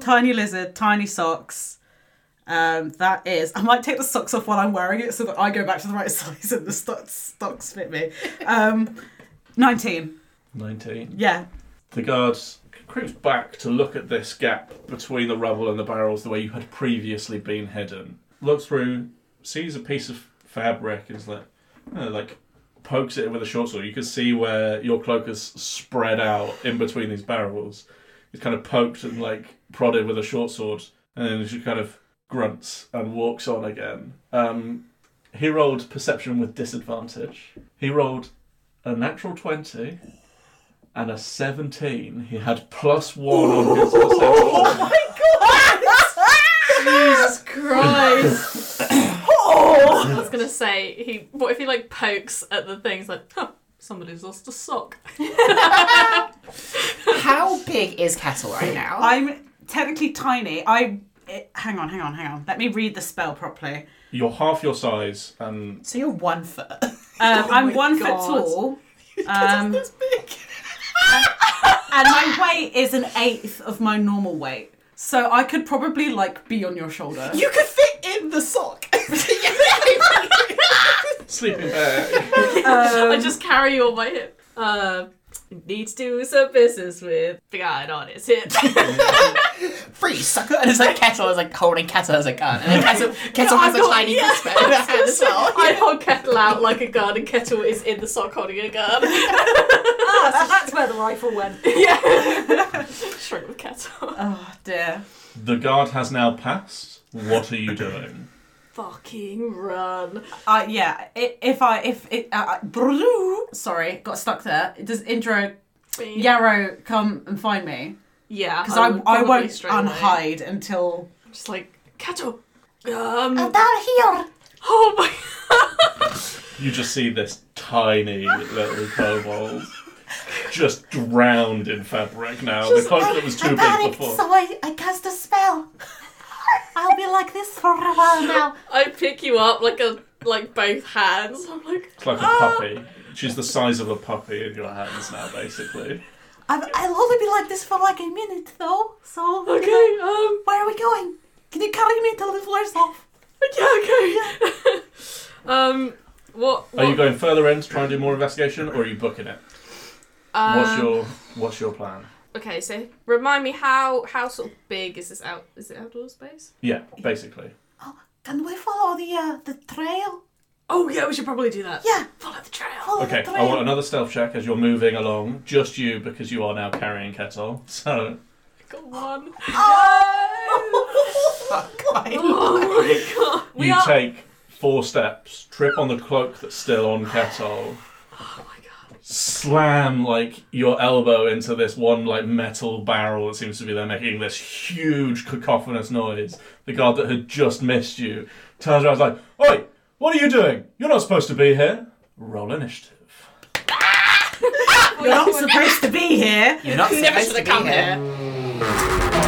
Speaker 4: tiny lizard, tiny socks. Um, that is. I might take the socks off while I'm wearing it so that I go back to the right size and the socks socks fit me. Um, Nineteen.
Speaker 5: Nineteen.
Speaker 4: Yeah.
Speaker 5: The guard creeps back to look at this gap between the rubble and the barrels, the way you had previously been hidden. Looks through, sees a piece of fabric, and is like, uh, like pokes it with a short sword. You can see where your cloak is spread out in between these barrels. It's kind of poked and like prodded with a short sword, and then she kind of grunts and walks on again. Um, he rolled perception with disadvantage. He rolled a natural twenty and a 17. He had plus one on his perception.
Speaker 8: Jesus Christ! I
Speaker 1: Oh.
Speaker 8: was gonna say, he. what if he like pokes at the things like, huh, somebody's lost a sock?
Speaker 1: How big is Kettle right now?
Speaker 4: I'm technically tiny. I. It, hang on, hang on, hang on. Let me read the spell properly.
Speaker 5: You're half your size, and
Speaker 1: so you're one foot.
Speaker 4: Um, I'm
Speaker 1: Oh my
Speaker 4: one
Speaker 1: God.
Speaker 4: foot tall. Um,
Speaker 1: That's big.
Speaker 4: and my weight is an eighth of my normal weight. So I could probably like be on your shoulder.
Speaker 1: You could fit in the sock.
Speaker 5: sleeping bag.
Speaker 8: I just carry all my hip. Uh, need to do some business with the guy on his hip.
Speaker 1: Freeze, sucker! And it's like Kettle is like holding Kettle as a gun, and then Kettle, Kettle
Speaker 8: Yeah,
Speaker 1: has a
Speaker 8: I got-
Speaker 1: tiny
Speaker 8: yeah,
Speaker 1: fist in her hand as well.
Speaker 8: I hold Kettle out like a gun, and Kettle is in the sock holding a gun.
Speaker 6: Ah, so that's where the rifle went.
Speaker 8: yeah. Shrug with Kettle.
Speaker 4: Oh dear.
Speaker 5: the guard has now passed. What are you doing?
Speaker 14: fucking run.
Speaker 4: Uh, yeah, i- if I if it uh, uh, sorry, got stuck there. Does Indra Yarrow come and find me?
Speaker 14: Yeah,
Speaker 4: Because I,
Speaker 14: would
Speaker 4: I,
Speaker 14: probably
Speaker 4: won't
Speaker 14: straight away.
Speaker 4: unhide until
Speaker 14: Just like Kato. Um.
Speaker 1: About here.
Speaker 14: oh my.
Speaker 5: You just see this tiny little kobold just drowned in fabric now. the cloak that was too big before.
Speaker 1: I, I cast a spell. I'll be like this for a while now.
Speaker 14: I pick you up like a like both hands. I'm like
Speaker 5: It's like a puppy. She's the size of a puppy in your hands now, basically.
Speaker 1: i I'll only be like this for like a minute though. So you know,
Speaker 14: okay. Um.
Speaker 1: Oh where are we going? Can you carry me till it wears off?
Speaker 14: Yeah. Okay. um. What? what
Speaker 5: Are you going further in to try and do more investigation, or are you booking it?
Speaker 14: um,
Speaker 5: what's your What's your plan?
Speaker 14: Okay, so remind me how how sort of big is this out? Is it outdoor space?
Speaker 5: Yeah, basically.
Speaker 1: Can we follow the uh, the trail?
Speaker 14: Oh yeah, we should probably do that.
Speaker 1: Yeah.
Speaker 14: follow the trail.
Speaker 1: Follow
Speaker 5: Okay,
Speaker 1: the
Speaker 5: I
Speaker 1: trail.
Speaker 5: want another stealth check as you're moving along. Just you, because you are now carrying Kettle. So
Speaker 14: Got one.
Speaker 2: Fuck.
Speaker 14: Oh my god. We
Speaker 5: you
Speaker 14: are.
Speaker 5: take four steps, trip on the cloak that's still on Kettle,
Speaker 14: oh my god.
Speaker 5: slam like your elbow into this one like metal barrel that seems to be there making this huge cacophonous noise. The guard that had just missed you turns around and is like, Oi, what are you doing? You're not supposed to be here. Roll initiative.
Speaker 4: you're not supposed to be here.
Speaker 2: You're not
Speaker 14: Never
Speaker 2: supposed
Speaker 14: should
Speaker 2: to
Speaker 14: have come
Speaker 2: be here.
Speaker 14: here.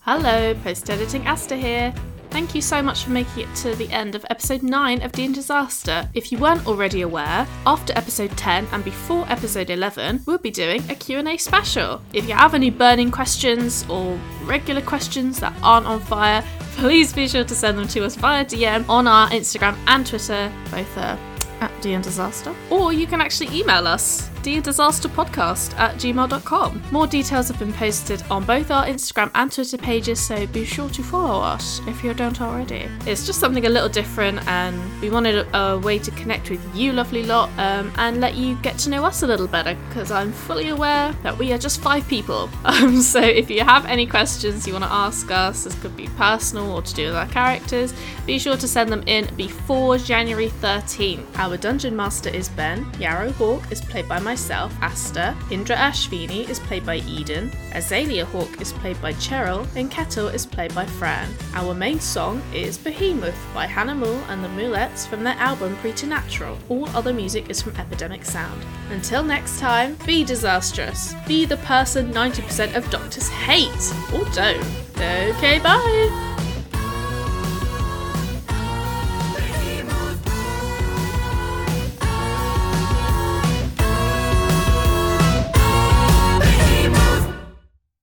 Speaker 8: Hello, post editing Asta here. Thank you so much for making it to the end of episode 9 of Dean Disaster. If you weren't already aware, after episode 10 and before episode 11, we'll be doing a Q&A special. If you have any burning questions or regular questions that aren't on fire, please be sure to send them to us via DM on our Instagram and Twitter, both uh, at DN Disaster. Or you can actually email us, Podcast at gmail.com. More details have been posted on both our Instagram and Twitter pages, so be sure to follow us if you don't already. It's just something a little different, and we wanted a, a way to connect with you, lovely lot, um, and let you get to know us a little better, because I'm fully aware that we are just five people. Um, so if you have any questions you want to ask us, this could be personal or to do with our characters, be sure to send them in before January 13th. Our dungeon master is Ben, Yarrow Hawk is played by myself, Asta, Indra Ashvini is played by Eden, Azalea Hawk is played by Cheryl, and Kettle is played by Fran. Our main song is Behemoth by Hannah Moore and the Moulettes from their album Preternatural. All other music is from Epidemic Sound. Until next time, be disastrous. Be the person 90% of doctors hate or don't. Okay, bye!